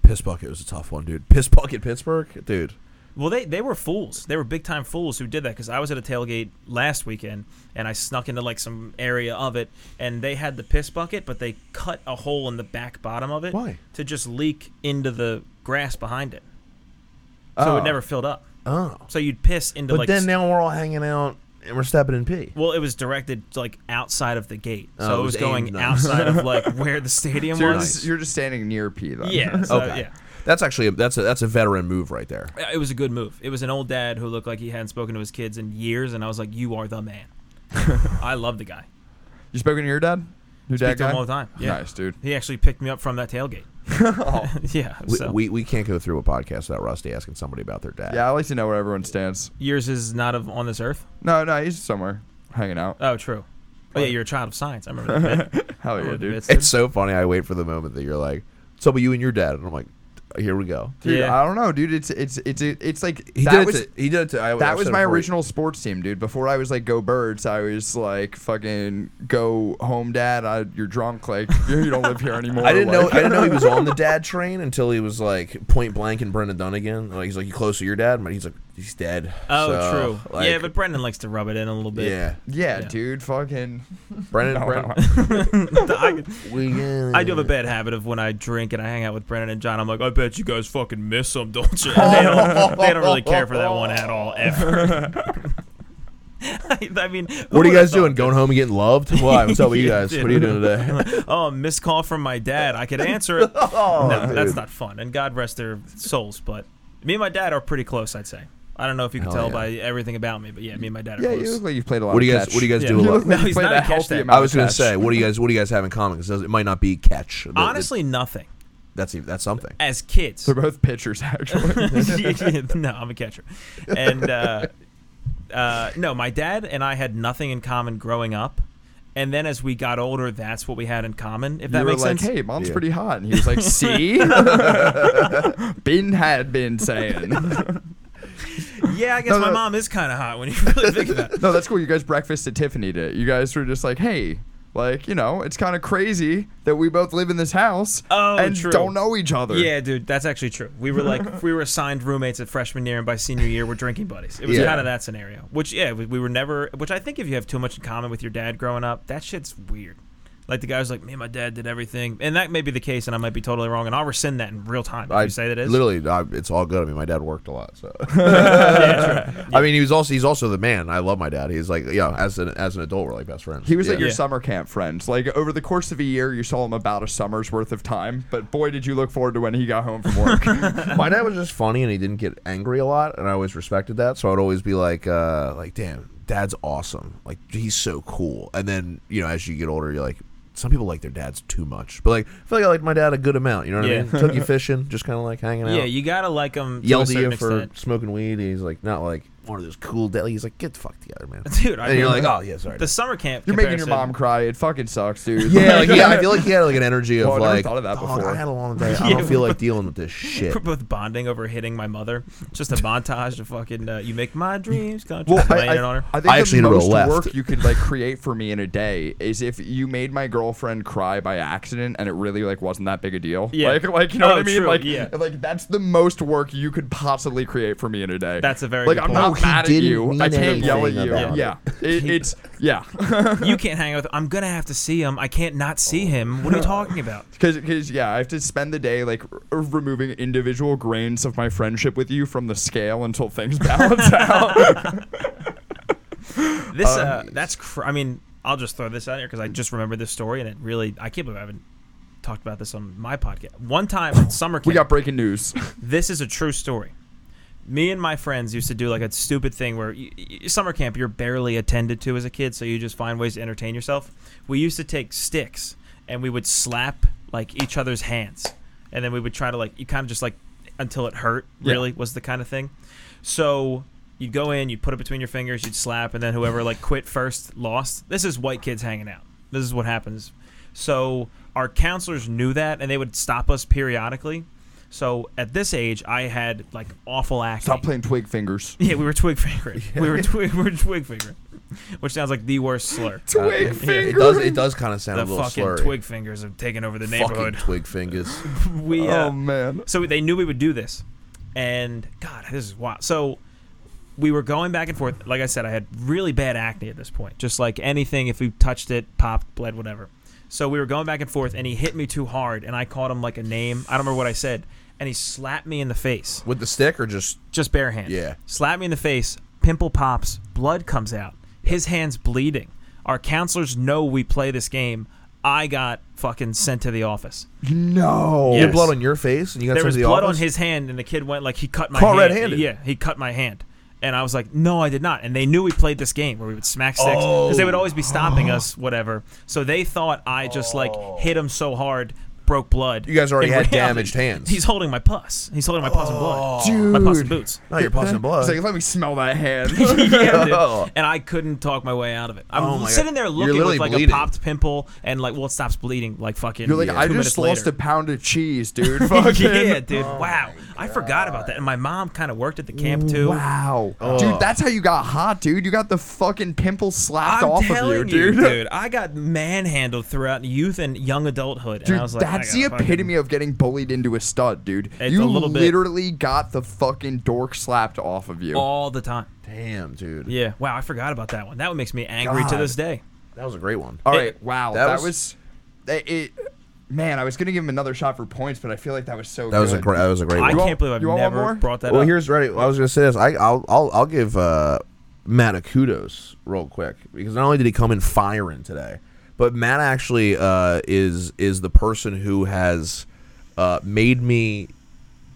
Speaker 2: Piss bucket was a tough one, dude. Piss bucket Pittsburgh, dude.
Speaker 1: Well, they, they were fools. They were big time fools who did that because I was at a tailgate last weekend and I snuck into like some area of it and they had the piss bucket, but they cut a hole in the back bottom of it
Speaker 2: Why?
Speaker 1: to just leak into the grass behind it, so
Speaker 3: Oh.
Speaker 1: it never filled up.
Speaker 2: Oh,
Speaker 1: So you'd piss into
Speaker 2: but
Speaker 1: like
Speaker 2: then
Speaker 1: s-
Speaker 2: now we're all hanging out and we're stepping in pee.
Speaker 1: well, it was directed to, like outside of the gate, so
Speaker 2: Oh, it
Speaker 1: it was,
Speaker 2: was
Speaker 1: going
Speaker 2: aimed-
Speaker 1: outside of like where the stadium
Speaker 3: So you're
Speaker 1: was.
Speaker 3: just, you're just standing near P though.
Speaker 1: Yeah, so,
Speaker 2: Okay.
Speaker 1: yeah.
Speaker 2: That's actually a, that's a that's a veteran move right there.
Speaker 1: Yeah, It was a good move. It was an old dad who looked like he hadn't spoken to his kids in years, and I was like, "You are the man." I love the guy.
Speaker 3: You spoken to your dad? Your dad
Speaker 1: Speak to
Speaker 3: guy?
Speaker 1: him all the time. Yeah.
Speaker 3: Nice dude. Oh.
Speaker 1: He actually picked me up from that tailgate. yeah.
Speaker 2: We,
Speaker 1: So
Speaker 2: we, we can't go through a podcast without Rusty asking somebody about their dad.
Speaker 3: Yeah, I like to know where everyone stands.
Speaker 1: yours is not of on this earth.
Speaker 3: No, no, he's somewhere hanging out.
Speaker 1: Oh, true. Oh yeah, you're a child of science. I remember that. bit.
Speaker 3: Hell Oh, yeah,
Speaker 1: Remember the
Speaker 3: dude.
Speaker 1: bits, dude.
Speaker 2: It's so funny. I wait for the moment that you're like, "So, but you and your dad," and I'm like, "Here we go."
Speaker 3: Dude,
Speaker 1: Yeah.
Speaker 3: I don't know, dude. It's it's it's it's like
Speaker 2: He
Speaker 3: that
Speaker 2: did
Speaker 3: was
Speaker 2: it. To, he did it. To, I, I've
Speaker 3: that was
Speaker 2: said it
Speaker 3: my
Speaker 2: before.
Speaker 3: original sports team, dude. Before I was like go birds, I was like fucking go home, dad. I, you're drunk, like you you don't live here anymore.
Speaker 2: I didn't know.
Speaker 3: like-
Speaker 2: I didn't know he was on the dad train until he was like point blank and Brendan Dunnigan. Like he's like, "You close to your dad?" But he's like, "He's dead."
Speaker 1: Oh,
Speaker 2: So,
Speaker 1: true.
Speaker 2: like,
Speaker 1: yeah, but Brendan likes to rub it in a little bit.
Speaker 2: yeah,
Speaker 3: Yeah,
Speaker 1: Yeah.
Speaker 3: dude, fucking.
Speaker 2: Brendan.
Speaker 3: No,
Speaker 2: Brendan
Speaker 1: I,
Speaker 2: we,
Speaker 1: I do have a
Speaker 2: Mm.
Speaker 1: bad habit of when I drink and I hang out with Brendan and John. I'm like, I bet you guys fucking miss them, don't you? And they, don't, they don't really care for that one at all, ever. I, I mean, who
Speaker 2: What are you
Speaker 1: would've
Speaker 2: guys doing?
Speaker 1: thought?
Speaker 2: Going home and getting loved? Why? What's up with you
Speaker 1: Yeah,
Speaker 2: guys? What are you doing today? Oh,
Speaker 1: oh, a missed call from my dad. I could answer it. no, that's
Speaker 2: dude.
Speaker 1: not fun. And God rest their souls. But me and my dad are pretty close, I'd say. I don't know if you can
Speaker 2: Hell
Speaker 1: tell
Speaker 2: yeah.
Speaker 1: by everything about me, but yeah, me and my dad are
Speaker 3: Yeah, you
Speaker 1: close.
Speaker 3: look like you've played a lot.
Speaker 2: What do
Speaker 3: of
Speaker 2: you guys?
Speaker 3: catch.
Speaker 2: What do you guys
Speaker 1: Yeah.
Speaker 2: do? a
Speaker 1: You look
Speaker 2: lot?
Speaker 1: No, he's
Speaker 3: played
Speaker 1: not
Speaker 3: a
Speaker 1: a catch
Speaker 3: healthy
Speaker 1: that.
Speaker 3: amount
Speaker 2: I was
Speaker 3: of
Speaker 2: gonna
Speaker 3: catch.
Speaker 2: say, what do you guys? What do you guys have in common? 'Cause it might not be catch. That- that-
Speaker 1: Honestly, nothing.
Speaker 2: that's e- that's something.
Speaker 1: As kids,
Speaker 3: They're both pitchers, actually.
Speaker 1: no, I'm a catcher. And uh, uh, no, my dad and I had nothing in common growing up. And then as we got older, that's what we had in common. If that
Speaker 3: you were
Speaker 1: makes
Speaker 3: like,
Speaker 1: sense.
Speaker 3: "Hey, mom's
Speaker 2: Yeah.
Speaker 3: pretty hot," and he was like, "See, Bin had been saying."
Speaker 1: yeah, I guess
Speaker 3: No,
Speaker 1: my
Speaker 3: no.
Speaker 1: mom is kind of hot when you really think about it.
Speaker 3: no, that's cool. You guys breakfast at Tiffany did. You guys were just like, hey, like, you know, it's kind of crazy that we both live in this house
Speaker 1: Oh,
Speaker 3: and
Speaker 1: true.
Speaker 3: don't know each other.
Speaker 1: Yeah, dude, that's actually true. We were like we were assigned roommates at freshman year, and by senior year, we're drinking buddies. It was
Speaker 2: Yeah.
Speaker 1: kind of that scenario. Which yeah, we, we were never. Which I think if you have too much in common with your dad growing up, that shit's weird. Like the guy's like, me and my dad did everything, and that may be the case, and I might be totally wrong, and I'll rescind that in real time. If
Speaker 2: I
Speaker 1: you say that is
Speaker 2: literally, I, it's all good. I mean, my dad worked a lot, so
Speaker 1: Yeah, true.
Speaker 2: I mean, he was also he's also the man. I love my dad. He's like, yeah, as an as an adult, we're like best friends.
Speaker 3: He was like
Speaker 2: Yeah.
Speaker 3: your
Speaker 1: Yeah.
Speaker 3: summer camp friend. Like, over the course of a year, you saw him about a summer's worth of time, but boy, did you look forward to when he got home from work.
Speaker 2: my dad was just funny, and he didn't get angry a lot, and I always respected that. So I'd always be like, uh, like, damn, dad's awesome. Like he's so cool. And then you know, as you get older, you're like. Some people like their dads too much, but like I feel like I like my dad a good amount. You know what
Speaker 1: Yeah.
Speaker 2: I mean? Took you fishing, just kind of like hanging out.
Speaker 1: yeah, you gotta like him. to a
Speaker 2: yelled at you
Speaker 1: certain
Speaker 2: for
Speaker 1: extent.
Speaker 2: smoking weed. He's like, not like one of those cool deli. He's like, get the fuck together, man.
Speaker 1: dude. I
Speaker 2: and you're
Speaker 1: mean,
Speaker 2: like, oh yeah, sorry.
Speaker 1: the summer camp.
Speaker 3: You're making your
Speaker 1: comparison-
Speaker 3: mom cry. It fucking sucks, dude.
Speaker 2: yeah, like, yeah. I feel like he had like an energy of
Speaker 3: Oh, I never
Speaker 2: like,
Speaker 3: thought of that
Speaker 2: "Dog,
Speaker 3: before."
Speaker 2: I had a long day. I don't feel like dealing with this shit.
Speaker 1: We're both bonding over hitting my mother. Just a montage of fucking. Uh, you make my dreams come true.
Speaker 3: Well, I,
Speaker 1: Laying it on
Speaker 3: I,
Speaker 1: her.
Speaker 3: I think
Speaker 2: I actually
Speaker 3: the
Speaker 2: did a
Speaker 3: most
Speaker 2: left.
Speaker 3: work you could like create for me in a day is if you made my girlfriend cry by accident and it really like wasn't that big a deal.
Speaker 1: Yeah.
Speaker 3: Like, like you know
Speaker 1: Oh,
Speaker 3: what I mean?
Speaker 1: true,
Speaker 3: Like,
Speaker 1: yeah.
Speaker 3: like that's the most work you could possibly create for me in a day.
Speaker 1: That's a very
Speaker 3: like
Speaker 1: good
Speaker 3: I'm
Speaker 1: point.
Speaker 2: No,
Speaker 3: not
Speaker 2: he
Speaker 3: mad at
Speaker 2: didn't
Speaker 3: you. I
Speaker 2: mean
Speaker 3: can't yell at
Speaker 2: anything
Speaker 3: you.
Speaker 2: about
Speaker 3: Yeah, It- it's yeah.
Speaker 1: you can't hang out with I'm gonna have to see him. I can't not see him. What are you talking about?
Speaker 3: Because yeah, I have to spend the day like r- removing individual grains of my friendship with you from the scale until things balance out.
Speaker 1: This uh, that's cr- I mean, I'll just throw this out here because I just remembered this story and it really I can't believe I haven't talked about this on my podcast. One time at summer camp,
Speaker 3: we got breaking news.
Speaker 1: this is a true story. me and my friends used to do like a stupid thing where you, you- summer camp you're barely attended to as a kid, so you just find ways to entertain yourself. We used to take sticks and we would slap like each other's hands, and then we would try to like you kind of just like until it hurt.
Speaker 3: Yeah.
Speaker 1: Really was the kind of thing. So you'd go in, you'd put it between your fingers, you'd slap, and then whoever like quit first lost. This is white kids hanging out. This is what happens. So our counselors knew that, and they would stop us periodically. So at this age, I had like awful acne.
Speaker 3: Stop playing twig fingers.
Speaker 1: Yeah, we were twig fingering. We were twig. We were twig fingering, which sounds like the worst slur.
Speaker 3: Twig
Speaker 2: Uh, It does. It does kind of sound
Speaker 1: The
Speaker 2: a little
Speaker 1: fucking
Speaker 2: slurry.
Speaker 1: twig fingers have taken over the
Speaker 2: Fucking
Speaker 1: neighborhood.
Speaker 2: twig fingers.
Speaker 1: We uh,
Speaker 3: Oh man.
Speaker 1: so they knew we would do this, and God, this is wild. So we were going back and forth. Like I said, I had really bad acne at this point. Just like anything, if we touched it, popped, bled, whatever. So we were going back and forth, and he hit me too hard, and I called him like a name. I don't remember what I said, and he slapped me in the face.
Speaker 2: With the stick or just
Speaker 1: just bare hands.
Speaker 2: Yeah.
Speaker 1: Slap me in the face, pimple pops, blood comes out. His hand's bleeding. Our counselors know we play this game. I got fucking sent to the office.
Speaker 3: No.
Speaker 2: you
Speaker 1: Yeah.
Speaker 2: had blood on your face and you got
Speaker 1: There
Speaker 2: sent
Speaker 1: was
Speaker 2: to the
Speaker 1: blood
Speaker 2: office?
Speaker 1: on his hand, and the kid went like he cut my
Speaker 2: Caught
Speaker 1: hand.
Speaker 2: red-handed.
Speaker 1: Yeah, he cut my hand, and I was like, no, I did not. And they knew we played this game where we would smack sticks because they would
Speaker 2: Oh.
Speaker 1: always be stopping us, whatever. So they thought I just like hit him so hard, broke blood.
Speaker 2: You guys already
Speaker 1: In
Speaker 2: had
Speaker 1: reality,
Speaker 2: damaged hands. Oh.
Speaker 1: He's holding my pus. He's holding my pus and blood. My pus and
Speaker 3: Dude.
Speaker 1: boots.
Speaker 2: No, you're passing blood.
Speaker 3: He's like, let me smell that hand.
Speaker 1: yeah, dude.
Speaker 2: Oh.
Speaker 1: and I couldn't talk my way out of it. I'm
Speaker 2: Oh my God.
Speaker 1: sitting there
Speaker 2: You're
Speaker 1: looking
Speaker 2: literally
Speaker 1: with like
Speaker 2: bleeding.
Speaker 1: a popped pimple, and like, well, it stops bleeding like fucking.
Speaker 3: You're like,
Speaker 1: two
Speaker 3: I
Speaker 1: minutes
Speaker 3: just lost
Speaker 1: later.
Speaker 3: a pound of cheese, dude. Fucking. Oh
Speaker 1: yeah, dude. wow, I forgot about that. And my mom kind of worked at the camp too.
Speaker 3: Wow. Dude, that's how you got hot, dude. You got the fucking pimple slapped
Speaker 1: I'm
Speaker 3: off of
Speaker 1: telling
Speaker 3: you, dude.
Speaker 1: I got manhandled throughout youth and young adulthood, and
Speaker 3: Dude,
Speaker 1: I was like, I
Speaker 3: that's the
Speaker 1: gotta fucking-
Speaker 3: epitome of getting bullied into a stud, dude.
Speaker 1: It's
Speaker 3: you
Speaker 1: a little bit-
Speaker 3: literally got the fucking dork slapped off of you.
Speaker 1: all the time.
Speaker 2: Damn, dude.
Speaker 1: Yeah, wow, I forgot about that one. That one makes me angry to
Speaker 3: God.
Speaker 1: this day.
Speaker 2: That was a great one.
Speaker 3: All
Speaker 1: It-
Speaker 3: right, wow,
Speaker 2: that
Speaker 3: that,
Speaker 2: was-
Speaker 3: was, it, it- Man, I was gonna give him another shot for points, but I feel like that was so.
Speaker 2: That was a
Speaker 3: good.
Speaker 2: great. That was a great
Speaker 1: I
Speaker 2: one.
Speaker 1: can't
Speaker 3: want-
Speaker 1: believe I've
Speaker 3: you want one
Speaker 1: never
Speaker 3: more?
Speaker 1: brought that
Speaker 2: Well,
Speaker 1: up.
Speaker 2: here's ready. I was gonna say this. I, I'll, I'll, I'll give uh, Matt a kudos real quick because not only did he come in firing today, but Matt actually uh, is is the person who has uh, made me,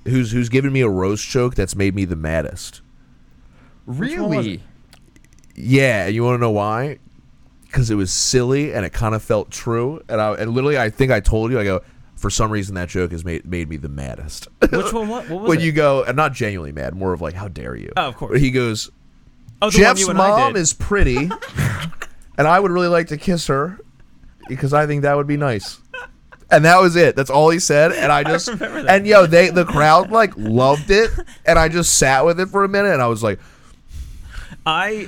Speaker 2: who's who's given me a roast choke that's made me the maddest.
Speaker 3: Really?
Speaker 2: Yeah, and you want to know why? Because it was silly and it kind of felt true. And I and literally, I think I told you. I go for some reason that joke has made made me the maddest.
Speaker 1: Which one? What, what was
Speaker 2: when
Speaker 1: it?
Speaker 2: you go, and not genuinely mad, more of like, how dare you?
Speaker 1: Oh, of course.
Speaker 2: Where he goes,
Speaker 1: oh, the one
Speaker 2: Jeff's
Speaker 1: you and I
Speaker 2: mom
Speaker 1: did.
Speaker 2: is pretty, and I would really like to kiss her because I think that would be nice. And that was it. That's all he said. And I just
Speaker 1: remember that.
Speaker 2: and yo, they the crowd like loved it, and I just sat with it for a minute, and I was like,
Speaker 1: I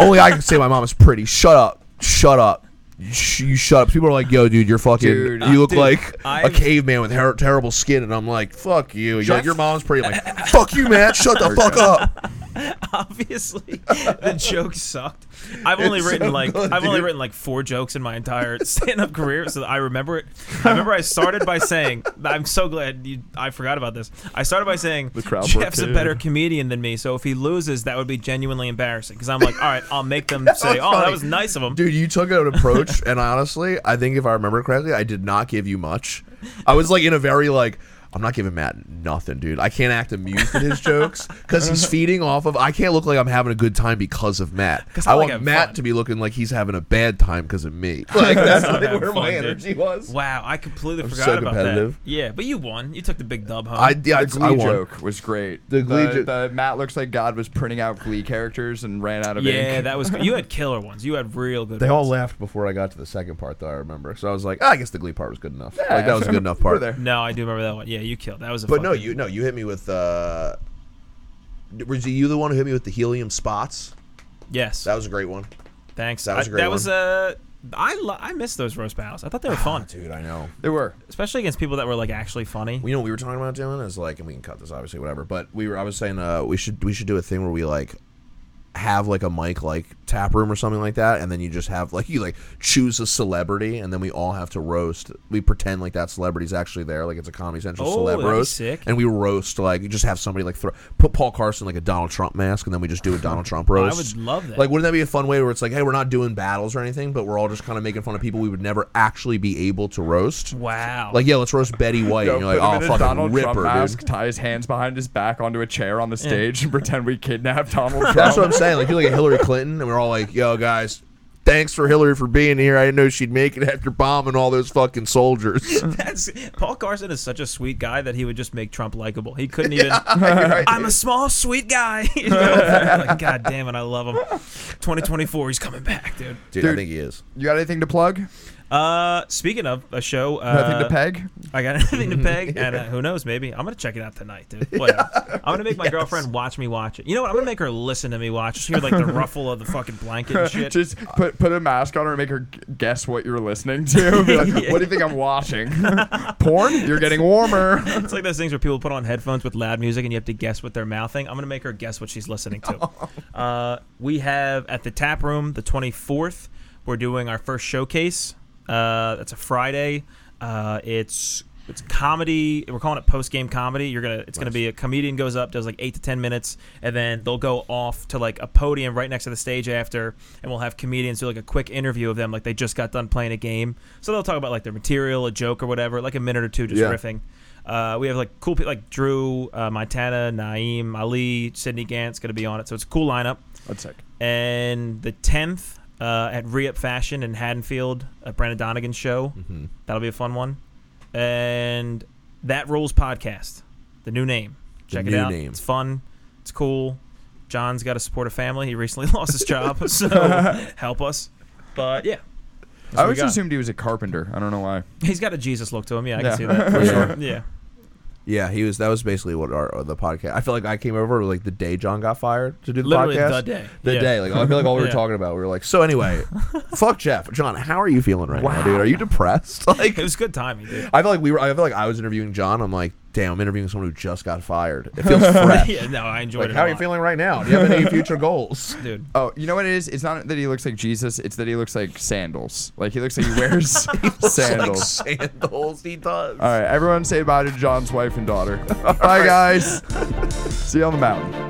Speaker 2: only I can say my mom is pretty. Shut up, shut up. You sh- You shut up. People are like, "Yo, dude, you're fucking.
Speaker 3: Dude,
Speaker 2: you look
Speaker 1: dude,
Speaker 2: like a
Speaker 1: I've-
Speaker 2: caveman with her- terrible skin." And I'm like, "Fuck you." You're like,
Speaker 3: Jeff-
Speaker 2: "Your mom's pretty." I'm like, "Fuck you, Matt. Shut the fuck up."
Speaker 1: obviously the joke sucked. I've only
Speaker 2: It's
Speaker 1: written
Speaker 2: so
Speaker 1: like
Speaker 2: good,
Speaker 1: I've only
Speaker 2: dude.
Speaker 1: written like four jokes in my entire stand-up career, so I remember it. I remember I started by saying, "I'm so glad you, I forgot about this." I started by saying,
Speaker 3: crowd
Speaker 1: "Jeff's a
Speaker 3: broke
Speaker 1: better
Speaker 3: in.
Speaker 1: comedian than me, so if he loses, that would be genuinely embarrassing." Because I'm like, "All right, I'll make them say,
Speaker 2: was
Speaker 1: oh,
Speaker 2: funny.
Speaker 1: that was nice of him."
Speaker 2: Dude, you took an approach, and honestly, I think if I remember correctly, I did not give you much. I was like in a very like. I'm not giving Matt nothing, dude. I can't act amused at his jokes because he's feeding off of. I can't look like I'm having a good time because of Matt.
Speaker 1: 'Cause I
Speaker 2: I
Speaker 1: like
Speaker 2: want
Speaker 1: having
Speaker 2: Matt
Speaker 1: fun.
Speaker 2: to be looking like he's having a bad time because of me. Like that's
Speaker 1: not
Speaker 2: like
Speaker 1: having
Speaker 2: where
Speaker 1: fun,
Speaker 2: my
Speaker 1: dude.
Speaker 2: energy was.
Speaker 1: Wow, I completely forgot
Speaker 2: so
Speaker 1: about
Speaker 2: competitive.
Speaker 1: that. Yeah, but you won. You took the big dub home.
Speaker 2: I, yeah, I,
Speaker 3: The
Speaker 2: I
Speaker 3: Glee
Speaker 2: won.
Speaker 3: joke was great.
Speaker 2: The Glee
Speaker 3: the,
Speaker 2: jo-
Speaker 3: the Matt looks like God was printing out Glee characters and ran out of
Speaker 1: yeah,
Speaker 3: ink.
Speaker 1: that was you had killer ones. You had real good.
Speaker 2: They
Speaker 1: ones.
Speaker 2: all laughed before I got to the second part, though. I remember, so I was like, "Ah, I guess the Glee part was good enough.
Speaker 3: Yeah,
Speaker 2: like that was a good enough part.
Speaker 3: We're there.
Speaker 1: No, I do remember that one. Yeah, you killed. That was a.
Speaker 2: But no,
Speaker 1: fucking-
Speaker 2: you no, you hit me with. uh Was you the one who hit me with the helium spots?
Speaker 1: Yes.
Speaker 2: That was a great one,
Speaker 1: Thanks.
Speaker 2: That was
Speaker 1: I-
Speaker 2: a great Ah,
Speaker 1: That was uh, I lo- I miss those roast battles. I thought they were fun,
Speaker 2: dude. I know.
Speaker 3: They were.
Speaker 1: especially against people that were like actually funny.
Speaker 2: You know what we were talking about doing is like, and we can cut this, obviously, whatever. But we were. I was saying, uh, we should we should do a thing where we like have like a mic like tap room or something like that and then you just have like you like choose a celebrity and then we all have to roast we pretend like that celebrity's actually there like it's a comedy central
Speaker 1: Oh,
Speaker 2: celeb
Speaker 1: that'd be
Speaker 2: roast
Speaker 1: sick.
Speaker 2: and we roast like you just have somebody like throw put paul carson like a donald trump mask and then we just do a donald trump roast
Speaker 1: would love that.
Speaker 2: like wouldn't that be a fun way where it's like hey we're not doing battles or anything but we're all just kind of making fun of people we would never actually be able to roast
Speaker 1: Wow.
Speaker 2: like yeah let's roast betty white and you're like
Speaker 3: put him in
Speaker 2: oh
Speaker 3: a
Speaker 2: fucking
Speaker 3: Donald
Speaker 2: ripper
Speaker 3: Trump
Speaker 2: dude
Speaker 3: mask, tie his hands behind his back onto a chair on the stage, and pretend we kidnapped Donald Trump.
Speaker 2: That's what I'm saying. Like, you're like a Hillary Clinton, and we're all like, yo, guys, thanks for Hillary for being here. I didn't know she'd make it after bombing all those fucking soldiers.
Speaker 3: Mm.
Speaker 1: That's Paul Carson is such a sweet guy that he would just make Trump likable. He couldn't even. I'm a small, sweet guy. You know? Like, God damn it, I love him. 2024, he's coming back, dude.
Speaker 2: Dude, I
Speaker 3: Dude.
Speaker 2: think he is.
Speaker 3: You got anything to plug?
Speaker 1: Uh, speaking of a show, uh,
Speaker 3: Nothing to peg?
Speaker 1: I got anything to peg, and uh, who knows? Maybe I'm gonna check it out tonight, dude. Whatever. I'm gonna make my girlfriend watch me watch it. You know what? I'm gonna make her listen to me watch. Just hear like the ruffle of the fucking blanket and shit.
Speaker 3: Just put put a mask on her and make her g- guess what you're listening to. Be like, What do you think I'm watching? Porn? You're getting warmer.
Speaker 1: It's like those things where people put on headphones with loud music and you have to guess what they're mouthing. I'm going to make her guess what she's listening to. Uh, we have at the tap room the 24th, we're doing our first showcase. Uh, that's a Friday. Uh, it's it's comedy. We're calling it post game comedy. You're gonna. It's gonna be a comedian goes up, does like eight to ten minutes, and then they'll go off to like a podium right next to the stage after, and we'll have comedians do like a quick interview of them, like they just got done playing a game. So they'll talk about like their material, a joke or whatever, like a minute or two, just
Speaker 2: Yeah.
Speaker 1: riffing. Uh, we have like cool people like Drew, uh, Montana, Naeem, Ali, Sydney Gant's gonna be on it. So it's a cool lineup
Speaker 3: That's sick.
Speaker 1: and the 10th uh, at Reup Fashion in Haddonfield at Brandon Donegan's show.
Speaker 2: Mm-hmm.
Speaker 1: That'll be a fun one. And that rules podcast, the new name.
Speaker 2: The
Speaker 1: Check
Speaker 2: new
Speaker 1: it out.
Speaker 2: name.
Speaker 1: It's fun. It's cool. John's got to support a family. He recently lost his job, so help us. But yeah,
Speaker 3: I
Speaker 1: what we
Speaker 3: always
Speaker 1: got.
Speaker 3: assumed he was a carpenter. I don't know why.
Speaker 1: he's got a Jesus look to him. Yeah, I
Speaker 3: Yeah.
Speaker 1: can see that for
Speaker 2: Yeah.
Speaker 1: sure. Yeah.
Speaker 2: Yeah, he was. That was basically what our the podcast. I feel like I came over like the day John got fired to do the
Speaker 1: Literally
Speaker 2: podcast.
Speaker 1: the day.
Speaker 2: The
Speaker 1: Yeah.
Speaker 2: day. Like I feel like all we were
Speaker 1: Yeah.
Speaker 2: talking about. We were like, so anyway, fuck Jeff. John, how are you feeling right now, dude? Are you depressed? Like
Speaker 1: It was good timing, dude.
Speaker 2: I feel like we were. I feel like I was interviewing John. I'm like, damn, I'm interviewing someone who just got fired. It feels fresh.
Speaker 1: yeah, no, I enjoyed
Speaker 2: Like,
Speaker 1: it. a
Speaker 2: how are you
Speaker 1: lot,
Speaker 2: feeling right now? Do you have any future goals?
Speaker 1: dude?
Speaker 3: Oh, you know what it is? It's not that he looks like Jesus. It's that he looks like sandals. Like he looks like he wears sandals.
Speaker 2: Like sandals. He does.
Speaker 3: All right, everyone say bye to John's wife and daughter. Bye, guys. See you on the mountain.